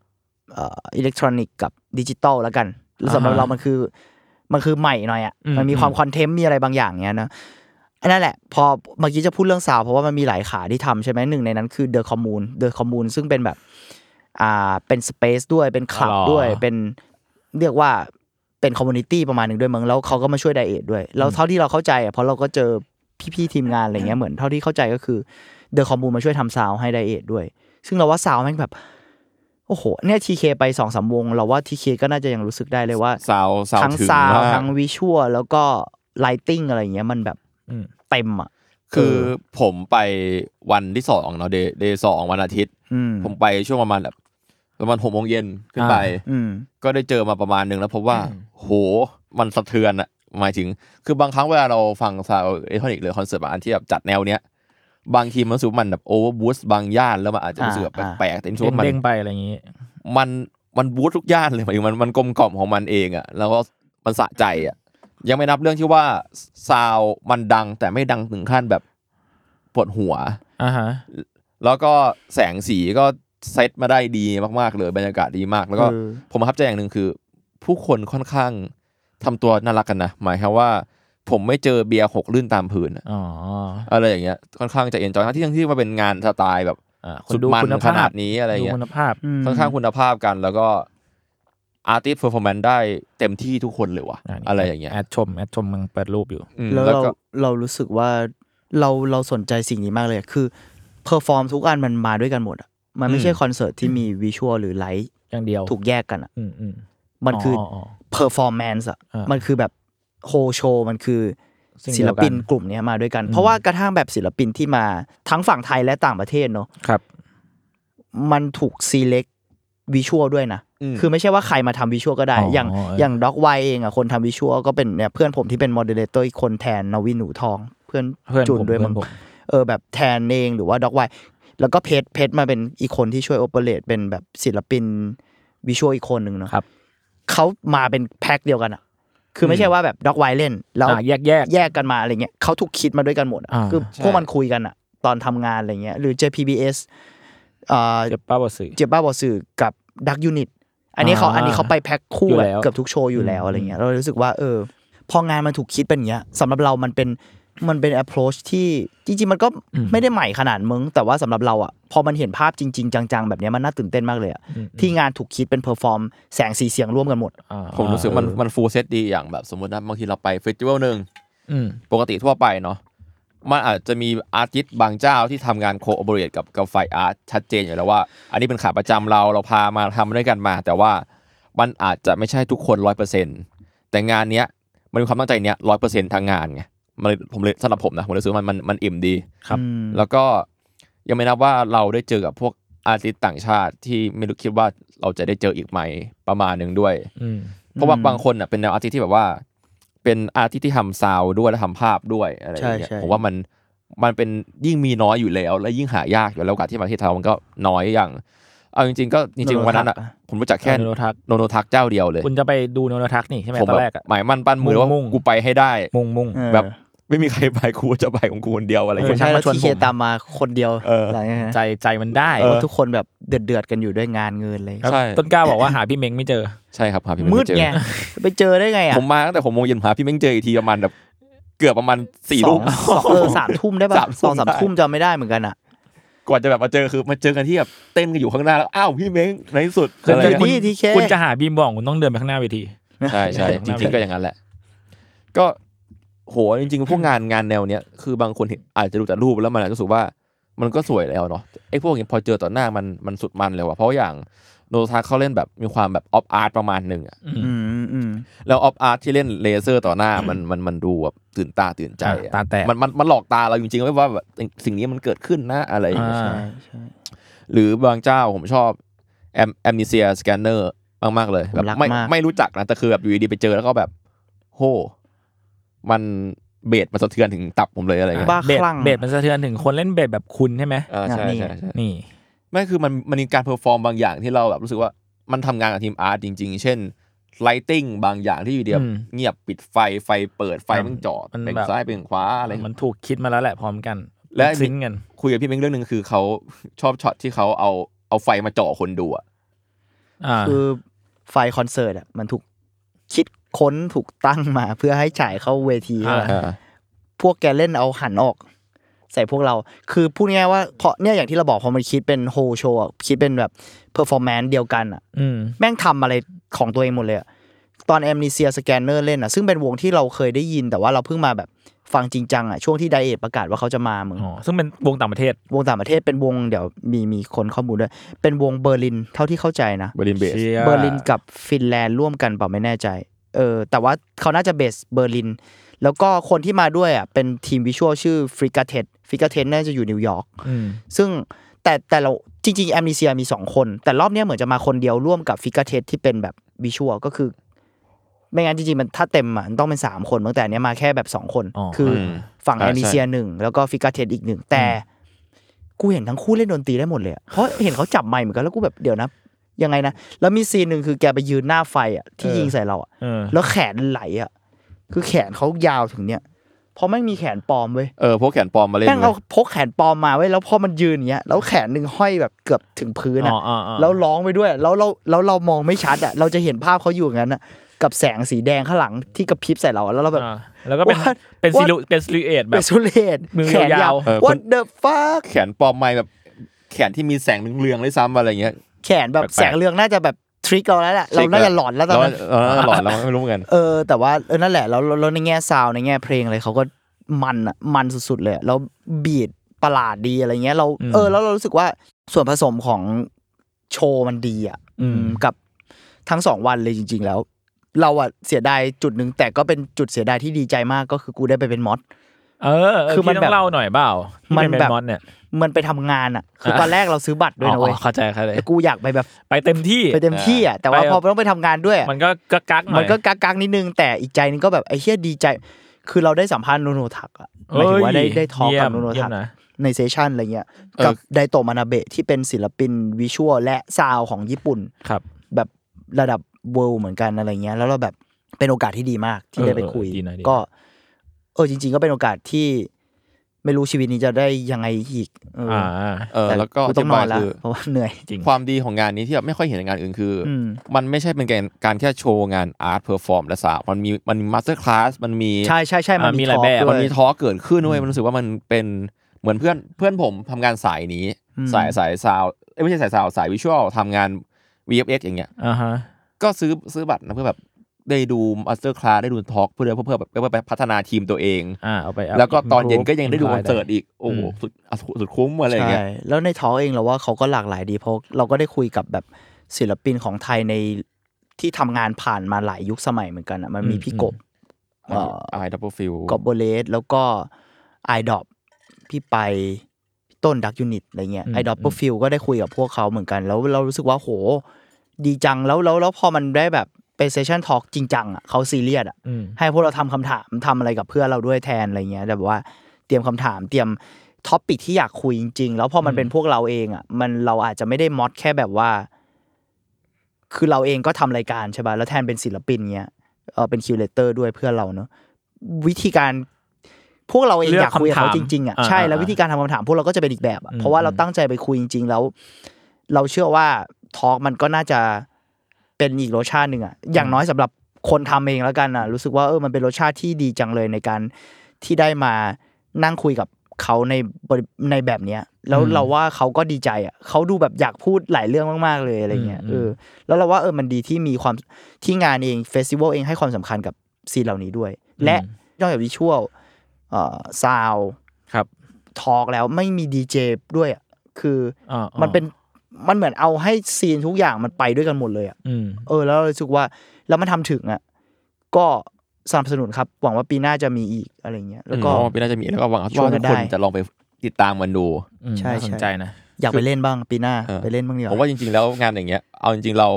[SPEAKER 4] เอ่ออิเล็กทรอนิกส์กับดิจิตอลแล้วกันสำหรับ
[SPEAKER 2] อ่าฮะ
[SPEAKER 4] เรามันคือมันคือใหม่หน่อยอ่ะ
[SPEAKER 2] อืม
[SPEAKER 4] มันมีความ
[SPEAKER 2] อืม
[SPEAKER 4] คอนเทนต์มีอะไรบางอย่างเนี้ยนะอันนั่นแหละ พอเมื่อกี้จะพูดเรื่องสาวเพราะว่ามันมีหลายขาที่ทำใช่ไหมหนึ่งในนั้นคือเดอะคอมมูนเดอะคอมมูนซึ่งเป็นแบบอ่าเป็นสเปซด้วยเป็นคลับ
[SPEAKER 2] อ๋อ
[SPEAKER 4] ด้วยเป็นเรียกว่าเป็นคอมมูนิตี้ประมาณหนึ่งด้วยมั้งแล้วเขาก็มาช่วยไดเอทด้วยแล้วเท่าที่เราเข้าใจอ่ะเพราะเราก็เจอ พี่ๆทีมงานอะไรเงี้ยเหมือนเท่าที่เข้าใจก็คือเดอะคอมบูมาช่วยทำซาวด์ให้ไดเอทด้วย ซึ่งเราว่าซาวด์แม่งแบบ โอ้โห เนี่ยทีเคไปสองสามวง เราว่าทีเคก็น่าจะยังรู้สึกได้เลยว่า
[SPEAKER 3] ซาวซาว
[SPEAKER 4] ทั้ง
[SPEAKER 3] ถึง
[SPEAKER 4] ซาวด์
[SPEAKER 3] มาก
[SPEAKER 4] ทั้งวิชวลแล้วก็ไลติ n งอะไรเงี้ยมันแบบ
[SPEAKER 2] อืม
[SPEAKER 4] เต็มอ่ะ
[SPEAKER 3] คือผมไปวันที่สองเนาะเดย์เดย์สองวันอาทิตย์
[SPEAKER 4] อืม
[SPEAKER 3] ผมไปช่วงประมาณแบบประมาณหกโมงเย็นขึ้นไป
[SPEAKER 4] อืม
[SPEAKER 3] ก็ได้เจอมาประมาณหนึ่งแล้วพบว่า โหมันสะเทือนอะหมายถึง คือบางครั้งเวลาเราฟังซาวเอทอนิกหรือคอนเสิร์ตบางอันที่แบบจัดแนวเนี้ย บางทีมันรู้สึกว่ามันแบบโอเวอร์บูสบางย่านแล้วมันอาจจะรู้สึกแบบ
[SPEAKER 4] อ่า
[SPEAKER 3] แปลกๆแต่รู้สึกว่ามัน
[SPEAKER 2] เด้งๆไปอะไรอย่างนี้
[SPEAKER 3] มันมันบูททุกย่านเลยหมายถึงมันมันกลมกล่อมของมันเองอะแล้วก็มันสะใจอะยังไม่นับเรื่องที่ว่าซาวด์มันดังแต่ไม่ดังถึงขั้นแบบปวดหัว
[SPEAKER 2] อ่าฮะ
[SPEAKER 3] แล้วก็แสงสีก็เซตมาได้ดีมากๆเลยบรรยากาศดีมาก แล้วก็
[SPEAKER 4] เออ
[SPEAKER 3] ผมประทับใจอย่างหนึ่งคือ ผู้คนค่อนข้างทำตัวน่ารักกันนะหมายความว่า ผมไม่เจอเบียร์หกลื่นตามพื้นอะ
[SPEAKER 2] อ๋อ
[SPEAKER 3] อะไรอย่างเงี้ยค่อนข้างจะเอ็นจอยทั้งที่ทั้งที่มันเป็นงานสไตล์แบบ
[SPEAKER 2] อ่าคน
[SPEAKER 3] สุด
[SPEAKER 2] ดู
[SPEAKER 3] มัน
[SPEAKER 2] คุณ
[SPEAKER 3] ข
[SPEAKER 2] ภา
[SPEAKER 3] นา
[SPEAKER 2] พ
[SPEAKER 3] ดนี้อะไรอย่าง
[SPEAKER 2] ดู
[SPEAKER 3] เงี้ย
[SPEAKER 2] คุณภาพ
[SPEAKER 4] อืม
[SPEAKER 3] ค่อนข้างคุณภาพกันแล้วก็อาร์ติสต์เพอร์ฟอร์แมนได้เต็มที่ทุกคนเลยว่ะ
[SPEAKER 2] นี่
[SPEAKER 3] อะไรอย่างเงี้ย
[SPEAKER 2] แอดชมแอดชมมันเปิดรูปอยู่
[SPEAKER 3] อืม
[SPEAKER 4] แล้ว
[SPEAKER 3] แล้ว
[SPEAKER 4] เรา
[SPEAKER 3] ก็
[SPEAKER 4] เรารู้สึกว่าเราเราสนใจสิ่งนี้มากเลยอะคือเพอร์ฟอร์มทุกอันมันมาด้วยกันหมดอะมันไม่ใช่คอนเสิร์ตที่มีวิชวลหรือไลท์
[SPEAKER 2] อย่างเดียว
[SPEAKER 4] ถูกแยกกันอะ
[SPEAKER 2] อืมอืม
[SPEAKER 4] มันคือ
[SPEAKER 2] อ
[SPEAKER 4] performance อะ
[SPEAKER 2] อ่ามั
[SPEAKER 4] มันคือแบบโฮโชว์มันคือ
[SPEAKER 2] สิ่งเดี
[SPEAKER 4] ศิ
[SPEAKER 2] ยวกัน
[SPEAKER 4] ลปินกลุ่มเนี้ยมาด้วยกัน เพราะว่ากระทั่งแบบศิลปินที่มาทั้งฝั่งไทยและต่างประเทศเนอะ
[SPEAKER 2] ครับ
[SPEAKER 4] มันถูก select วิชวลด้วยนะ คือไม่ใช่ว่าใครมาทำวิชวลก็ได้
[SPEAKER 2] อ๋อ
[SPEAKER 4] อย่าง
[SPEAKER 2] เออ
[SPEAKER 4] อ
[SPEAKER 2] อ
[SPEAKER 4] ย่างด็อกไวเองอ่ะคนทำวิชวลก็เป็นเนี่ยเพื่อนผมที่เป็นโมเดเลเตอร์อีกคนแทนนวินหนูทอง เพื่อน
[SPEAKER 2] เพื่อน
[SPEAKER 4] จุน
[SPEAKER 2] ผม
[SPEAKER 4] ด้วย
[SPEAKER 2] เพื่
[SPEAKER 4] มั
[SPEAKER 2] อง นผม
[SPEAKER 4] เออแบบแทนเองหรือว่าด็อกไวแล้วก็เพชรเพชรมาเป็นอีกคนที่ช่วยโอเปเรตเป็นแบบศิลปินวิชวลอีกคนหนึ่งเนาะ
[SPEAKER 2] ครับ
[SPEAKER 4] เขามาเป็นแพ็คเดียวกันอะคือไม่ใช่ว่าแบบด็อกไวเล่น แล้ว
[SPEAKER 2] อ่าแยกแยก
[SPEAKER 4] แยกกันมาอะไรเงี้ยเขาถูกคิดมาด้วยกันหมดอะ
[SPEAKER 2] อ่า
[SPEAKER 4] คือพวกมันคุยกันอะตอนทำงานอะไรเงี้ยหรือ JPBS อ่า
[SPEAKER 2] เจ็บป้าบอสื่อ
[SPEAKER 4] เจ็บบ้าบอสื่อกับดักยูนิตอันนี้เขา
[SPEAKER 2] อ่า
[SPEAKER 4] อันนี้เขาไปแพ็คคู่
[SPEAKER 2] อยู่
[SPEAKER 4] แบบ
[SPEAKER 2] แล้ว
[SPEAKER 4] เกือบทุกโชว์อยู่แล้ว
[SPEAKER 2] อืม
[SPEAKER 4] อะไรเงี้ยเรารู้สึกว่าเออ พองานมันถูกคิดเป็นอย่างเงี้ยสำหรับเรามันเป็นมันเป็น approach ที่จริงๆ มันก็ไม่ได้ใหม่ขนาดมึง แต่ว่าสำหรับเราอ่ะพอมันเห็นภาพจริง ๆ จังๆ แบบเนี้ยมันน่าตื่นเต้นมากเลยอ่ะที่งานถูกคิดเป็นเพอร์ฟอร์มแสงสีเสียงร่วมกันหมด
[SPEAKER 2] อ่า
[SPEAKER 3] ผมรู้สึกมัน
[SPEAKER 2] เออ
[SPEAKER 3] มันฟูลเซตดีอย่างแบบ สมมตินะบางทีเราไปเฟสติวัลหนึ่ง
[SPEAKER 2] อืม
[SPEAKER 3] ปกติทั่วไปเนาะมันอาจจะมีอาร์ติสต์บางเจ้าที่ทำงานโคอ p เ r อเรตกับกับฝ่ายอาร์ตชัดเจนอยู่แล้วว่า อันนี้เป็นขาประจำเราเราพามาทำด้วยกันมา แต่ว่ามันอาจจะไม่ใช่ทุกคนร้อยเปอร์เซ็นแต่งานเนี้ยมันมีความตั้งใจเนี้ยร้อยเปอร์เซ็นทางงานไงมันเลยผมเลยสำหรับผมนะผมเลยรู้สึกว่ามันมันมันอิ่มดี
[SPEAKER 2] ครับ
[SPEAKER 3] แล้วก็ยังไม่นับว่าเราได้เจอกับพวกอาร์ติสต์ต่างชาติที่ไม่รู้คิดว่าเราจะได้เจออีกไหมประมาณหนึ่งด้วย
[SPEAKER 2] อืม
[SPEAKER 3] เพราะว่าบางคนน่ะเป็นแนวอาร์ติสต์ที่แบบว่า เป็นอาร์ติสต์ที่ทำซาวด์ด้วยและทำภาพด้วยอะไรอย่างเงี้ย
[SPEAKER 4] ใช่ใช่
[SPEAKER 3] ผมว่ามันมันเป็นยิ่งมีน้อยอยู่แล้ว และยิ่งหายากอยู่แล้วโอกาสที่มาที่ไทยมันก็น้อยอย่างเอาจริง ๆ ก็จริงๆวันนั้นอ่ะผมรู้จักแค่
[SPEAKER 2] โนโนทัก
[SPEAKER 3] โนโนทักเจ้าเดียวเลย
[SPEAKER 2] คุณจะไปดูโนโนทักนี่ใช่ไหม
[SPEAKER 3] ผม
[SPEAKER 2] ตอน
[SPEAKER 3] แบ
[SPEAKER 2] แรก
[SPEAKER 3] บ
[SPEAKER 2] อะ
[SPEAKER 3] หมายมั่นปั้นมือว่า
[SPEAKER 2] มุ่งๆ
[SPEAKER 3] กูไปให้ได้
[SPEAKER 2] มุ่งมุ่ง
[SPEAKER 4] เออ
[SPEAKER 3] แบบ ไม่มีใครไปกูจะไปของกูคนเดียวอะไรอย่าง
[SPEAKER 2] เออ
[SPEAKER 3] เงี้ย
[SPEAKER 2] ใช่
[SPEAKER 4] แล้ว
[SPEAKER 2] ชวน
[SPEAKER 4] ที่เค
[SPEAKER 2] ผม
[SPEAKER 4] ตามมาคนเดียว
[SPEAKER 3] เอออ
[SPEAKER 4] อะไรเงี้ยนะ
[SPEAKER 2] ใจใจมันได้
[SPEAKER 4] เพราะทุกคนแบบเดือดๆกันอยู่ด้วยงานเงินเลย
[SPEAKER 2] แล้ว
[SPEAKER 3] ใช่
[SPEAKER 2] ต้นกล้าบอกว่า *laughs* หาพี่เม้งไม่เจอ
[SPEAKER 3] ใช่ครับหาพี่เม้ง
[SPEAKER 4] มืด
[SPEAKER 3] ไเจอ
[SPEAKER 4] ไง *laughs* ไปเจอได้ไงอ่ะ
[SPEAKER 3] ผมมาตั้งแต่หกโมงเย็นหาพี่เม้งเจออีกทีประมาณแบบเกือบประมาณสี่
[SPEAKER 4] สอ
[SPEAKER 3] ทุ่
[SPEAKER 4] ง
[SPEAKER 3] ม
[SPEAKER 4] สองเออสามทุ่มได้ป่ะ
[SPEAKER 3] สามทุ่ม
[SPEAKER 4] สองสาม
[SPEAKER 3] ได้
[SPEAKER 4] ทุ่มจำไม่ได้เหมือนกันอ่ะ
[SPEAKER 3] กว่าจะแบบมาเจอคือมาเจอกันที่แบบเต้นกันอยู่ข้างหน้าแล้วอ้าวพี่เม้งในที่สุด
[SPEAKER 2] คือ
[SPEAKER 3] อะไร
[SPEAKER 4] เจอ
[SPEAKER 3] เงี้ย
[SPEAKER 4] ที่ที่แค่
[SPEAKER 2] คุณจะหาบีมบอกคุณต้องเดินไปข้างหน้าเวที
[SPEAKER 3] ใช่ใช่จริงๆก็อย่างนั้นแหละ ก็โหจริงๆ พวกงานงานแนวเนี้ยคือบางคนเห็นอาจจะดูแต่รูปแล้วมันอาจจะรู้สึกว่ามันก็สวยแล้วเนาะไอ้พวกอย่างเงี้ยพอเจอต่อหน้ามันมันสุดมันเลยว่ะเพราะอย่างโนทาเขาเล่นแบบมีความแบบออฟอาร์ตประมาณหนึ่งอะ
[SPEAKER 4] อืมอืม
[SPEAKER 3] แล้วออฟอาร์ตที่เล่นเลเซอร์ต่อหน้ามันมันมันดูแบบตื่นตาตื่นใจอะ
[SPEAKER 2] ตาแตก
[SPEAKER 3] มันมันมันหลอกตาเราจริงๆไม่ว่าแบบสิ่งนี้มันเกิดขึ้นนะอะไรอย่างเงี้ย
[SPEAKER 2] อ่า
[SPEAKER 4] ใช่ใช่
[SPEAKER 3] หรือบางเจ้าผมชอบแอมแอมนิเซียสแกนเนอร์มากมากๆเลย
[SPEAKER 4] ผม
[SPEAKER 3] แบบ
[SPEAKER 4] รัก
[SPEAKER 3] ไม่
[SPEAKER 4] มาก
[SPEAKER 3] ไม่รู้จักนะแต่คือแบบอยู่ดีๆไปเจอแล้วก็แบบ โห มันเบสมันสะเทือนถึงตับผมเลยอะไรเงี้ย
[SPEAKER 4] บ้า
[SPEAKER 2] เบส
[SPEAKER 4] คลั่ง
[SPEAKER 2] เบสมันสะเทือนถึงคนเล่นเบสแบบคุณใช่ไหม
[SPEAKER 3] อ่าใช่ใช่ใช่
[SPEAKER 2] นี่
[SPEAKER 3] ไม่คือมันมันมีการเพอร์ฟอร์มบางอย่างที่เราแบบรู้สึกว่ามันทำงานกับทีมอาร์ตจริง ๆ เช่น ไลติงบางอย่างที่อยู่เดียว
[SPEAKER 2] อืม
[SPEAKER 3] เงียบปิดไฟไฟเปิดไฟ
[SPEAKER 2] ครับ
[SPEAKER 3] มึงจอด
[SPEAKER 2] มัน
[SPEAKER 3] เป็น
[SPEAKER 2] แบบ
[SPEAKER 3] ซ้ายเป็นขวาอะไร
[SPEAKER 2] มันถูกคิดมาแล้วแหละพร้อมกัน
[SPEAKER 3] และ
[SPEAKER 2] มันซิงก์กัน
[SPEAKER 3] คุยกับพี่เม้งเรื่องหนึ่งคือเขา *laughs* ชอบช็อตที่เขาเอาเอาไฟมาจ่อคนดูอะ
[SPEAKER 2] อ่า
[SPEAKER 4] คือไฟคอนเสิร์ตอ่ะมันถูกคิดค้นถูกตั้งมาเพื่อให้ฉายเข้าเวทีใช่ปะ
[SPEAKER 3] อ่า
[SPEAKER 4] พวกแกเล่นเอาหันออก ใส่พวกเรา คือพูดง่ายๆว่าเพราะเนี่ยอย่างที่เราบอกพอมันคิดเป็นโฮโชว์คิดเป็นแบบเพอร์ฟอร์แมนซ์เดียวกันอ่ะ
[SPEAKER 2] อืม
[SPEAKER 4] แม่งทำอะไรของตัวเองหมดเลยอะตอนแอม n นเซียสแกนเนอร์เล่นอะซึ่งเป็นวงที่เราเคยได้ยิน แต่ว่าเราเพิ่งมาแบบฟังจริงจังอะช่วงที่ไดเอทประกาศว่าเขาจะมาเหมือน
[SPEAKER 2] อ๋อ ซึ่งเป็นวงต่างประเทศ
[SPEAKER 4] วงต่างประเทศเป็นวงเดี๋ยวมีมีคนข้อมูลด้วย เป็นวงเบอร์ลินเท่าที่เข้าใจนะ
[SPEAKER 3] เบอร์ลินเบส
[SPEAKER 2] ชี่ย
[SPEAKER 4] เบอร์ลินกับฟินแลนด์ร่วมกันเปล่าไม่แน่ใจ เออ แต่ว่าเขาน่าจะเบสเบอร์ลิน แล้วก็คนที่มาด้วยอ่ะเป็นทีมวิชวลชื่อฟริกาเทสฟริกาเทสน่าจะอยู่นิวยอร์ก
[SPEAKER 2] อืม
[SPEAKER 4] ซึ่งแต่แต่เราจริงๆแอมนิเซียมีสองคน แต่รอบเนี้ยเหมือนจะมาคนเดียวร่วมกับฟิกาเทสที่เป็นแบบวิชวลก็คือ ไม่งั้นจริงๆ มันถ้าเต็มอ่ะมันต้องเป็นสามคนตั้งแต่อันเนี้ยมาแค่แบบสองคน
[SPEAKER 2] อ๋อ
[SPEAKER 4] คืออ
[SPEAKER 3] ม
[SPEAKER 4] ฝั่ง
[SPEAKER 3] ใช่
[SPEAKER 4] แอมนิเซีย
[SPEAKER 3] ใช่
[SPEAKER 4] หนึ่งแล้วก็ฟิกาเทสอีกหนึ่งแต่กูเห็นทั้งคู่เล่นดนตรีได้หมดเลยอะเพราะเห็นเขาจับไมค์เหมือนกันแล้วกูแบบเดี๋ยวนะ ยังไงนะแล้วมีซีนหนึ่งคือแกไปยืนหน้าไฟอ่ะที่ยิงใส่เราอ่ะ
[SPEAKER 2] เออ
[SPEAKER 4] แล้วแขนไหลอ่ะคือแขนเขายาวถึงเนี้ยเพราะไม่งมีแขนปลอมเว้ย
[SPEAKER 3] เออพวกแขนปลอมมาเล่น
[SPEAKER 4] แม่งเอา
[SPEAKER 3] เว้ย
[SPEAKER 4] พกแขนปลอมมาไว้ยแล้วพอมันยืนอย่างเงี้ยแล้วแขนหนึ่งห้อยแบบเกือบถึงพื้น
[SPEAKER 2] อ๋ออ๋ออ๋อ
[SPEAKER 4] แล้วร้องไปด้วย แล้วเราแล้วเรามองไม่ชัดอ่ะเราจะเห็นภาพเขาอยู่อย่างนั้นอ่ะกับแสงสีแดงข้างหลังที่กระพริบใส่เราอะแล้วเราแบบ
[SPEAKER 2] อ่าแล้วก็เป็น
[SPEAKER 4] What?
[SPEAKER 2] เป็นซิลู
[SPEAKER 4] What?
[SPEAKER 2] เป็นซิลูเอตแบ
[SPEAKER 4] แบบ บสุเลต
[SPEAKER 2] มือ
[SPEAKER 4] แข
[SPEAKER 2] ยาย
[SPEAKER 4] นาว ว
[SPEAKER 3] เออคน
[SPEAKER 4] what the fuck
[SPEAKER 3] แขนปลอมไม้แบบแขนที่มีแสงเหลืองๆเลยซ้ำอะไรเงี้ย
[SPEAKER 4] แขนแบบ
[SPEAKER 3] แปลกๆ
[SPEAKER 4] แสงเรืองน่าจะแบบทริกเราแล้วแหละเราน่าจะหลอนแล้วตอนนั้น
[SPEAKER 3] เออหลอนแล้วไม่รู้เหมือนกัน
[SPEAKER 4] เออแต่ว่าเออนั่นแหละแล้วแล้วแล้วในแง่ซาวด์ในแง่เพลงอะไรเขาก็มันอ่ะมันสุดๆเลยอะแล้วบีดประหลาดดีอะไรเงี้ยเรา
[SPEAKER 2] อืม
[SPEAKER 4] เออแล้วเรารู้สึกว่าส่วนผสมของโชว์มันดีอ่ะ
[SPEAKER 2] อืม
[SPEAKER 4] กับทั้งสองวันเลยจริง ๆ แล้ว เราอะเสียดายจุดหนึ่งแต่ก็เป็นจุดเสียดายที่ดีใจมากก็คือกูได้ไปเป็นมอส
[SPEAKER 2] เออ
[SPEAKER 4] คื
[SPEAKER 2] คือ
[SPEAKER 4] อมั
[SPEAKER 2] มัน
[SPEAKER 4] น
[SPEAKER 2] ต้องเล่าหน่อยเปล่าที่
[SPEAKER 4] มัน
[SPEAKER 2] เป็น
[SPEAKER 4] แบบ
[SPEAKER 2] มอสเนี่ย
[SPEAKER 4] มันไปทำงานอะคือตอนแรกเราซื้อบัตรด้วยนะเว้ย
[SPEAKER 2] อ๋อเข้าใจเข้าใจ
[SPEAKER 4] แต่กูอยากไปแบบ
[SPEAKER 2] ไปเต็มที่
[SPEAKER 4] ไปเต็มที่อะแต่ว่า
[SPEAKER 2] ไป
[SPEAKER 4] พอต้องไปทำงานด้วยอะ
[SPEAKER 2] มันก็ก็กักหน่อย
[SPEAKER 4] มันก็กักกักๆนิดนึง แต่อีกใจนึงก็แบบไอ้เฮียดีใจ คือเราได้สัมภาษณ์โนโนทักอะหมายถึงว่าได้
[SPEAKER 2] เอ้ย
[SPEAKER 4] ได้ทอล์กกับ
[SPEAKER 2] เยี่ยม
[SPEAKER 4] โนโน
[SPEAKER 2] เยี่
[SPEAKER 4] ทั
[SPEAKER 2] ยม
[SPEAKER 4] ก
[SPEAKER 2] นะ
[SPEAKER 4] ในเซสชันอะไรเงี้ย
[SPEAKER 3] เออ
[SPEAKER 4] กับไดโตะมานาเบะที่เป็นศิลปินวิชวลและซาวของญี่ปุ่น
[SPEAKER 2] ครับ
[SPEAKER 4] แบบระดับ world เหมือนกันอะไรเงี้ย แล้วเราแบบเป็นโอกาสที่ดีมากที่ได้ไปคุย
[SPEAKER 2] เออเออดีนะดีนะ
[SPEAKER 4] ก็ เออจริง ๆ ก็เป็นโอกาสที่ ไม่รู้ชีวิตนี้จะได้ยังไงอีกเอออ
[SPEAKER 2] อ่า
[SPEAKER 3] เออ
[SPEAKER 4] แต่
[SPEAKER 3] แล้วก็
[SPEAKER 4] กูต้องนอ
[SPEAKER 3] ธิบาย
[SPEAKER 4] นแล้ว
[SPEAKER 3] คือ
[SPEAKER 4] เพราะว่าเหนื่อย
[SPEAKER 2] จริง
[SPEAKER 3] ความดีของงานนี้ที่แบบไม่ค่อยเห็นในงานอื่นคืออ
[SPEAKER 4] ม
[SPEAKER 3] มันไม่ใช่เป็นการการแค่โชว์งานอาร์ตเพอร์ฟอร์มและสาวมันมีมันมีมาสเตอร์คลาสมันมี
[SPEAKER 4] ใช่ใช่ใช่มัน
[SPEAKER 2] อ่ามี
[SPEAKER 4] มี
[SPEAKER 2] หลาย
[SPEAKER 4] ทอ
[SPEAKER 2] แบบ
[SPEAKER 4] ล์ก
[SPEAKER 3] มัน
[SPEAKER 4] ด้วย
[SPEAKER 3] มีทอล์กเกิดขึ้นเว้ยมันรู้สึกว่ามันเป็นเหมือนเพื่อนเพื่อนผมทำงานสายนี้
[SPEAKER 4] อืม
[SPEAKER 3] สายสายสาวเอ้ยไม่ใช่สายสาวสายวิชวลทำงาน VFX อย่างเงี้ย
[SPEAKER 2] อ่าฮะ
[SPEAKER 3] ก็ซื้อซื้อบัตรนะเพื่อแบบได้ดูมาสเตอร์คลาสได้ดูทอล์กเพื่อเพื่อแบบเพื่อไปพัฒนาทีมตัวเอง
[SPEAKER 2] อ่าเอาไปา
[SPEAKER 3] แล้วก็ตอน
[SPEAKER 2] improve
[SPEAKER 3] เย็นก็ยังได้ดูคอนเสิร์ตอีก โอ้โห
[SPEAKER 2] อืม
[SPEAKER 3] สุดอ่ะสุดสุดคุ้มอะไรอย่างเงี้ย
[SPEAKER 4] ใช่แล้วในทอล์กเองเราว่าเขาก็หลากหลายดีเพราะเราก็ได้คุยกับแบบศิลปินของไทยในที่ทำงานผ่านมาหลายยุคสมัยเหมือนกันอ่ะมันมี
[SPEAKER 2] อืม
[SPEAKER 4] พี่กบ เอ่อ
[SPEAKER 3] ไอดับเบิลฟิล
[SPEAKER 4] กอบโบเลสแล้วก็ไอดอปพี่ไปพี่ต้นดักยูนิตอะไรเงี้ย
[SPEAKER 2] อืม
[SPEAKER 4] ไอดอป
[SPEAKER 2] อืม
[SPEAKER 4] ฟิลก็ได้คุยกับพวกเขาเหมือนกัน แล้วเรารู้สึกว่าโห ดีจังแล้วแล้วแล้วพอมันได้แบบเป็นเซสชั่นทอล์กจริงจังอ่ะเขาซีเรียสอ่ะ
[SPEAKER 2] อืม
[SPEAKER 4] ให้พวกเราทำคำถามทำอะไรกับเพื่อนเราด้วยแทนอะไรเงี้ยแบบว่าเตรียมคำถามเตรียมท็อปิกที่อยากคุยจริง ๆ แล้วพอมัน
[SPEAKER 2] อืม
[SPEAKER 4] เป็นพวกเราเองอ่ะมันเราอาจจะไม่ได้มอดแค่แบบว่า คือเราเองก็ทำรายการใช่ป่ะแล้วแทนเป็นศิลปินเงี้ยเออเป็นคิวเลเตอร์ด้วยเพื่อนเราเนอะวิธีการพวกเราเอง
[SPEAKER 2] เลือก
[SPEAKER 4] อยากคุยกับเขา
[SPEAKER 2] คำถาม
[SPEAKER 4] จริงๆอ่ะ
[SPEAKER 2] อ่า
[SPEAKER 4] ใช่แล้ว
[SPEAKER 2] อ่า
[SPEAKER 4] วิธีการทำคำถามพวกเราก็จะเป็นอีกแบบอะ
[SPEAKER 2] อืม
[SPEAKER 4] เพราะว่าเราตั้งใจไปคุยจริง ๆ แล้ว เราเชื่อว่าทอล์กมันก็น่าจะเป็นอีกรสชาติหนึ่งอะอย่างน้อยสำหรับคนทำเองแล้วกันอะรู้สึกว่าเออมันเป็นรสชาติที่ดีจังเลยในการที่ได้มานั่งคุยกับเขาในบริในแบบเนี้ย แล้ว
[SPEAKER 2] อืม
[SPEAKER 4] เราว่าเขาก็ดีใจอะเขาดูแบบอยากพูดหลายเรื่องมากๆเลยอะไรเงี้ย
[SPEAKER 2] อืม
[SPEAKER 4] เออแล้วเราว่าเออมันดีที่มีความที่งานเองเฟสติวัลเองให้ความสำคัญกับซีนเหล่านี้ด้วย และนอกจากวิชวลเอ่อซาว
[SPEAKER 2] ครับ
[SPEAKER 4] ทอล์กแล้วไม่มีดีเจด้วยอะคือ
[SPEAKER 2] อ่า
[SPEAKER 4] มันเป็นมันเหมือนเอาให้ซีนทุกอย่างมันไปด้วยกันหมดเลยอ่ะ
[SPEAKER 2] อืม
[SPEAKER 4] เออแล้วเรารู้สึกว่าแล้วมันทำถึงอ่ะก็สนับสนุนครับ หวังว่าปีหน้าจะมีอีกอะไรเงี้ย แล้วก็
[SPEAKER 3] ก็ปีหน่าจะมีแล้วก็หวังว่า
[SPEAKER 4] ชวน
[SPEAKER 3] ทุ
[SPEAKER 4] กัน
[SPEAKER 3] ก
[SPEAKER 4] ได้
[SPEAKER 3] คนจะลองไปติดตามมันดู
[SPEAKER 2] อืม
[SPEAKER 4] ใช่
[SPEAKER 2] น่าสน
[SPEAKER 4] ใช่
[SPEAKER 2] ใจนะ
[SPEAKER 4] อยากไปเล่นบ้างปีหน้า
[SPEAKER 3] เออ
[SPEAKER 4] ไปเล่นบ้างดีก
[SPEAKER 3] ผม
[SPEAKER 4] ว่า
[SPEAKER 3] ว่าจริง ๆ แล้วงานอย่างเงี้ยเอาจริงๆเรา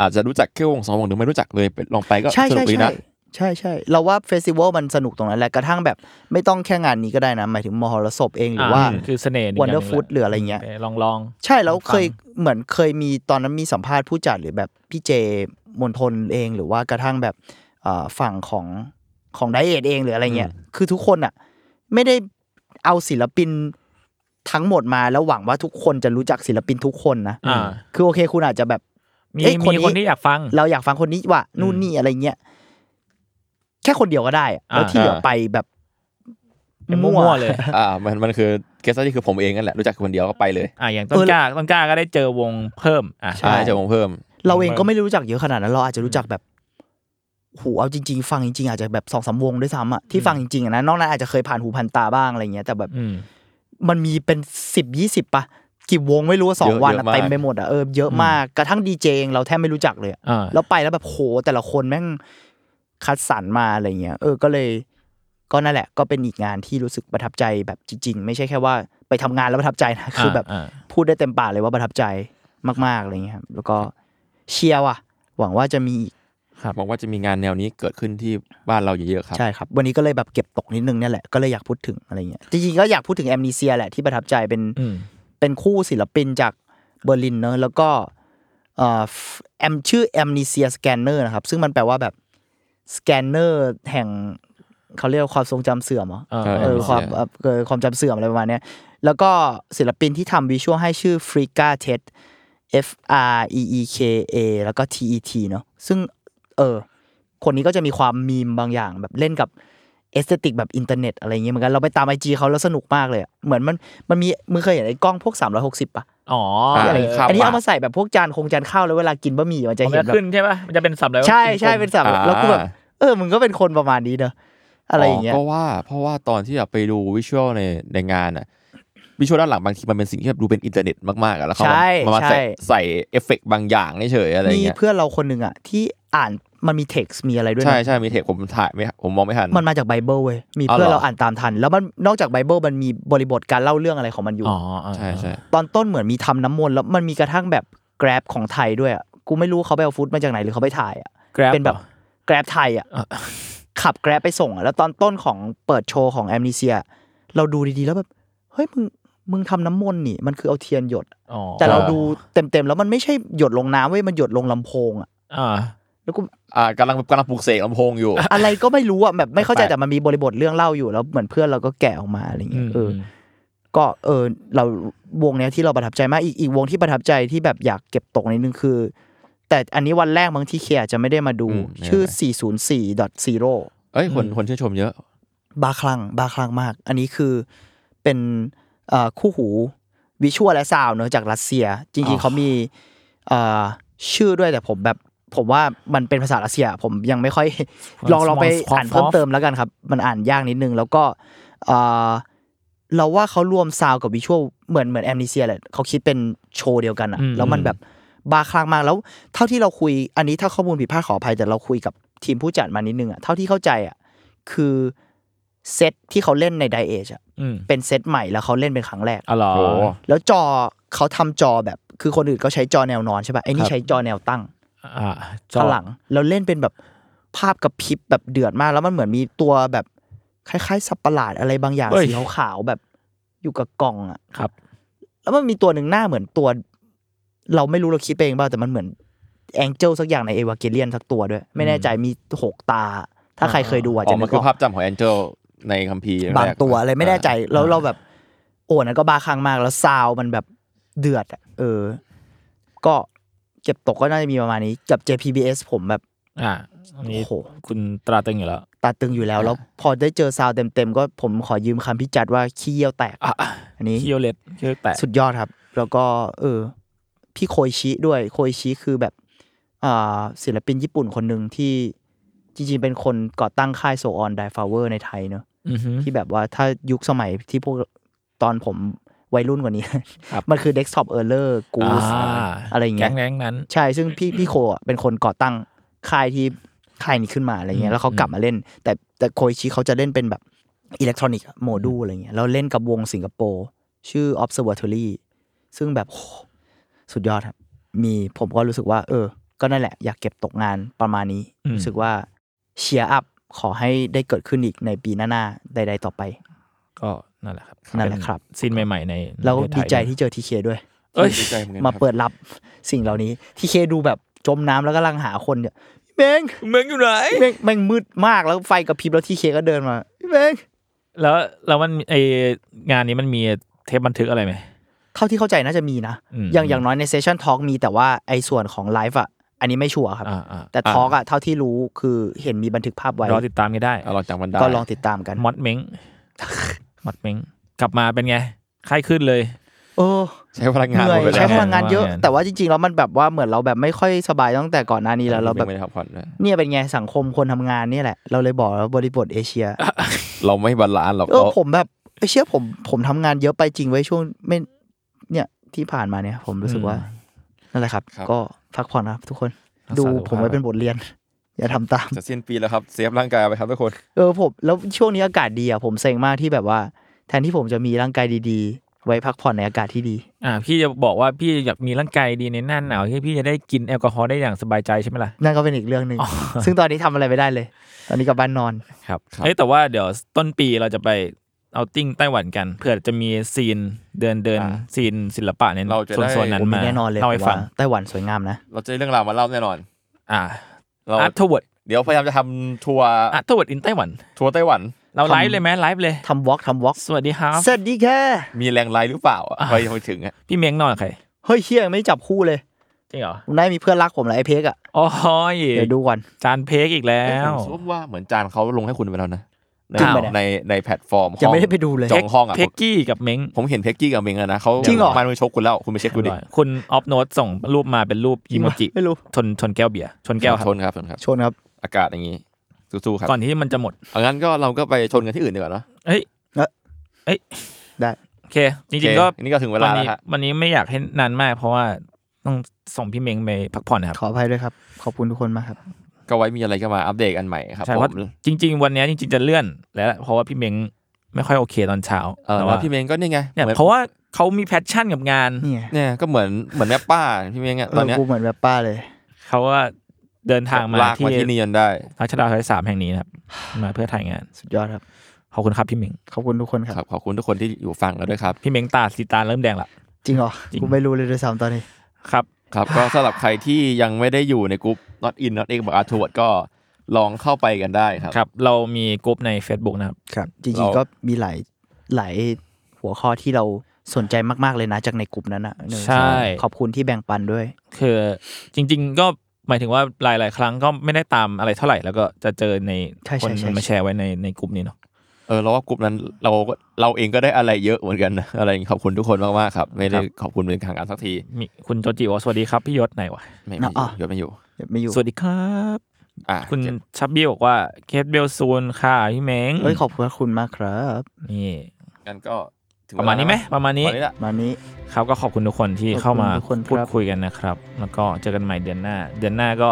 [SPEAKER 3] อาจจะรู้จักแค่วงสองวงหรือไม่รู้จักเลยไปลองไปก็
[SPEAKER 4] ใช่
[SPEAKER 3] สนุ
[SPEAKER 4] ใช่
[SPEAKER 3] กดี
[SPEAKER 4] ใช่
[SPEAKER 3] นะ
[SPEAKER 4] ใช่ใช่เราว่าเฟสติวัลมันสนุกตรงนั้นแหละกระทั่งแบบไม่ต้องแค่งานนี้ก็ได้นะ หมายถึงมหรสพเองหรือว่า
[SPEAKER 2] มคือเสน่ห์กย่างหนึ่ง
[SPEAKER 4] Wonderfood หรืออะไรเงี้ย
[SPEAKER 2] ปลองลอง
[SPEAKER 4] ใช่แล้วเคย
[SPEAKER 2] ฟั
[SPEAKER 4] เหมือนเคยมีตอนนั้นมีสัมภาษณ์ผู้จัดหรือแบบพี่เจ มณฑลเองหรือว่ากระทั่งแบบเอ่อฝั่งของของไดเอทเองหรืออะไรเงี้ยคือทุกคนอ่ะไม่ได้เอาศิลปินทั้งหมดมาแล้วหวังว่าทุกคนจะรู้จักศิลปินทุกคนนะ
[SPEAKER 2] อ่า
[SPEAKER 4] คือโอเคคุณอาจจะแบบ
[SPEAKER 2] มี
[SPEAKER 4] เอ้ยค
[SPEAKER 2] มี
[SPEAKER 4] นนี้
[SPEAKER 2] คนที่อยากฟัง
[SPEAKER 4] เราอยากฟังคนนี้ว่ะนู่นนี่อะไรเงี้ยแค่คนเดียวก็ได้อะแล้วที่เหลือไปแบบ
[SPEAKER 2] ไปมั่วๆเลย
[SPEAKER 3] *laughs* อ่ามันมันคือเคสที่คือผมเองนั่นแหละรู้จักคนเดียวก็ไปเลย
[SPEAKER 2] อ่าอย่างต้นกล้าต้นกล้าก็ได้เจอวงเพิ่มอ่ะ
[SPEAKER 4] ใช่
[SPEAKER 3] ใช่เจอผมเพิ่ม
[SPEAKER 4] เราเองก็ไม่ได้รู้จักเยอะขนาดนั้น เราอาจจะรู้จักแบบโหูเอาจริง ๆ ฟังจริงๆ อาจจะแบบสองสามวงด้วยซ้ำอะที่ฟังจริงๆอะนะนอกนั้นอาจจะเคยผ่านหูผ่านตาบ้างอะไรเงี้ยแต่แบบ
[SPEAKER 2] อืม
[SPEAKER 4] มันมีเป็นสิบยี่สิบปะกี่วงไม่รู้อะสอง
[SPEAKER 3] เยอะ
[SPEAKER 4] วัน
[SPEAKER 3] เย
[SPEAKER 4] อะ
[SPEAKER 3] อะมาก
[SPEAKER 4] เต็มไปหมดอะเออเยอะมากกระทั่งดีเจเองเราแทบไม่รู้จักเลยอะ
[SPEAKER 2] อ่า
[SPEAKER 4] แล้วไปแล้วแบบโหแต่ละคนแม่งคัดสรรมาอะไรเงี้ยเออก็เลย ก็นั่นแหละ ก็เป็นอีกงานที่รู้สึกประทับใจแบบจริง ๆ ไม่ใช่แค่ว่าไปทำงานแล้วประทับใจนะคือแบบ
[SPEAKER 2] อ่า
[SPEAKER 4] พูดได้เต็มปากเลยว่าประทับใจมากๆอะไรอย่างเงี้ยครับแล้วก็เชียร์ว่ะ หวังว่าจะมีอีก
[SPEAKER 3] บอกว่าจะมีงานแนวนี้เกิดขึ้นที่บ้านเราเยอะๆครับ
[SPEAKER 4] ใช่ครับ วันนี้ก็เลยแบบเก็บตกนิดนึงเนี่ยแหละก็เลยอยากพูดถึงอะไรเงี้ยจริงๆก็อยากพูดถึงแอมนีเซียแหละที่ประทับใจเป็น
[SPEAKER 2] อืม
[SPEAKER 4] เป็นคู่ศิลปินจากเบอร์ลินเนอะแล้วก็เอ่อแอมชื่อแอมนีเซียสแกนเนอร์นะครับ ซึ่งมันแปลว่าแบบสแกนเนอร์แห่งเขาเรียกว่าความทรงจำเสื่อมเหรอ
[SPEAKER 2] อ่า
[SPEAKER 4] เออความเอ่อเกิดความจำเสื่อมอะไรประมาณเนี้ยแล้วก็ศิลปินที่ทำวิชวลให้ชื่อฟริกาเท็ด F R E E K A แล้วก็ T E T เนาะซึ่งเออคนนี้ก็จะมีความมีมบางอย่างแบบเล่นกับเอสเตติกแบบอินเทอร์เน็ตอะไรอย่างเงี้ยเหมือนกันเราไปตามไอจีเขาแล้วสนุกมากเลยอะเหมือนมันมันมีมึงเคยเห็นไอ้กล้องพวก 360ป่ะ
[SPEAKER 2] อ๋อ
[SPEAKER 3] อ่า
[SPEAKER 2] อะไร
[SPEAKER 3] ข้ว
[SPEAKER 4] อันนี้เอา
[SPEAKER 3] ปะ
[SPEAKER 4] มาใส่แบบพวกจานคงจานข้าวแล้วเวลากินบะหมี่มันจะ
[SPEAKER 2] มัน
[SPEAKER 4] เห็น
[SPEAKER 2] จะ
[SPEAKER 4] แบบ
[SPEAKER 2] ขึ้นใช่ป่ะมันจะเป็นสับแล้ว
[SPEAKER 4] ใช่ใช่เป็นสาม
[SPEAKER 3] อ่า
[SPEAKER 4] แล้วก็แบบเออมึงก็เป็นคนประมาณนี้เนอะอะไรอย่างเงี้ย
[SPEAKER 3] ก็ว่าเพราะว่าตอนที่แบบไปดูวิชวลในในงานอ่ะวิชวลด้านหลังบางทีมันเป็นสิ่งที่แบบดูเป็นอินเทอร์เน็ตมากๆอะแล้วเขามามามาใส่ใส่เอฟเฟกต์บางอย่างเฉยๆอะไรอย่าง
[SPEAKER 4] นี่
[SPEAKER 3] เงี้ย
[SPEAKER 4] เพื่อนเราคนหนึ่งอะที่อ่านมันมีเท็กซ์มีอะไรด้วย
[SPEAKER 3] ใช่
[SPEAKER 4] นะ
[SPEAKER 3] ใช่มีเทคผมถ่ายไม่ผมมองไม่ทัน
[SPEAKER 4] มันมาจากไบเบิลเว้ย มี
[SPEAKER 3] อ๋อ
[SPEAKER 4] เพื่อน
[SPEAKER 3] เหรอ
[SPEAKER 4] เราอ่านตามทัน แล้วมันนอกจากไบเบิลมันมีบริบทการเล่าเรื่องอะไรของมันอยู่
[SPEAKER 2] อ๋ออ่า
[SPEAKER 3] ใช่ใช่
[SPEAKER 4] ตอนต้นเหมือนมีทำน้ำมนต์แล้วมันมีกระทั่งแบบแกร็บของไทยด้วยอ่ะ กูไม่รู้เขาไปเอาฟุตมาจากไหนหรือเขาไปถ่ายอ่ะ
[SPEAKER 2] กราฟ
[SPEAKER 4] เป็นแบบ
[SPEAKER 2] หรอ
[SPEAKER 4] แกร็บไทยอ่ะ
[SPEAKER 2] อ่ะ
[SPEAKER 4] ขับแกร็บไปส่งอ่ะ แล้วตอนต้นของเปิดโชว์ของแอมน s เซีย เราดูดีๆแล้วแบบ เฮ้ยมึงมึงทำน้ำมนต์นี่ มันคือเอาเทียนหยด
[SPEAKER 2] อ๋อ
[SPEAKER 4] แต่เราดูเต็มๆแล้วมันไม่ใช่หยดลงน้ำเว้ย มันหยดลงลำโพงอ่ะ
[SPEAKER 2] อ่า
[SPEAKER 4] แล้วกู
[SPEAKER 3] อ่ากำลังกำลังปลูกเสกลำโพงอยู่
[SPEAKER 4] อะไรก็ไม่รู้อ่ะแบบไม่เข้าใจ
[SPEAKER 3] แปลก
[SPEAKER 4] แต่มันมีบริบทเรื่องเล่าอยู่แล้วเหมือนเพื่อนเราก็แกะออกมาอะไรเงี้ยเอออ
[SPEAKER 2] ม
[SPEAKER 4] ก็เออเราวงเนี้ยที่เราประทับใจมากอีกอีกวงที่ประทับใจที่แบบอยากเก็บตกนิดนึงคือ แต่อันนี้วันแรกบางที่เคอาจจะไม่ได้มาดู
[SPEAKER 3] อืมไม่เป็นไร
[SPEAKER 4] ชื่อ 404.0
[SPEAKER 3] เอ้ยคน
[SPEAKER 2] อืม
[SPEAKER 3] คนชื่นชมเยอะ
[SPEAKER 4] บาคลังบาคลังมาก อันนี้คือเป็นเอ่อคู่หูวิชวลและซาวเนอะจากรัสเซีย จริงๆเขามีเอ่อชื่อด้วยแต่ผมแบบผมว่ามันเป็นภาษารัสเซีย ผมยังไม่ค่อย *laughs* ลองลองไปอ่านเพิ่มเติมแล้วกันครับ มันอ่านยากนิดนึง แล้วก็เอ่อเราว่าเขารวมซาวกับวิชวลเหมือนเหมือนแอมนิเซียแหละเขาคิดเป็นโชว์เดียวกันอะ
[SPEAKER 2] อืม
[SPEAKER 4] แล้วมันแบบบาคลางมากแล้ว เท่าที่เราคุย อันนี้ถ้าข้อมูลผิดพลาดขออภัยแต่เราคุยกับทีมผู้จัดมานิดนึงอะเท่าที่เข้าใจอะคือเซตที่เขาเล่นในไดเอชอะ
[SPEAKER 2] อืม
[SPEAKER 4] เป็นเซตใหม่แล้วเขาเล่นเป็นครั้งแรก
[SPEAKER 2] อ๋อเหรอ
[SPEAKER 3] โอ้
[SPEAKER 4] แล้วจอเขาทำจอแบบ คือคนอื่นก็ใช้จอแนวนอนใช่ป่ะไอ้นี่ใช้จอแนวตั้ง
[SPEAKER 2] อ่าจอ
[SPEAKER 4] ข้างหลังแล้วเล่นเป็นแบบภาพกับพริบแบบเดือดมากแล้วมันเหมือนมีตัวแบบคล้ายๆสับประหลาดอะไรบางอย่างสีขาวๆแบบอยู่กับกล่องอ่ะ
[SPEAKER 2] ครับ
[SPEAKER 4] แล้วมันมีตัวหนึ่งหน้าเหมือนตัว เราไม่รู้เราคิดไปเองเปล่าแต่มันเหมือนแองเจิลสักอย่างในเอวาเกเลียนสักตัวด้วย ไม่แน่ใจมีหกตา ถ้าใครเคยดูอาจ
[SPEAKER 3] อ๋อ
[SPEAKER 4] จะ
[SPEAKER 3] มั
[SPEAKER 4] นึ
[SPEAKER 3] น
[SPEAKER 4] ก
[SPEAKER 3] คือ
[SPEAKER 4] ออก
[SPEAKER 3] ภาพจำของแอนเจลในคัมภีร์
[SPEAKER 4] บางตัว
[SPEAKER 3] แก
[SPEAKER 4] อะไรไม่แน่ใจแล้วเราแบบ โอ้นั่นก็บาคลังมากแล้วซาวมันแบบเดือดอะเออ ก็เก็บตกก็น่าจะมีประมาณนี้กับ JPBS ผมแบบ
[SPEAKER 2] อ่านี่
[SPEAKER 4] โอ้โห
[SPEAKER 2] คุณตราตึงอยู่แล้ว
[SPEAKER 4] ตาตึงอยู่แล้วแล้วพอได้เจอซาวเต็มๆก็ผมขอยืมคำพิจัดว่าขี้เยี่ยวแตก
[SPEAKER 2] อ่ะ
[SPEAKER 4] อันนี้
[SPEAKER 2] เคียวเล็ดเคียวแตะ
[SPEAKER 4] สุดยอดครับ แล้วก็ เออ พี่โคยชิด้วยโคยชิคือแบบอ่าศิลปินญี่ปุ่นคนหนึ่งที่จริงๆ เป็นคนก่อตั้งค่ายโซออนไดฟลาเวอร์ในไทยเนอะ
[SPEAKER 2] อือฮึ
[SPEAKER 4] ที่แบบว่าถ้ายุคสมัยที่พวกตอนผมวัยรุ่นกว่านี้
[SPEAKER 2] ครับ
[SPEAKER 4] มันคือ Desktop e r l e r
[SPEAKER 2] อ่
[SPEAKER 4] Goose
[SPEAKER 2] า
[SPEAKER 4] อะไรอย่างเงี้ย
[SPEAKER 2] แก๊งๆนั้น
[SPEAKER 4] ใช่ ซึ่งพี่พี่โคอะเป็นคนก่อตั้งค่ายที่ค่ายนี้ขึ้นมาอะไร
[SPEAKER 2] อื
[SPEAKER 4] เงี้
[SPEAKER 2] ม
[SPEAKER 4] ยแล้วเขากลับมาเล่น แต่แต่โคอิชิเขาจะเล่นเป็นแบบอิเล็กทรอนิกส์โมดูลอะไรเงี้ย แล้วเล่นกับวงสิงคโปร์ชื่อ Observatory ซึ่งแบบโหสุดยอดครับ มีผมก็รู้สึกว่า เออ ก็นั่นแหละ อยากเก็บตกงานประมาณนี้ รู้สึกว่าเชียร์อัพขอให้ได้เกิดขึ้นอีกในปีหน้าๆใด ๆ ต่อไป
[SPEAKER 2] ก็นั่นแหละครับ
[SPEAKER 4] นั่นแหละครับ
[SPEAKER 2] ซีนใหม่ๆใน
[SPEAKER 4] แล้วก็
[SPEAKER 2] ประเทศไท
[SPEAKER 4] ดี
[SPEAKER 2] ย
[SPEAKER 4] ใจที่เจอทีเคด้วย
[SPEAKER 2] เอ้ย
[SPEAKER 3] ดีใจเหมือนกัน
[SPEAKER 4] มา
[SPEAKER 3] ครับ
[SPEAKER 4] เปิดรับสิ่งเหล่านี้ทีเคดูแบบ จมน้ำแล้วกำลังหาคนเนี่ยเบง
[SPEAKER 2] เมืองอยู่ไหน
[SPEAKER 4] เบงแม่งมืดมากแล้วไฟกระพริบแล้วที่เคก็เดินมาเบง
[SPEAKER 2] แล้วแล้วมันไองานนี้มันมีเทปบันทึกอะไรไหม
[SPEAKER 4] เท่าที่เข้าใจน่าจะมีนะ
[SPEAKER 2] อืม
[SPEAKER 4] อย่างอย่างน้อยในเซสชั่นทอล์กมีแต่ว่าไอ้ส่วนของไลฟ์อ่ะ อันนี้ไม่ชัวร์ครับ
[SPEAKER 2] อ่าอ่า
[SPEAKER 4] แต่ทอล์กอ่ะเท่าที่รู้คือเห็นมีบันทึกภาพไว้
[SPEAKER 2] รอติดตามกันได้
[SPEAKER 3] เอาลองจากมันได้
[SPEAKER 4] ก็ลองติดตามกัน
[SPEAKER 2] มอดเม้ง *laughs* มอดเม้งกลับมาเป็นไงไข้ขึ้นเลย
[SPEAKER 4] โอ้
[SPEAKER 3] ใช้พลังงาน
[SPEAKER 4] เหนื่อย
[SPEAKER 3] หมดไป
[SPEAKER 4] ใช้
[SPEAKER 3] แล้ว
[SPEAKER 4] พลังงานเยอะ
[SPEAKER 2] งาน
[SPEAKER 4] แต่ว่าจริงๆแล้วมันแบบว่าเหมือนเราแบบไม่ค่อยสบายตั้งแต่ก่อนหน้านี้แล้วเราแบบ
[SPEAKER 3] ไม่ได้พักผ่อนด้วย
[SPEAKER 4] เนี่ยเป็นไงสังคมคนทำงานเนี่ยแหละ เราเลยบอกแล้วบริบทเอเชีย
[SPEAKER 3] เราไม่บาลานซ์หรอก
[SPEAKER 4] เออ
[SPEAKER 3] เรา
[SPEAKER 4] ผมแบบเอ้ยเชื่อผมผมทำงานเยอะไปจริงไว้ยช่วงไม่เนี่ยที่ผ่านมาเนี่ย ผมรู้สึกว่านั่นแหละครับ ก็พักผ่อนนะครับทุกคน
[SPEAKER 2] รักษา
[SPEAKER 4] ดู
[SPEAKER 2] สุขภาพ
[SPEAKER 4] ผมไว้เป็นบทเรียน *laughs* อย่าทำตาม
[SPEAKER 3] จะสิ้นปีแล้วครับเซฟร่างกายไปครับทุกคน
[SPEAKER 4] เออผมแล้วช่วงนี้อากาศดีอ่ะผมเซ็งมากที่แบบว่า แทนที่ผมจะมีร่างกายดีๆ ไว้พักผ่อนในอากาศที่ดี
[SPEAKER 2] อ่าพี่จะบอกว่าพี่อยากมีร่างกายดีในหน้าหนาวที่พี่จะได้กินแอลกอฮอล์ได้อย่างสบายใจใช่ไหมล่ะ
[SPEAKER 4] นั่นก็เป็นอีกเรื่องหนึ่ง
[SPEAKER 2] อ๋ *laughs* อ
[SPEAKER 4] ซึ่งตอนนี้ทำอะไรไม่ได้เลย ตอนนี้กลับบ้านนอน
[SPEAKER 2] ครับเอ้ยแต่ว่าเดี๋ยวต้นปีเราจะไปเอาติ้งไต้หวันกันเผื่อจะมีซีนเดินเดินซีนศิลปะในส่วนส่วนนั้น
[SPEAKER 4] ผมมี
[SPEAKER 2] มา
[SPEAKER 4] แน่นอนเลย
[SPEAKER 2] เล่าให้ฟัง
[SPEAKER 4] ว่าไต้หวันสวยงามนะ
[SPEAKER 3] เราจะได้เรื่องราวมาเล่าแน่นอน
[SPEAKER 2] อ่า
[SPEAKER 3] เรา
[SPEAKER 2] อาร์ทเวิร์ด
[SPEAKER 3] เดี๋ยวพยายามจะทำทัวร์
[SPEAKER 2] อาร์ทเวิร์ดอินไต้หวัน
[SPEAKER 3] ทัวร์ไต้หวัน
[SPEAKER 2] เราไลฟ์เลยไหมไลฟ์เลย
[SPEAKER 4] ทำวอล์กทำวอล์ก
[SPEAKER 2] สวัสดีครับ
[SPEAKER 4] สวัสดีค่ะ
[SPEAKER 3] มีแรงไลน์หรือเปล่าอะไปไปถึงอะ
[SPEAKER 2] พี่เม้งนอนกับใคร
[SPEAKER 4] เฮ้ยเฮียยังไม่จับคู่เลย
[SPEAKER 2] จริงเหรอ
[SPEAKER 4] ผมได้มีเพื่อนรักผมเหรอไอเพกอ่ะ
[SPEAKER 2] โอ้ย
[SPEAKER 4] เดี๋ยวดูก่อน
[SPEAKER 2] จานเพกอีกแล้
[SPEAKER 3] เอ้ยว ผมคิดว่าเหมือนจานเขาลงให้คุณไปแล้วนะใน
[SPEAKER 4] จริงปะเนี่ย
[SPEAKER 3] ในในแพลตฟอร์ม
[SPEAKER 4] ยัง
[SPEAKER 3] ห้อ
[SPEAKER 4] ไม่ได้ไปดูเลย
[SPEAKER 3] จองห้องอะ
[SPEAKER 2] เพกกี้กับเม้ง
[SPEAKER 3] ผมเห็นเพกกี้กับเมงอะนะเขา
[SPEAKER 4] จริงเหรอ
[SPEAKER 3] มันไปชกคุณแล้วคุณไปเช็คดูดิ
[SPEAKER 2] คุณออฟโนตส่งรูปมาเป็นรูปอิโมจิ
[SPEAKER 4] ไม่รู้
[SPEAKER 2] ชนชนแก้วเบียร์ชนแก้วครั
[SPEAKER 3] ช
[SPEAKER 2] บ
[SPEAKER 3] นครับชนครับ
[SPEAKER 4] ชวนครับ
[SPEAKER 3] อากาศอย่างนี้สู้ๆครับ
[SPEAKER 2] ก่อนที่มันจะหมด
[SPEAKER 3] เอางั้นก็เราก็ไปชนกันที่อื่นดีกว่าเนอะ
[SPEAKER 2] เฮ้ย
[SPEAKER 4] เอ๊ะ
[SPEAKER 2] เอ้ย
[SPEAKER 4] ได้
[SPEAKER 2] โอเค จริงๆก็
[SPEAKER 3] โอเคนี่ก็ถึงเวลาแล้ว
[SPEAKER 2] นี้
[SPEAKER 3] ฮะ
[SPEAKER 2] วันนี้ไม่อยากให้นานมาก เพราะว่าต้องส่งพี่เม้งไปพักผ่อนนะครับ
[SPEAKER 4] ขออภัยด้วยครับ ขอบคุณทุกคนมากครับ
[SPEAKER 3] ก็ไว้มีอะไรก็มาอัปเดตกันใหม่ครับ
[SPEAKER 2] ใช่
[SPEAKER 3] ผ
[SPEAKER 2] เพราะ
[SPEAKER 3] ม
[SPEAKER 2] จริง ๆ วันนี้จริง ๆจะเลื่อนแล้วแหละเพราะว่าพี่เม้งไม่ค่อยโอเคตอนเช้า
[SPEAKER 3] เออ
[SPEAKER 2] แต่
[SPEAKER 3] ว่าพี่เมงก็นี่ไง
[SPEAKER 2] เนี่ย
[SPEAKER 3] หมือน
[SPEAKER 2] เพราะว่าเขามีแพชชั่นกับงาน
[SPEAKER 4] นี่ไง
[SPEAKER 3] เนี่ยก็เหมือนเหมือนแม่ป้าพี่เมงเนี่ย
[SPEAKER 4] เอ
[SPEAKER 3] ตอ
[SPEAKER 4] อน
[SPEAKER 3] เนี้ย
[SPEAKER 4] กูเหมือนแบบป้าเลย
[SPEAKER 2] เขาว่าเดินทางมา
[SPEAKER 3] ลาก
[SPEAKER 2] ที่
[SPEAKER 3] มาที่นี่จนได้
[SPEAKER 2] รัชดาซอยสามแห่งนี้นะครับ มาเพื่อถ่ายงาน
[SPEAKER 4] สุดยอดครับ
[SPEAKER 2] ขอบคุณครับพี่เม้ง
[SPEAKER 4] ขอบคุณทุกคนครับ
[SPEAKER 3] ครับขอบคุณทุกคนที่อยู่ฟังแล้วด้วยครับ
[SPEAKER 2] พี่เม้งตาสีตาเริ่มแดงละ
[SPEAKER 4] จริงเหรอ
[SPEAKER 2] จริง
[SPEAKER 4] กูไม่รู้เลยด้วยซ้ำตอนนี้
[SPEAKER 2] ครับ
[SPEAKER 3] ครับ ก็สำหรับใครที่ยังไม่ได้อยู่ในกลุ่ม not in not in บอกอาทวดก็ลองเข้าไปกันได้ครับ
[SPEAKER 2] ครับ เรามีกลุ่มใน Facebook นะครับ
[SPEAKER 4] ครับ จริ
[SPEAKER 3] เรา
[SPEAKER 4] งๆก็มีหลายหลายหัวข้อที่เราสนใจมากๆเลยนะจากในกลุ่มนั้นนะเนอะ
[SPEAKER 2] ใช่
[SPEAKER 4] ขอบคุณที่แบ่งปันด้วย
[SPEAKER 2] คือจริง ๆ ก็หมายถึงว่าหลาย ๆ ครั้งก็ไม่ได้ตามอะไรเท่าไหร่ แล้วก็จะเจอใน
[SPEAKER 4] ใช่
[SPEAKER 2] คน
[SPEAKER 4] ใช่ใช่
[SPEAKER 2] มาแชร์ไว้ในในกลุ่มนี้เนาะ
[SPEAKER 3] เออเราว่ากลุ่มนั้นเราก็เราเองก็ได้อะไรเยอะเหมือนกันนะ *laughs* อะไรอย่างงี้ขอบคุณทุกคนมากๆครับ ไม่ได้ขอบคุณเป็นทางการสักที
[SPEAKER 2] มีคุณโจจิบอกว่าสวัสดีครับพี่ยศไหนวะ
[SPEAKER 3] ไม่ไม่
[SPEAKER 4] อ่ะ
[SPEAKER 3] อยู่ยศไม่อยู่
[SPEAKER 4] ไม่อยู่
[SPEAKER 2] สวัสดีครับ
[SPEAKER 3] อ่ะ
[SPEAKER 2] คุณชับบี้บอกว่าเคสเบลซูนค่ะพี่เม้ง
[SPEAKER 4] เอ้ยขอบคุณคุณมากครับ
[SPEAKER 2] นี่
[SPEAKER 3] งั้นก็ถึง
[SPEAKER 2] ประมาณนี้ไหมประมาณ
[SPEAKER 3] เว
[SPEAKER 2] นี้
[SPEAKER 3] ลาแล้วประมาณนี้ละ
[SPEAKER 4] มานี้
[SPEAKER 2] ครับก็ขอบคุณทุกคนที่
[SPEAKER 4] ขอบคุณ
[SPEAKER 2] เข้ามา
[SPEAKER 4] ทุกคนครับ
[SPEAKER 2] พูดคุยกันนะครับ แล้วก็เจอกันใหม่เดือนหน้า เดือนหน้าก็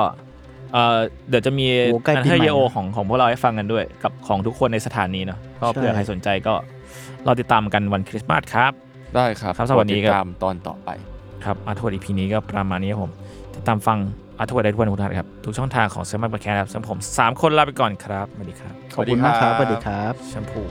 [SPEAKER 2] เอ่อเดี๋ยวจะมี
[SPEAKER 4] โอ้ใกล้ปีใหม่
[SPEAKER 2] เทเยโอ
[SPEAKER 4] แล้ว
[SPEAKER 2] ของของพวกเราให้ฟังกันด้วย กับของทุกคนในสถานีเนาะก็
[SPEAKER 4] ใช่
[SPEAKER 2] เผื่อใครสนใจก็เราติดตามกันวันคริสต์มาสครับ
[SPEAKER 3] ได้ครับ
[SPEAKER 2] ครับสวัสดีครับ
[SPEAKER 3] โปติตามตอนต่อไป
[SPEAKER 2] ครับอาร์ทวดอีพีนี้ก็ประมาณนี้ครับผมติดตามฟังอาร์ทวดได้ทุกวันพุธครับ ทุกช่องทางของเซมัสบัคแคร์ครับสำหรับผมสามคนลาไปก่อนครับสวัสดีครับ
[SPEAKER 4] ขอบคุณมากครับส
[SPEAKER 3] สวั
[SPEAKER 4] วัส
[SPEAKER 3] สดี
[SPEAKER 4] ดีค
[SPEAKER 3] ครั
[SPEAKER 4] รับ
[SPEAKER 3] บ
[SPEAKER 2] แชมพู